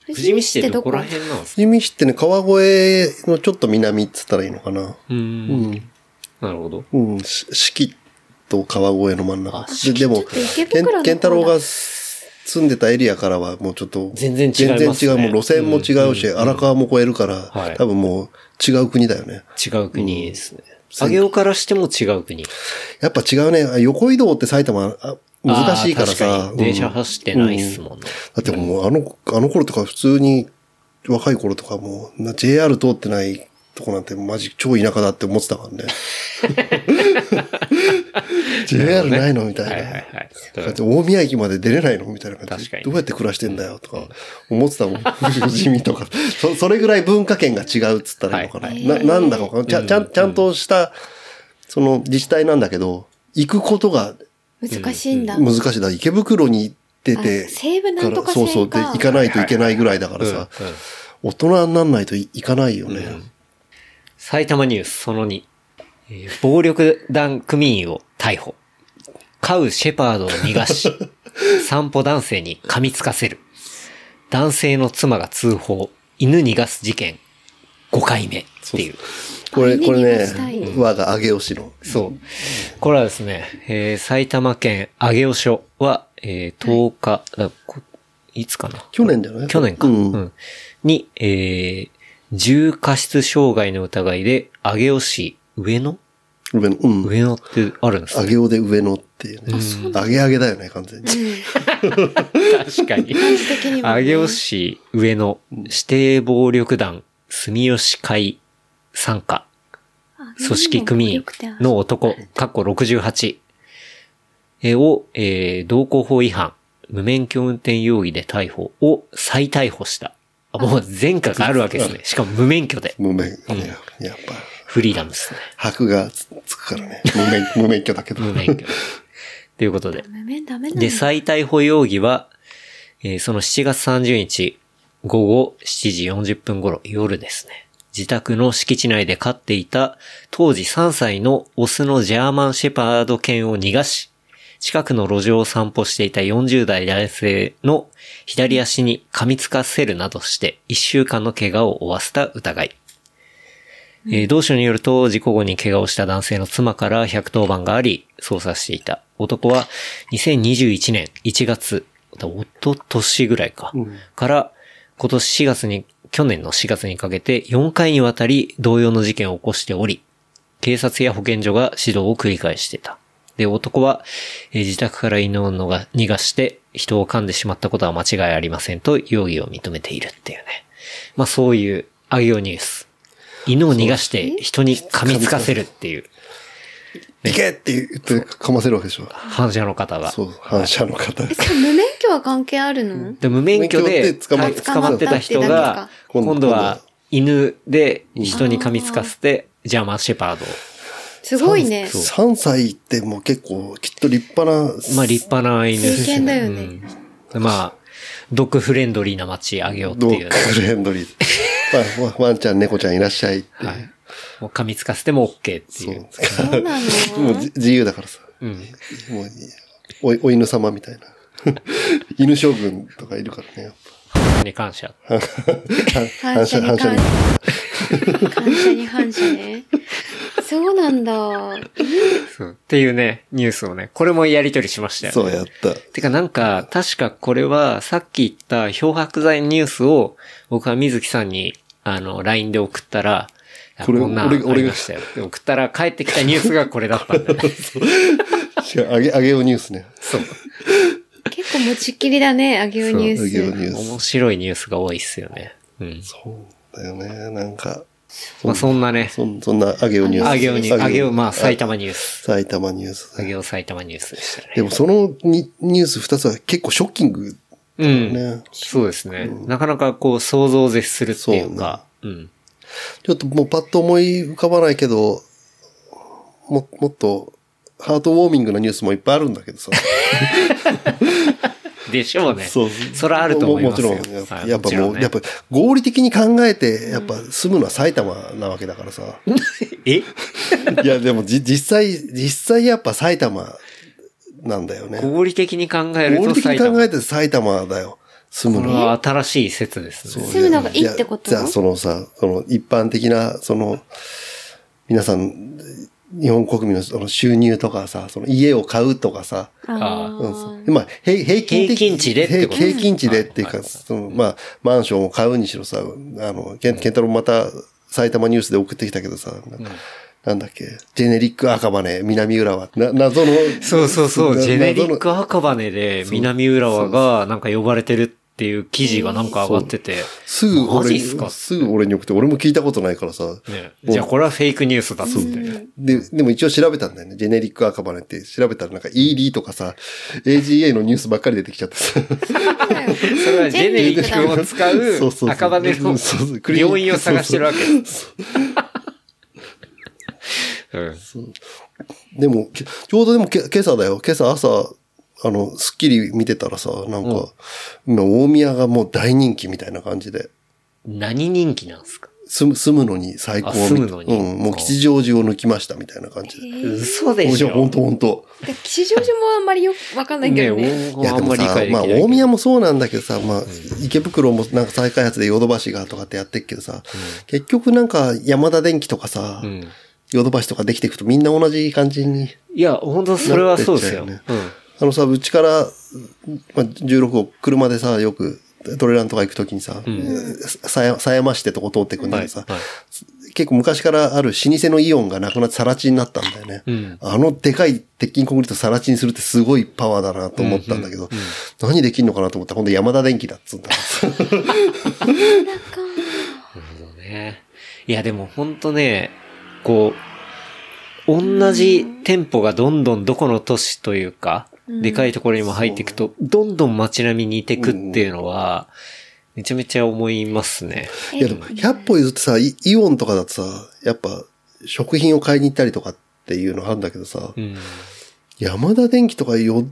A: 富士見市ってどこら
C: へん
A: 辺なんです
B: 富
A: か
B: 士見市ってね、川越のちょっと南っつったらいいのかな。
A: う。
B: うんん。
A: なるほど。
B: うん。し四季と川越の真ん中。ででも
C: ちょっと池
B: けん
C: 袋の方だ
B: 健太郎が住んでたエリアからはもうちょっと。
A: 全然違いますね
B: 全然違う。もう路線も違うし、荒川も越えるから、
A: はい
B: 多分もう違う国だよね。
A: 違う国ですね。上尾からしても違う国。
B: やっぱ違うね。あ横移動って埼玉、あ難しいから
A: あー確
B: さ。
A: に電車
B: うん
A: 走ってないっすもんね。
B: だってもうあの、あの頃とか普通に、若い頃とかもう、な JR 通ってないとこなんてマジ超田舎だって思ってたから
A: <laughs>
B: ね。JR ないのみたいな。
A: はいはいはい。
B: だって大宮駅まで出れないのみたいな感じ
A: 確か
B: で。
A: に
B: どうやって暮らしてんだよとか思ってたもん。地味とかそ。それぐらい文化圏が違うっつったらいいのかな。
A: は
B: ななんだかわかんないちゃんちゃん。ちゃんとした、その自治体なんだけど、行くことが
C: 難しいんだ。
B: 難しいだ。池袋に行って
C: あ
B: て、
C: 西武なんとか
B: そうそう、で、
C: 線か
B: 行かないといけないぐらいだからさ、
A: うんうん
B: 大人になんないとい行かないよね。
A: 埼玉ニュースその2。えー暴力団組員を逮捕。飼うシェパードを逃
B: <laughs>
A: がし、散歩男性に噛みつかせる。男性の妻が通報。犬逃がす事件。5回目っていう。
B: これ、
C: あ
B: これ
C: 犬にしたい
B: ね、我が上げしの。
A: そう。これはですね、えー埼玉県上尾署は、えー10日、だこいつかな
B: 去年だよね。
A: 去年か。
B: うん。
A: うんに、えー重過失傷害の疑いで、上尾市上野
B: 上の、うん。
A: 上野ってあるんです
B: 上
A: ね
B: げおで上のっていうね。上げ上げだよね、完全に。
A: 確かに。
C: 感じ的にはね。
A: 上尾市上野指定暴力団住吉会参加
C: あ
A: 組織組員の男、かっこ68えーを、えー道交法違反、無免許運転容疑で逮捕を再逮捕した。あもう前科があるわけですね。しかも無免許で。
B: 無免許。ややっぱ、
A: フリーダムですね。
B: 箔がつつくからね。無 <laughs> 免無免許だけど。
A: 無免許。ということで。
C: 無面ダメなんだ
A: で、再逮捕容疑は、えーその7月30日午後7時40分頃、夜ですね。自宅の敷地内で飼っていた当時3歳のオスのジャーマンシェパード犬を逃がし、近くの路上を散歩していた40代男性の左足に噛みつかせるなどして1週間の怪我を負わせた疑い。えー同署によると、事故後に怪我をした男性の妻から110番があり、捜査していた。男は、2021年1月、おととしぐらいか、から、今年4月に、去年の4月にかけて、4回にわたり同様の事件を起こしており、警察や保健所が指導を繰り返していた。で、男は、えー自宅から犬をのが逃がして、人を噛んでしまったことは間違いありませんと、容疑を認めているっていうね。まあ、そういう、あげようニュース。犬を逃がして人に噛みつかせるっていう
B: 行けって言ってかませるわけでしょ。
A: 反射の方が。
B: そう、反射の方。
C: え、それ無免許は関係あるの
A: で無免許で
B: 無免許で捕まっ
A: 捕まってた人が、
B: 捕まったってだけか
A: 今度は犬で人に噛みつかせて、ジャーマンシェパードを
C: すごいね。
A: そう
B: 3歳ってもう結構きっと立派な、
A: まあ立派な犬です
C: 経験だよね
A: うんまあ、ドッグフレンドリーな街あげようって
B: ド
A: い
B: ッグ
A: う、ね。
B: フレンドリー。まあ、ワンちゃん、猫ちゃんいらっしゃいっていう。
A: はい。もう噛みつかせても OK って
B: そ
A: いうう。。
C: そう
B: も
C: な
B: う
C: の
B: じ自由だからさ。
A: うん。
B: もういいおいお犬様みたいな。犬将軍とかいるからね。やっ
A: に感謝。
B: ぱ
C: 反射に
B: <laughs> 反
C: 感
B: 射
C: 謝
B: に。。
C: 反 <laughs> 射に反射ね。そうなんだ。
A: そうっていうね、ニュースをね、これもやりとりしましたよ、
B: そ
A: ね。
B: うやった。
A: てかなんか、確かこれは、さっき言った漂白剤ニュースを、僕は水木さんに、あの、LINE で送ったら、あ
B: これ
A: こんなん
B: 俺が
A: ありましたよ。で送ったら、帰ってきたニュースがこれだ
B: <laughs>
A: ったんだよね。
B: 違う、あげ、あげおニュースね。
A: そう。
C: 結構持ちっきりだね、あげおニュ
B: あげお
C: ー
B: ニュー
A: 面白いニュースが多いっすよね。うん。
B: ス。そうだよね。なんか、
A: まあそんなね、
B: そんそんなあげおニュース。
A: あげおに、あげお、まあ埼
B: 埼玉。
A: 玉ニュース。
B: 埼玉ニュース
A: あ。げお埼玉ニュースでしたね。
B: でもそのニニュース二つは結構ショッキング
A: う
B: だよ
A: ん。
B: ね。
A: そうですね。なかなかこう想像を絶するっていうか、うん。
B: ちょっともうパッと思い浮かばないけど、も、もっと、ハートウォーミングなニュースもいっぱいあるんだけどさ。
A: でしょうね。
B: そう。
A: それはあると思いますよ
B: ももちろんやっぱ、
A: はい
B: やっぱもう、
A: もちろんね
B: やっぱ合理的に考えて、やっぱ住むのは埼玉なわけだからさ。
A: え
B: いや、でもじ実際、実際やっぱ埼玉なんだよね。
A: 合理的に考える
B: 合
A: と
B: 理的
A: 埼
B: に
A: 玉。
B: 考えて埼玉だよ。住
A: こ
B: む
A: れ
B: のは。
A: は新しい説ですね。
C: 住むのがいいってこと
B: じゃあ、そのさ、その一般的な、その、皆さん、日本国民のその収入とかさ、その家を買うとかさ、
C: ス。あ
B: うん
C: ー
B: そうまあ、平平均的
A: 平均値でってこと
B: 平平均値でっていう
A: はい
B: か、
A: はい
B: その、まあ、マンションを買うにしろさ、あの、ケンケンタロウまた埼玉ニュースで送ってきたけどさ、ななんだっけ、ジェネリック赤羽、南浦和、な謎の、
A: そうそうそう、
B: な
A: ジェネリ
B: 謎
A: ッ
B: の
A: ク赤羽で南浦和がなんか呼ばれてるっていう記事がなんか上がってて、
B: すぐ
A: マジ
B: 俺
A: っ
B: に
A: すか
B: すぐ俺に送って、俺も聞いたことないからさ、
A: ね、じゃあこれはフェイクニュースだっつって。
B: で、でも一応調べたんだよね。ジェネリック赤羽って調べたらなんか ED とかさ、AGA のニュースばっかり出てきちゃって
A: <laughs>
B: さ。
C: そうだよ
A: それはジェネリ
C: ジェネリック
A: ックを
B: そうそうそ
A: 使
B: う
A: う赤羽
B: そうそうそうク
A: の
B: リニック
A: 病院を探してるわけです。うん
B: でも、けちょうどでもけ今朝だよ。今朝朝、あの、スッキリ見てたらさ、なんか、今大宮がもう大人気みたいな感じで。
A: 何人気なんですか
B: 住む、住むのに最高
A: あ住むのに
B: うん、もう吉祥寺を抜きましたみたいな感じで。
A: 嘘で
B: も
A: し
B: ち
A: ょ
B: ろん、ほんとほんと。
C: で吉祥寺もあんまりよくわかんないけどね。
A: ね
B: いや、
A: あ
B: で
A: んま
B: も
A: り理
B: さ
A: 解、でき
B: まあ、
A: ないけど。
B: 大宮もそうなんだけどさ、まあ、池袋もなんか再開発でヨドバシがとかってやってっけどさ、結局なんか、山田電機とかさ、
A: うん
B: ヨドバシとかできていくとみんな同じ感じに。
A: いや、本当それはそうですよ。
B: なってっ
A: うん
B: あのさ、うちから、まあ、16号、車でさ、よく、トレランとか行くときにさ、さや、さやましてとこ通ってくんだ
A: は
B: け
A: い
B: どさ、
A: はい
B: 結構昔からある老舗のイオンがなくなってさら地になったんだよね。
A: ん
B: あのでかい鉄筋コンクリートさら地にするってすごいパワーだなと思ったんだけど、何できんのかなと思ったら、今度山田電機だっつうんだ。
A: そうね。いや、でもほんとね、こう、同じ店舗がどんどんどこの都市というか、でかいところにも入っていくと、どんどん街並みに似てくっていうのは、めちゃめちゃ思いますね。
B: いやでも、100歩譲ってさ、イイオンとかだとさ、やっぱ、食品を買いに行ったりとかっていうのあるんだけどさ、
A: うん。
B: 山田電機とかよ、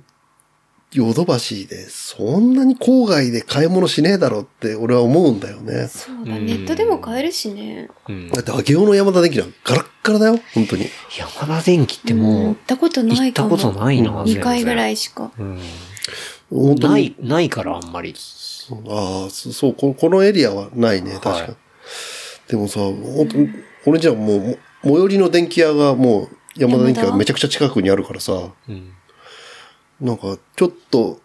B: ヨドバシで、そんなに郊外で買い物しねえだろって俺は思うんだよね。
C: そうだ、ネットでも買えるしね。
A: うん
B: だって、明雄の山田電機なんかガラッガラだよ、本当に。
A: 山田電機って
C: 行
A: も
C: ったこと
A: う、
C: な
A: 行っ
C: い
A: た
C: かも。
A: ことないな、
C: 2回ぐら
A: い。
C: いしか。
A: うん。
B: 本当に。
A: ない、ないからあんまり。
B: ああ、そそうこ、このエリアはないね、確かに。
A: はい
B: でもさ、本当に俺じゃもう、も最寄りの電気屋がもう、山田電機
C: 山
B: が
C: 田
B: めちゃくちゃ近くにあるからさ、
A: うん。
B: なんか、ちょっと、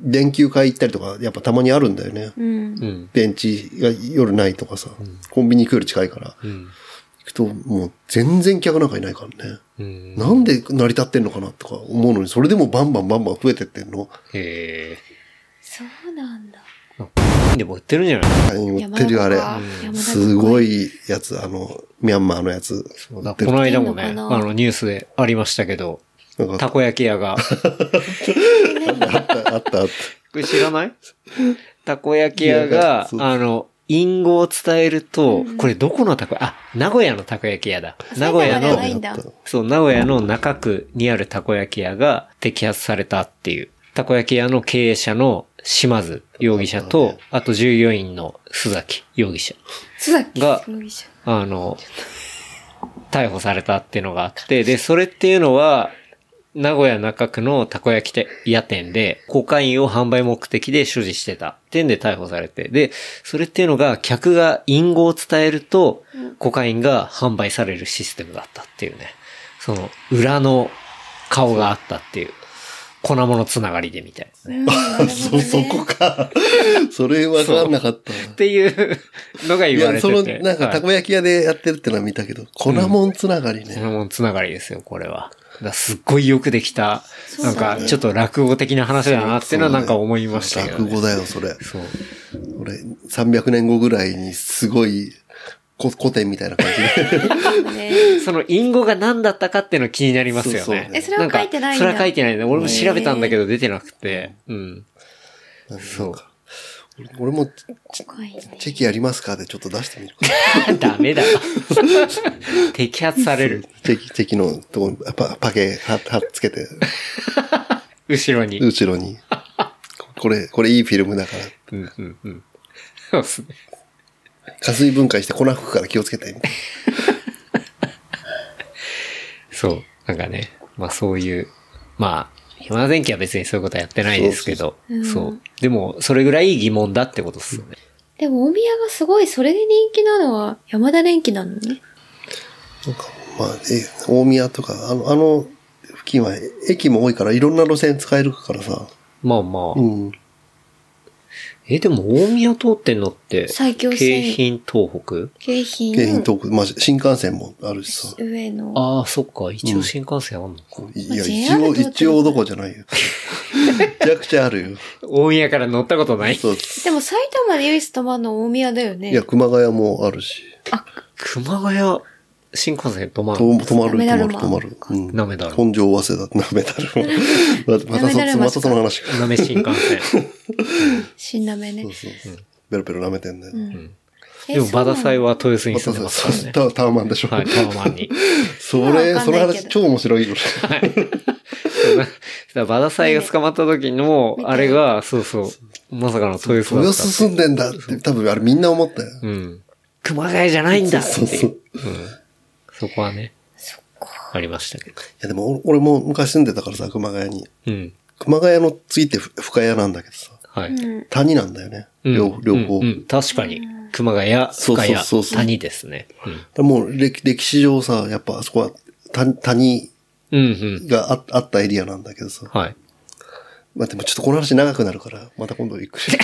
B: 電球買い行ったりとか、やっぱたまにあるんだよね。
C: うん。
A: うん。
B: ベンチが夜ないとかさ、コンビニ行くより近いから。
A: うん。
B: 行くと、もう全然客なんかいないからね。
A: うん。
B: なんで成り立ってんのかなとか思うのに、それでもバンバンバンバン増えてってんの
A: へ
C: そうなんだ。
A: え。でも売ってるんじゃない
B: あ売ってるよあれ。すごいやつ、あの、ミャンマーのやつ。売
A: だ
B: って
A: こ
B: る
A: の間もね、
C: 売っ
A: あ
C: てんのかな
A: のニュースでありましたけど、
B: なん
A: た
B: か
A: こ焼き屋が。
B: あった、あった、あった。
A: <laughs> これ知らないたこ焼き屋が、
B: そう
A: あの、隠語を伝えると
C: うん、
A: これどこのたこ、あ、名古屋のたこ焼き屋だ。名古屋
C: 埼玉では
A: の
C: な、いんだ
A: そう、名古屋の中区にあるたこ焼き屋が摘発されたっていう。たこ焼き屋の経営者の島津容疑者と、あと従業員の須崎容疑者
C: 須崎
A: が
C: 容疑者。
A: あの、逮捕されたっていうのがあって、で、それっていうのは、名古屋中区のたこ焼き屋店で、コカインを販売目的で所持してた。店で逮捕されて。で、それっていうのが、客が隠語を伝えると、コカインが販売されるシステムだったっていうね。その、裏の顔があったっていう。粉物つながりでみたいな。
C: うんなるほどね
B: そう、そこか。 <laughs> それ分かんなかったな。
A: っていうのが
B: い
A: 言
B: や、
A: われ
B: そ
A: て
B: の、
A: て。
B: なんか、
A: はい
B: たこ焼き屋でやってるってのは見たけど、粉もんつながり
A: そ
B: ね。
A: のもんつながりですよ、これは。だからすっごいよくできた、
C: そうだ
A: なん
C: ね
A: かちょっと落語的な話だなっていうのはなんか思いましたけど、
B: 落
A: ね。
B: 語だよ、それ。
A: そう。
B: 俺、300年後ぐらいに、すごい、こ古典みたいな感じで。
C: ね
A: その隠語が何だったかっていうの気になりますよね。
B: そうそう
C: えそれは書いてないんだ
A: それは書いてないね。俺も調べたんだけど出てなくて。うん。 <laughs> <laughs> そう。
B: 俺も、
C: 怖いね。
B: チェキやりますかでちょっと出してみるか。
A: ダメだ。 <laughs> 摘発される。
B: チェキ、チェキのとこにパパケ、は、はっつけて、
A: 後ろに。うん
B: 後ろに。これ、これいいフィルムだから。
A: うんうん。そうっすね。
B: 加水分解して粉吹くから気をつけて。
A: そう。なんかね、まあそういう、まあ、山田電機は別にそういうことはやってないですけど、
C: そうそうそう
A: そうう。でも、それぐらい疑問だってことですよね。
C: でも、大宮がすごい、それで人気なのは、山田電機なのね。
B: なんか、まあ、え、大宮とか、あの、あの付近は駅も多いから、いろんな路線使えるからさ。
A: まあまあ。
B: うん。
A: え、でも、大宮通ってんのって、
C: 埼京
A: 京
C: 線、
A: 浜東北
C: 京浜、
B: 京浜東北、まあ、新幹線もあるしさ。
C: 上野。
A: ああ、そっか。一応新幹線あんのか。
B: いや、一
C: JR
B: 応、
C: 通ってる
B: 一応どこじゃないよ。めちゃくちゃあるよ。
A: 大宮から乗ったことない。
B: そう。
C: でも、埼玉で唯一止まるの大宮だよね。
B: いや、熊谷もあるし。
A: 熊谷、新幹線止ま
B: と
A: る。
B: 止まる、
C: なめ
B: 止
C: だ
B: ま
C: る
B: る、
C: ま
B: 止まる。うん
A: なめだる
B: 本庄早稲田、なめだるま。また、また
C: なめだる
B: そ、
C: ま
B: またその話か。
A: なめ新幹
B: <laughs>
A: 線。
C: 新なめね
B: そ。うそうそう。ベロベロ舐めてんだよ。
C: うんえ
A: でも、バダサイ
C: そう
A: は豊洲に
B: ま
A: 住
B: た
A: んでま
B: さ、
A: すから
B: そう
A: ね。
B: タワタワマンでしょ。
A: はい、タワマンに。
B: そ
C: 今はわ
B: れ、
C: かん
B: そ
C: な
B: の
C: いけ
B: 話
C: ど
B: 超面白いよ。
A: だバダサイが捕まった時の、あれが、そうそう、まさかの豊洲だった
B: 豊洲住んでんだって、多分あれみんな思ったよ。
A: うん。熊谷じゃないんだって
B: そう
A: い。
B: そうう。
A: そこはね。ありましたけど。
B: いやでもお俺も昔住んでたからさ、熊谷に。
A: うん。
B: 熊谷の次ってふ深谷なんだけどさ、
A: はい。
C: うん。
B: 谷なんだよね。
A: うん
B: 両両方。
A: うんうん確かに。熊谷、
B: そうそ
A: 深
B: う
A: 谷
B: そう、そう
A: 谷ですね。
B: でもう歴歴史上さ、やっぱあそこは谷谷
A: うん。うんうん。
B: がああったエリアなんだけどさ。
A: はい。
B: まあでもちょっとこの話長くなるから、また今度ゆっくり。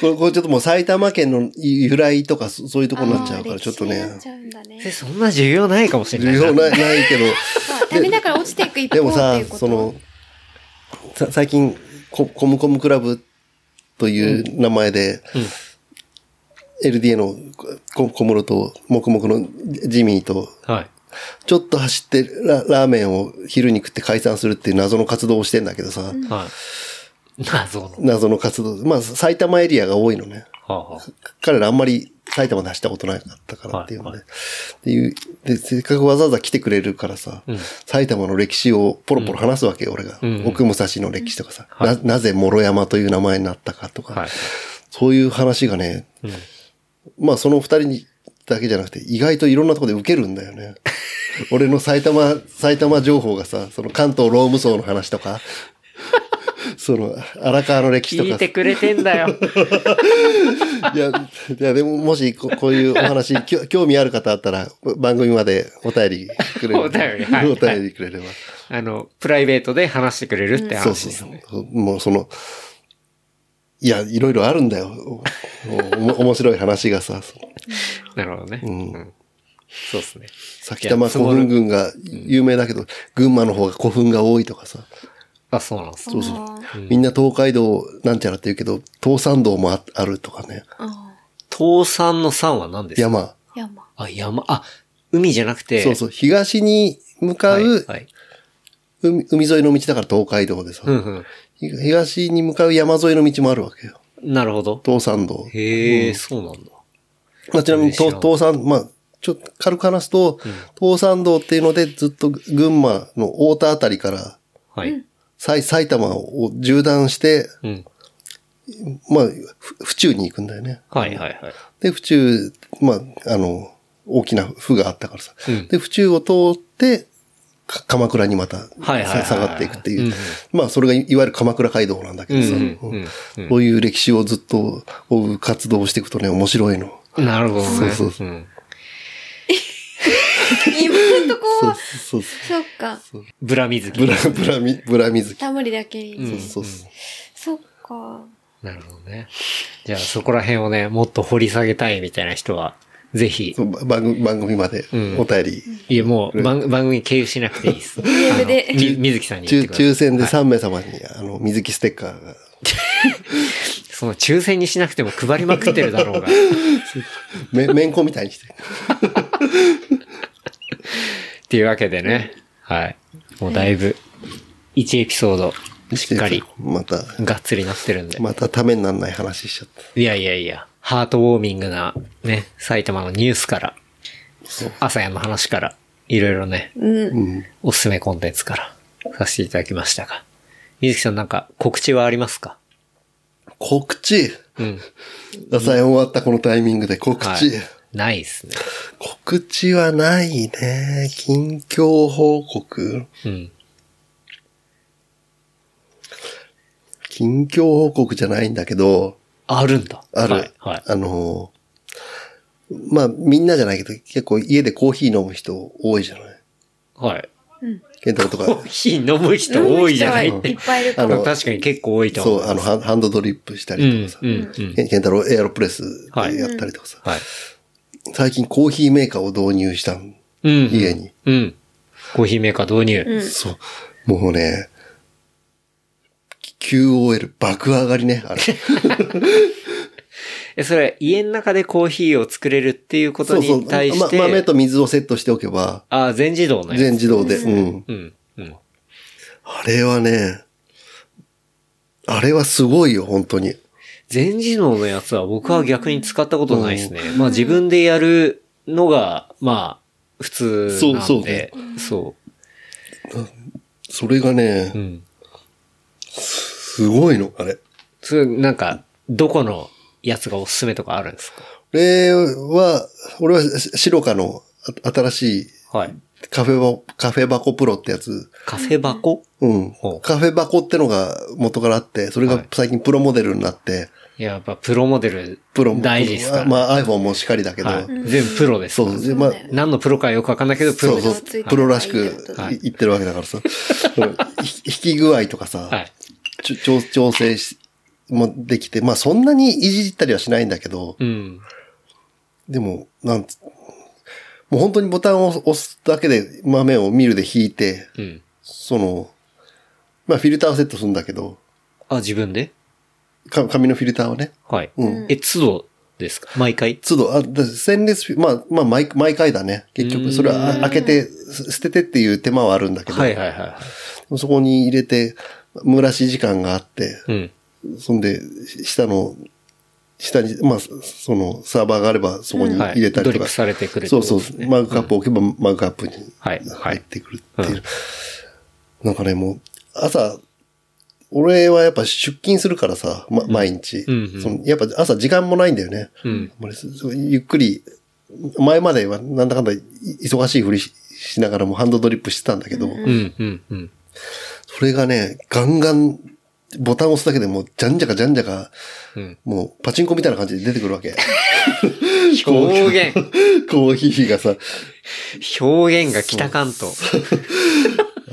B: これこれちょっともう埼玉県の由来とかそそういうとこになっちゃうから、ちょっと
C: あー歴史にな
B: ね
C: っ。ちゃうんだね
A: で、そんな需要ないかもしれな
B: 重
A: いな。
B: 要ないない
C: <laughs>
B: けど。
C: まあダメだから落ちていく一
B: で
C: 方
B: も
C: っ
B: さ
C: ていう、こと。
B: その、さ最近、ココムコムクラブという名前で、LDA のコ小室と、黙々のジミーと、
A: はい。
B: ちょっと走ってララーメンを昼に食って解散するっていう謎の活動をしてんだけどさ、
A: はい。謎の。は
B: 謎の活動。まあ、埼玉エリアが多いのね。
A: あは
B: 彼らあんまり埼玉で走ったことなかったからっていうの
A: はい
B: で。っていう、で、せっかくわざわざ来てくれるからさ、埼玉の歴史をポロポロ話すわけよ、俺が。
A: うん
B: 奥武蔵の歴史とかさ、
A: はい
B: な、なぜ諸山という名前になったかと
A: あ
B: か、
A: はい。
B: そういう話がね、
A: うん
B: まあその二人にだけじゃなくて、意外といろんなところで受けるんだよ
A: <laughs>
B: ね。俺の埼玉、埼玉情報がさ、その関東ローム層の話と
A: <laughs>
B: か、その荒川の歴史とか
A: 聞い
B: さ
A: てくれてんだよ。
B: いや、いやでも、もしこ、こういうお話、きょ興味ある方あったら、番組までお便りくれれば。
A: お便りはい
B: お便りくれれば。
A: <laughs> あの、プライベートで話してくれるっ
B: そう
A: て話
B: そう
A: です
B: そ
A: ね。
B: う。もうその、いや、いろいろあるんだよ。おおも面白い話がさ、その
A: なるほどね。
B: ん
A: うんそうですね。
B: 先玉古墳
A: いや
B: 群が有名だけど、群馬の方が古墳が多いとかさ、
A: あ、そうなんですね。
C: あー
B: みんな東海道なんちゃらって言うけど、東山道もああるとかね。
C: あ
A: 東山の山は何ですか
B: 山。
C: ー山。
A: あ、山、あ、海じゃなくて。
B: そうそう。東に向か
A: は
B: う海,、
A: い、はい。
B: 海沿いの道だから東海道でさ。
A: うんうん。
B: 東に向かう山沿いの道もあるわけよ。
A: なるほど。
B: 東山道。
A: へえ、そうなんだ。
B: まあ、ちなみに、
A: 知ら
B: 東
A: ん
B: 東山、まあ、ちょっと軽く話すと、東山道っていうので、ずっと群馬の太田あたりから、
A: はい。
B: 埼埼玉を縦断して、
A: うん。
B: まあ、ふ府中に行くんだよね。
A: はいはいはい。
B: で、府中、まあ、あの、大きな府があったからさ。
A: うん
B: で、府中を通って、か鎌倉にまた、
A: はいはいはいはい
B: さ下がっていくっていう。
A: うんうん
B: まあ、それがいいわゆる鎌倉街道なんだけ
A: う
B: どさ。
A: んうんうん
B: こういう歴史をずっと追う活動をしていくとね、面白いの。
A: うん。なるほどね。
B: そうそうそ
A: うん
C: 今のとこ
B: そう
C: は、
B: そうそう。
C: そっか。
A: ブラ水着。
B: ブラ、ブラみ、ブラ水木。
C: タモリだけに。
A: うん
B: そうそう。
C: そっか。
A: なるほどね。じゃあそこら辺をね、もっと掘り下げたいみたいな人は、ぜひ
B: そ、うば番組番組まで
A: ん
B: お便り、
A: いやもう番番組経由しなくていいです。DM
C: <laughs> で
A: 水木さんに言
B: 抽
A: ってください。
B: 抽選で3名様に、あの、水木ステッカーが、
A: その抽選にしなくても配りまくってるだろうが。
B: め、めんこみたいにして。
A: っていうわけでね。はい。もうだいぶ、1エピソード、しっかり、
B: また、
A: がっつりなってるんで。
B: またためになんない話しちゃった。
A: いやいやいや、ハートウォーミングな、ね、埼玉のニュースから、朝やの話から、いろいろね、
C: うん。
B: うん。
A: おすすめコンテンツから、させていただきましたが。水木さんなんか告知はありますか
B: 告知
A: うん。
B: 朝演終わったこのタイミングで告知。
A: はい。ないですね。
B: 告知はないね。近況報告
A: うん。
B: 近況報告じゃないんだけど、
A: あるんだ。
B: ある。
A: はい。はい、
B: あのーまあ、みんなじゃないけど、結構家でコーヒー飲む人多いじゃない
A: はい。
B: 健太郎と
A: コ
B: か
A: ー、ヒー飲む人多いじゃない
C: いっぱいいるか
B: あ
C: ら。
B: の
A: 確かに結構多いと思。
B: そうう、あの、ハンハンドドリップしたりとかさ、
A: うん、うん、うん。
B: ケン健太郎エアロプレス
A: はい
B: でやったりとかさ、
A: はい。
B: 最近コーヒーメーカーを導入したの
A: うん。
B: 家に。
A: うん。コーヒーメーカー導入。
C: うん。
B: そう。もうね、QOL 爆上がりね、あれ。
A: え、それは家の中でコーヒーを作れるっていう <laughs> ことに対して、
B: ま、豆と水をセットしておけば、
A: あ、全自動のや
B: 全
A: つ。
B: 自動で。うん。
A: うん。うん。
B: あれはね、あれはすごいよ、本当に。
A: 全自動のやつは僕は逆に使ったことないですね。まあ自分でやるのが、まあ、普通なんで。
B: そうそうね
A: そ
B: それがね、
A: う。うん。
B: すごいの、あれ。
A: それ、なんか、どこのやつがおすすめとかあるんですか
B: 俺は、俺はし白カのあ新しい
A: はい。
B: カフェバ、カフェバコプロってやつ。
A: カフェ箱
B: うん
A: ほう。
B: カフェバコってのが元からあって、それ
A: は
B: が
A: い
B: 最近プロモデルになって、
A: いややっぱプロモデル、
B: プロ、
A: 大事ですから。
B: まあ iPhone もしかりだけど、
A: はい、全部プロです
B: そ
A: から。
B: う、でまあ、
A: 何のプロかよくわかんないけど、プロ
B: そう
A: です。
B: そう
C: プロがついてる、
B: プロらし
C: はいいいっ
B: く
C: て
A: こと
B: い言ってるわけだからさ、うんひ引き具合とかさ、
A: はい。
B: ちょ調調整しもできて、まあそんなにいじったりはしないんだけど、
A: うん。
B: でも、なんつ、もう本当にボタンを押すだけで豆をミルで引いて、
A: うん。
B: その、まあフィルターをセットするんだけど、
A: あ、自分で
B: か紙のフィルターをね、
A: はい。
B: うん
A: え、都度ですか毎回
B: 都度、あ、だステンレスフィ、まあ、まあ毎、毎回だね。結
A: うー
B: 局、
A: ん
B: それはあ開けて、す捨ててっていう手間はあるんだけど、
A: はいはいはいは
B: そこに入れて、蒸らし時間があって、
A: い。うん。
B: そんで、下の、下に、まあ、そその、サーバーがあれば、そこに
A: はい。
B: 入れたり
A: ド
B: と
A: リ
B: か
A: ップ。されてくるって
B: そ
A: こ
B: う
A: と
B: そう
A: ですね。
B: マグカップ置けば、マグカップに
A: はいは
B: 入っ
A: い。
B: てくるっていう。
A: うん
B: なんかね、もう、朝、俺はやっぱ出勤するからさ、ま、毎日、
A: うんうん
B: その。やっぱ朝時間もないんだよね。
A: うん。
B: あんまりそそうゆっくり、前まではなんだかんだい忙しいふりししながらもハンドドリップしてたんだけど、
A: うんうんうん。
B: それがね、ガンガン、ボタンを押すだけでもう、じゃんじゃかじゃんじゃか、
A: うん
B: もう、パチンコみたいな感じで出てくるわけ。
A: <laughs>
B: <laughs>
A: 表現、
B: コーヒーがさ、
A: 表現が北関東。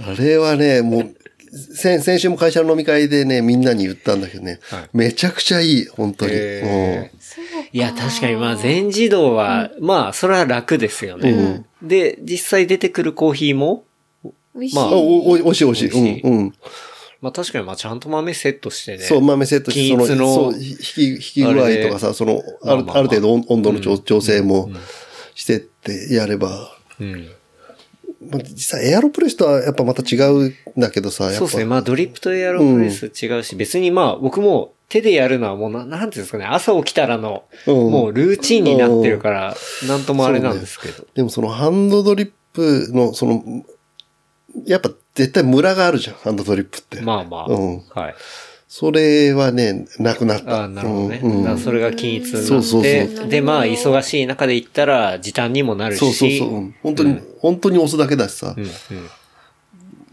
B: あれはね、もう、先先週も会社の飲み会でね、みんなに言ったんだけどね、
A: はい
B: めちゃくちゃいい、本当に。
A: へー
C: そう
A: いや、確かにまあ全自動は、まあそれは楽ですよね。で、実際出てくるコーヒーも、
C: 美味しい。
A: ま
B: うんあお、お、おいしいおいし
A: 美味し
B: い。
A: い
B: うん、うん。
A: まあ確かにまあちゃんと豆セットしてね。
B: そう、豆セットし
A: 均
B: その、
A: 一の
B: そう、ひ引き、引き具
A: あ
B: 合
A: れで
B: とかさ、その、
A: ま
B: あ
A: あまあ
B: る
A: ま、あ
B: ある程度温温度の調調整も
A: ん
B: してってやれば、
A: うん。
B: まあ実際エアロプレスとはやっぱまた違うんだけどさ、やっぱ。
A: そうですね。まあドリップとエアロプレス違うし、別にまあ僕も手でやるのはもうな、なんていうんですかね、朝起きたらの、
B: うん
A: もうルーチンになってるから、なんともあれなんですけど。
B: でもそのハンドドリップの、その、やっぱ絶対ムラがあるじゃん、ハンドドリップって。
A: まあまあ。
B: うん
A: はい。
B: それはね、なくなった。
A: ああ、なるほどね。
B: うんうん
A: だからそれが均一になって
B: そうそうそう
A: で、まあ、忙しい中で行ったら、時短にもなるし。
B: そうそうそう。うん本当に、本当に押すだけだしさ
A: う、ん、うん。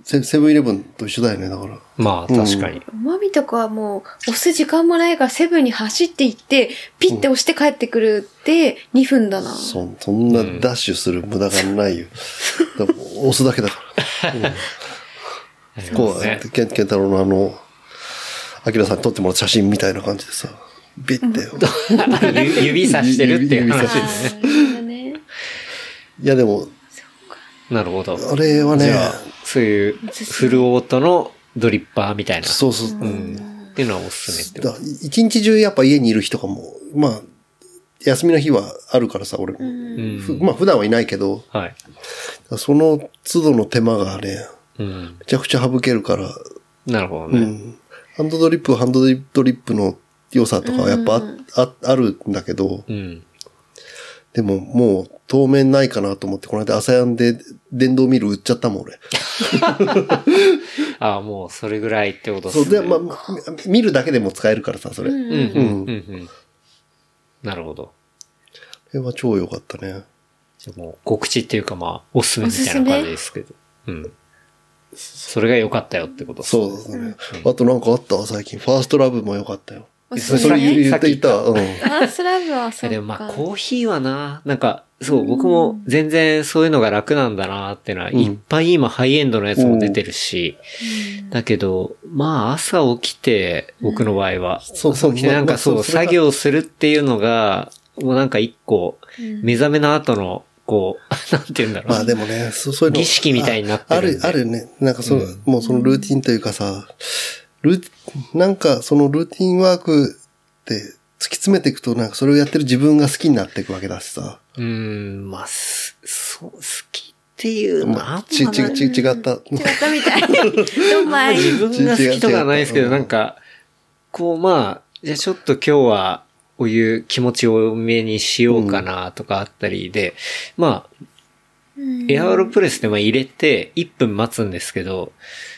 B: セセブンイレブンと一緒だよね、だから。
A: まあ、確かに。
C: マミとかはもう、押す時間もないから、セブンに走って行って、ピッて押して帰ってくるって、2分だな。
B: そんそんなダッシュする無駄がない
A: <laughs>
B: よ。だから押すだけだから。うんこ
A: ね
B: う、ケンケンタロウのあの、アキラさんに撮ってもらった写真みたいな感じでさ、ビッて。
A: ゆ <laughs> 指さしてるっていう
B: 指
A: 話
B: 差
A: ですね。
C: あーだね。
B: いやでも、
A: なるほど。
B: あれは
A: じ
B: ね、
A: ゃあ、そういうフルオートのドリッパーみたいな。
B: そうそう。
A: うん。っていうのはおすすめってこ
B: だ一日中やっぱ家にいる人がもう、まあ、休みの日はあるからさ、俺も。
A: と。う
B: ふ
A: ん。
B: まあ普段はいないけど、
A: はい。
B: その都度の手間がね、
A: うん。
B: めちゃくちゃ省けるから、
A: なるほど
B: う
A: ね。
B: ん。ハンドドリップはハンドドリップの良さとかはやっぱあ,、ああるんだけど、
A: うん。
B: でももう当面ないかなと思って、この間朝やんで電動ミル売っちゃったもん俺。
A: ああ、もうそれぐらいってことで
B: そう
A: すね。
B: で、まあ、ま見るだけでも使えるからさ、それ。
C: う
B: こ
A: うん
C: ん。
A: うんうんうん。なるほど。
B: れは超良かったね。
A: じゃあもう告知っていうかまあ、おすすめみたいな感じですけど。うん。それが良かったよってこと
B: そうですね。あとなんかあった最近。ファーストラブも良かったよ。
C: お
B: そ
C: す
B: れ
C: す
B: それ
C: め。
B: 言っていた。うん。
C: アースラブはそ
A: え
C: う
A: でもま
C: か
A: あ、。コーヒーはな、なんか、そう、僕も全然そういうのが楽なんだなってのは、いっぱい今ハイエンドのやつも出てるし、だけど、まあ朝起きて、僕の場合は、
B: そうそう
A: 朝起きてなんかそ
B: まあ
A: う、
B: それが
A: 作業するっていうのが、もうなんか一個、目覚めの後の、こう、 <laughs> なんて言うんだろう。
B: まあでもね、そうそういうの。
A: 儀式みたいになって
B: ああ
A: るん
B: る、
A: で
B: あるね。なんかその、もうそのルーティンというかさ、ルーティン、なんかそのルーティンワークって突き詰めていくと、なんかそれをやってる自分が好きになっていくわけだしさ。
A: うーん、まあ、す、そう、好きっていうのはあ
B: まあ
A: ん、
B: ち、
A: ま
B: ち、
A: ない
B: ち、違った。
C: 違ったみたい。ドンマ
B: <laughs>
C: イ。
A: 自分が好きとかはないですけ
B: 違
A: ど、
B: う違う
A: なんか、こうまあ、じゃあちょっと今日はお湯気持ち多めにしようかなとかあったりで、まあ、エアロプレスでも入れて1分待つんですけど、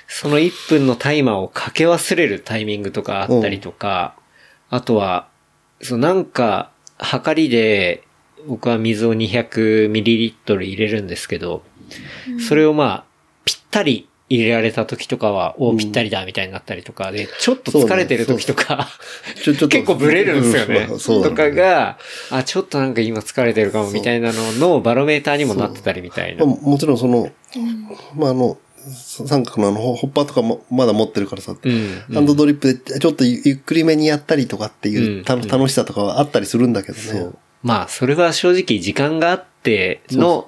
A: その1分のタイマーをかけ忘れるタイミングとかあったりとか、あとは、そうなんか、はかりで、僕は水を 200ml 入れるんですけど、それをまあ、ぴったり入れられた時とかは、おーぴったりだみたいになったりとかで、ちょっと疲れてる時とか、
B: ちょ、ちょっと
A: 結構ブレるんですよね。
B: うんそうだ
A: と
B: ね
A: かが、あ、ちょっとなんか今疲れてるかもみたいなののバロメーターにもなってたりみたいな。
B: まあもちろんその、まああの、三角のあの、ホホッパーとかもまだ持ってるからさ、
A: うん。
B: ハンドドリップでちょっとゆゆっくりめにやったりとかっていう、
A: うん
B: た
A: うん
B: 楽しさとかはあったりするんだけどね。
A: そう。まあ、それは正直時間があっての、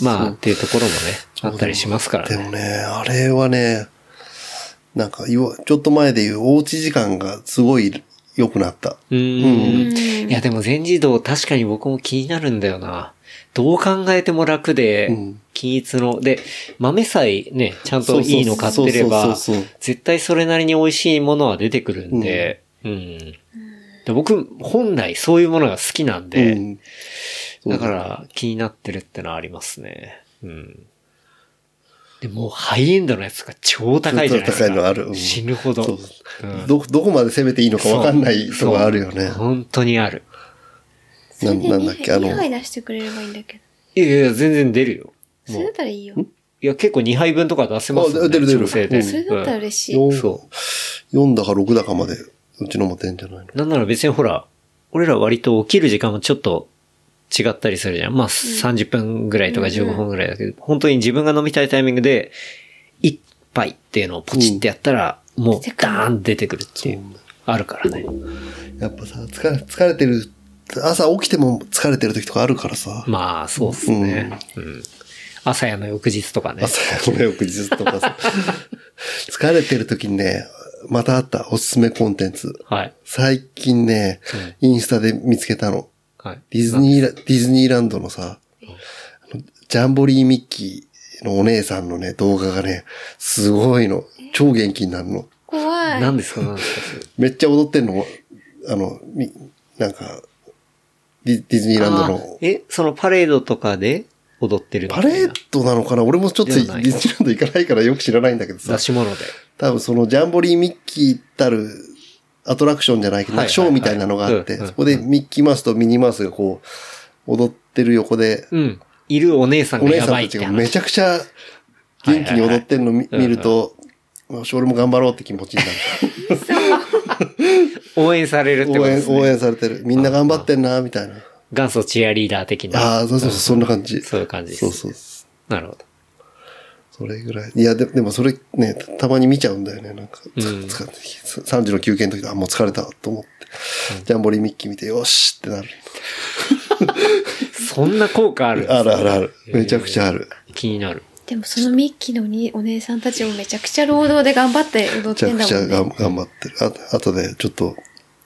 A: まあ、っていうところもね、あったりしますから
B: で
A: ね。
B: もね、あれはね、なんかいわ、ちょっと前で言うおうち時間がすごい良くなった。
A: うーん。いや、でも全自動確かに僕も気になるんだよな。どう考えても楽で、
B: うん
A: 均一の、で、豆さえね、ちゃんといいの買ってれば
B: そうそうそうそうそう、
A: 絶対それなりに美味しいものは出てくるんで、うん。で僕、本来そういうものが好きなんで、
B: うん
A: だから気になってるってのはありますね。うん。でもうハイエンドのやつが超高いじゃないですか。
B: 超高いのあるうん
A: 死ぬほど。
B: そう
A: うん
B: ど、どこまで攻めていいのか分かんないと
A: そう
B: かあるよね。
A: 本当にある。
B: ななんだっけ、あの
C: 2、杯出してくれればいいんだけど。
A: いやいや、全然出るよ。
C: それだったらいいよ。
A: いや、結構2杯分とか出せますよ、ね。
B: あ出る出る
A: 調整で。
B: うん
C: それだったら嬉しい。
B: 4
A: そ
B: 4だか6だかまで、うちのも出んじゃないの
A: なんなら別にほら、俺ら割と起きる時間もちょっと違ったりするじゃん。まあ、30分ぐらいとか15分ぐらいだけど、本当に自分が飲みたいタイミングで、一杯っていうのをポチってやったら、もう
C: 出てくる
A: ダーン出てくるっていう。あるからね。
B: やっぱさ、疲れ、疲れてる、朝起きても疲れてる時とかあるからさ。
A: まあ、そうっすね。うん。朝やの翌日とかね。
B: <laughs> 朝の翌日とかさ。 <laughs> 疲れてる時にね、またあったおすすめコンテンツ。
A: はい。
B: 最近ね、インスタで見つけたの。
A: はい。
B: ディズニーラ、ディズニーランドのさ、あのジャンボリーミッキーのお姉さんのね、動画がね、すごいの。超元気になるの。
C: 怖い。
A: 何ですか何です
B: <laughs>
A: か
B: めっちゃ踊ってんの、あの、み、なんか、ディディズニーランドの
A: あー、え、そのパレードとかで踊ってるみた
B: パ
A: いな
B: レードなのかな俺もちょっとデ
A: じ
B: ィ
A: ゃない
B: ズニーランド行かないからよく知らないんだけどさ
A: 出。し物で。
B: 多分そのジャンボリーミッキーたるアトラクションじゃないけど、
A: はいはいはい
B: ショーみたいなのがあって、
A: うんうんうん
B: そこでミッキーマウスとミニーマウスがこう、踊ってる横で、
A: うん。いるお姉さん
B: お
A: が
B: 姉
A: や
B: さ
A: ば
B: ん
A: い
B: た
A: って
B: ち
A: 話
B: がめちゃくちゃ元気に踊ってるのを見
A: はいはいはい
B: 見ると、よし俺も頑張ろうって気持ちになる。
A: 応援されるってこと
B: 応
A: で
B: 援、
A: すね。
B: 応援されてる。みんな頑張ってんな、みたいな。
A: 元祖チアリーダー的な。
B: ああ、そうそうそう、そんな感じ。
A: そういう感じです
B: そう
A: ね
B: そう。
A: なるほど。
B: それぐらい。いや、ででもそれね、たたまに見ちゃうんだよね。なんか、つ
A: うん
B: 疲れて3時の休憩の時あ、もう疲れたと思って。ジャンボリーミッキー見て、よしってなる。
A: そんな効果ある
B: あるあるある。めちゃくちゃある。
A: 気になる。
C: でもそのミッキーのにお姉さんたちもめちゃくちゃ労働で頑張って踊っ
B: めち
C: て
B: ゃ
C: ん
B: く
C: だ
B: ち
C: も
B: ゃ
C: んね。
B: が頑張ってる。ああとで、ちょっと、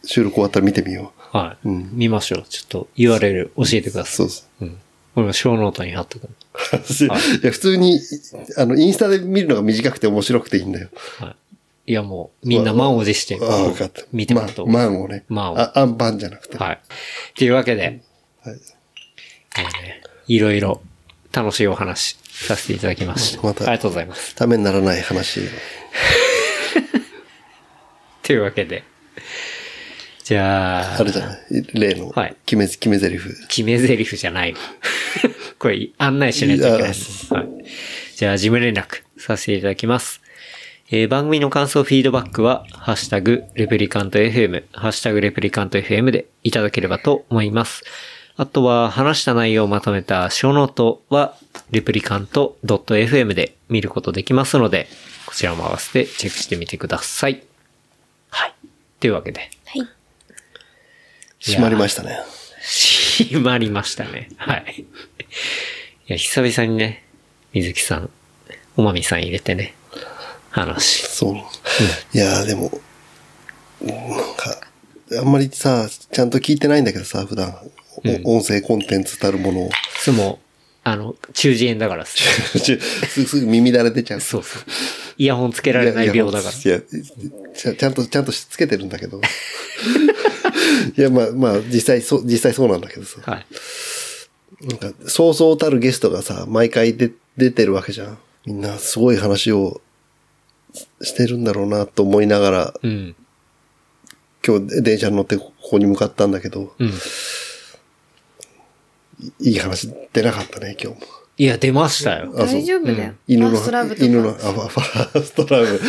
B: 収録終わったら見てみよ
A: はい。
B: うん
A: 見ましょう。ちょっと URL 教えてくだ
B: う。
A: さ
B: そ
A: い。
B: うそう。
A: う。ん。これも小ノートに貼っとく。
B: いや、普通に、あの、インスタで見るのが短くて面白くていいんだよ。
A: はい。いやもう、みんな満を持して、
B: ああ、分かった。
A: 見てもらうと。
B: ま、マンをね。
A: マンを
B: あ、アンパンじゃなくて。
A: はい。というわけで、
B: はい
A: えーねいろいろ楽しいお話させていただきました。
B: また
A: ありがとうございます。
B: ためにならない話。
A: というわけで、じゃあ
B: あ、るじゃない例の
A: はい、
B: 決め、決め台詞。
A: 決め台詞じゃないわ。 <laughs> これ、案内しないといけないです。はい。じゃあ、事務連絡させていただきます。えー番組の感想、フィードバックは、ハッシュタグ、レプリカント FM、ハッシュタグ、レプリカント FM でいただければと思います。あとは、話した内容をまとめた小ノートは、レプリカント .fm で見ることできますので、こちらも合わせてチェックしてみてください。はい。というわけで、
C: はい。
B: 閉まりましたね。
A: <laughs> 閉まりましたね。はい。いや、久々にね、水木さん、おまみさん入れてね、話。
B: そう。いやーでも、なんか、あんまりさ、ちゃんと聞いてないんだけどさ、普段。お音声コンテンツたるも
A: <laughs>
B: のを。
A: つも、あの、中耳炎だから
B: <laughs>
A: っす。
B: すぐすぐ耳だれ出ちゃう。
A: そうそう。イヤホンつけられない病だから。
B: いや、いやちゃちゃんと、ちゃんとつけてるんだけど。 <laughs> いや、まあ、まあ、実際そう、実際そうなんだけどさ。
A: はい。
B: なんか、そうそうたるゲストがさ、毎回で出てるわけじゃん。みんなすごい話をしてるんだろうなと思いながら、
A: うん。
B: 今日電車に乗ってここに向かったんだけど、
A: うん。
B: いい話出なかったね、今日も。
A: いや、出ましたよ。
B: あそう
C: 大丈夫だよ。
B: 犬の、
C: ファーストラブとか
B: 犬の、あ、ファファーストラブ。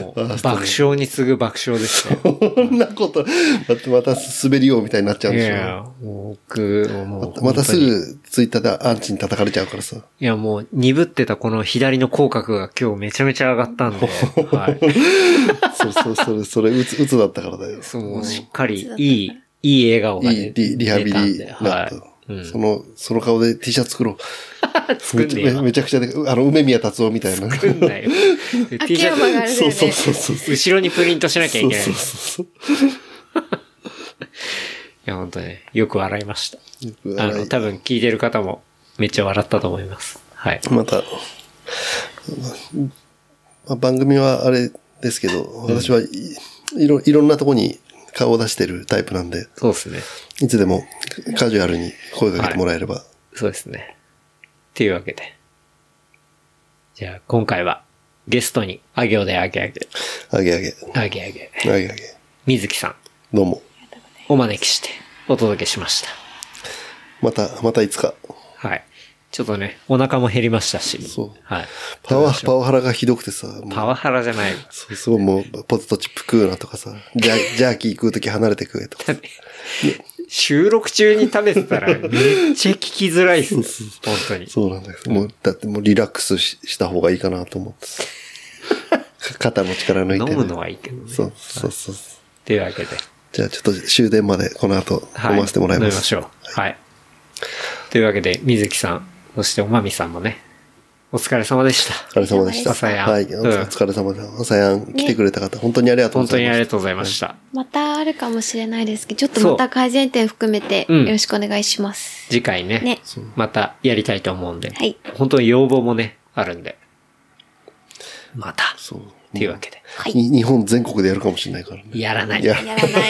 A: もう爆笑に次ぐ爆笑でしたよ。
B: こんなこと、また、また滑りようみたいになっちゃうん
A: い
B: でし
A: や、
B: ょ。
A: もう僕、もう。
B: またす
A: 本当に
B: ぐツイッターでアンチに叩かれちゃうからさ。
A: いや、もう、鈍ってたこの左の口角が今日めちゃめちゃ上がったん
B: <laughs>
A: で、はい。
B: そうそう、それ、それ、うつ、うつだったからだよ。
A: そう、もうしっかり、いい、いい笑顔が
B: い
A: ね
B: いリリハビ
A: 出たん
B: リ
A: で
B: だった。
A: はい。うん
B: その、その顔で T シャツ作ろう。
A: 作んねえ
B: め
A: わ
B: めちゃくちゃで、あの、梅宮達夫みたいな。
A: 作んないよ。T
C: 秋
A: シ
C: 山が
A: ャ
C: あれだよ
B: <laughs>
C: ね。
B: そうそうそうそう。
A: ツ、後ろにプリントしなきゃいけない。
B: そう
A: い
B: そうそう
A: <laughs> や、本当ね、よく笑いました。
B: そう
A: あの、多分聞いてる方もめっちゃ笑ったと思います。はい。
B: また、まあ、番組はあれですけど、私はいいろいろんなとこに顔を出してるタイプなんで、
A: そうですね。
B: いつでもカジュアルに声かけてもらえれば、
A: そうですね。っていうわけで。じゃあ、今回は、ゲストに、あげおであげあげ、
B: あげあげ、
A: あげあげ、
B: あげあげ、
A: 水木さん、
B: どうも。
A: お招きして、お届けしました。
B: また、またいつか。
A: はい。ちょっとね、お腹も減りましたし。
B: そう
A: はい。
B: パワー、パワハラがひどくてさ、もう
A: パワハラじゃ <laughs> ない。
B: そうすごいもう、ポテトチップ食うなとかさ、ジャジャーキー食うとき離れて食えとかさ。
A: 収録中に食べてたらめっちゃ聞きづらいっす。本当に。
B: そうなんだよ。もう、だってもうリラックスしした方がいいかなと思って
A: <laughs>
B: さ。肩の力抜いて、
A: 飲むのはいいけどね。
B: そうそうそう。
A: というわけで。
B: じゃあちょっと終電までこの後
A: はい。
B: 飲ませてもらいます。
A: 飲みましょう。はい。というわけで、水木さん、そしておまみさんもね、お疲れ様でし
B: お疲
A: た。
B: れ様でした。
A: 朝やん
B: はい。お
A: うん
B: 疲れ様でした。朝やん来てくれた方、本当にありがとうご
A: 本当
B: ざい
A: に
B: ま
A: あり
B: し
A: がとうございました。
C: またあるかもしれないですけど、ちょっと
A: そう
C: また改善点含めて
A: う
C: よ
A: ん
C: ろしくお願いします。
A: 次回ね、
C: ね
A: またやりたいと思うんで、
C: はい
A: 本当に要望もね、あるんで。また。
B: た。そう。
A: っていうわけで。
C: はい。
B: に日本全国でやるかもしれないからね。
A: やらない。
B: や
C: やらな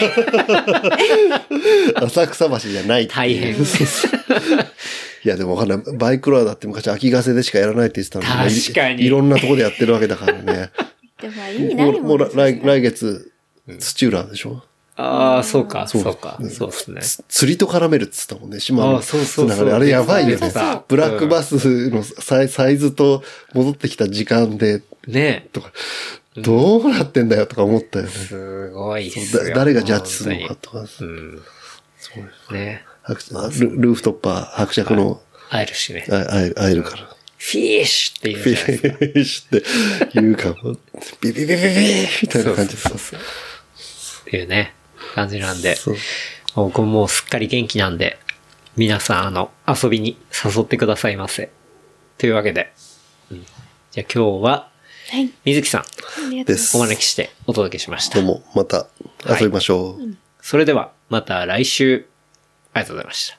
C: い。
B: 浅草橋じゃないっていう
A: 大変です。
B: いや、でもわかんない。バイクロアだって昔秋ヶ瀬でしかやらないって言ってたの
A: 確かに
B: いいろんなとこでやってるわけだからね。
C: でも意 <laughs> 味ないもん
B: もうもう来来月、土浦でしょ
A: <laughs> ああ、そうか、そうか、そうですね。
B: つ釣りと絡めるっつったもんね、島の
A: あそうそうそう
B: つながりあれやばいよ
C: そう
B: ね
C: そうそう。
B: ブラックバスのサイサイズと戻ってきた時間で、
A: ね
B: とか、どうなってんだよとか思ったよね。
A: すごいっす
B: だ
A: よ
B: 誰がジャッジするのか
A: 本
B: とか、
A: 当にうん。ね
B: 伯爵ルルーフトッパー、伯爵の、
A: 会えるしね。
B: あ会え会えるから。
A: フィッシュって言う
B: ビ
A: じゃないですか。
B: ビビして言うかも。ビビビビビみたいな感じで
A: そうそうそうそうっていうね、感じなんで。
B: そう
A: 僕もうすっかり元気なんで、皆さんあの、遊びに誘ってくださいませ。というわけで。うんじゃあ今日は、
C: はい。
A: 水木さん、
C: ありがと
B: で。
C: う
B: す。
A: お招きしてお届けしまし
B: ど
A: た
B: う。も、また遊びましょう。
A: それでは、また来週、ありがとうございました。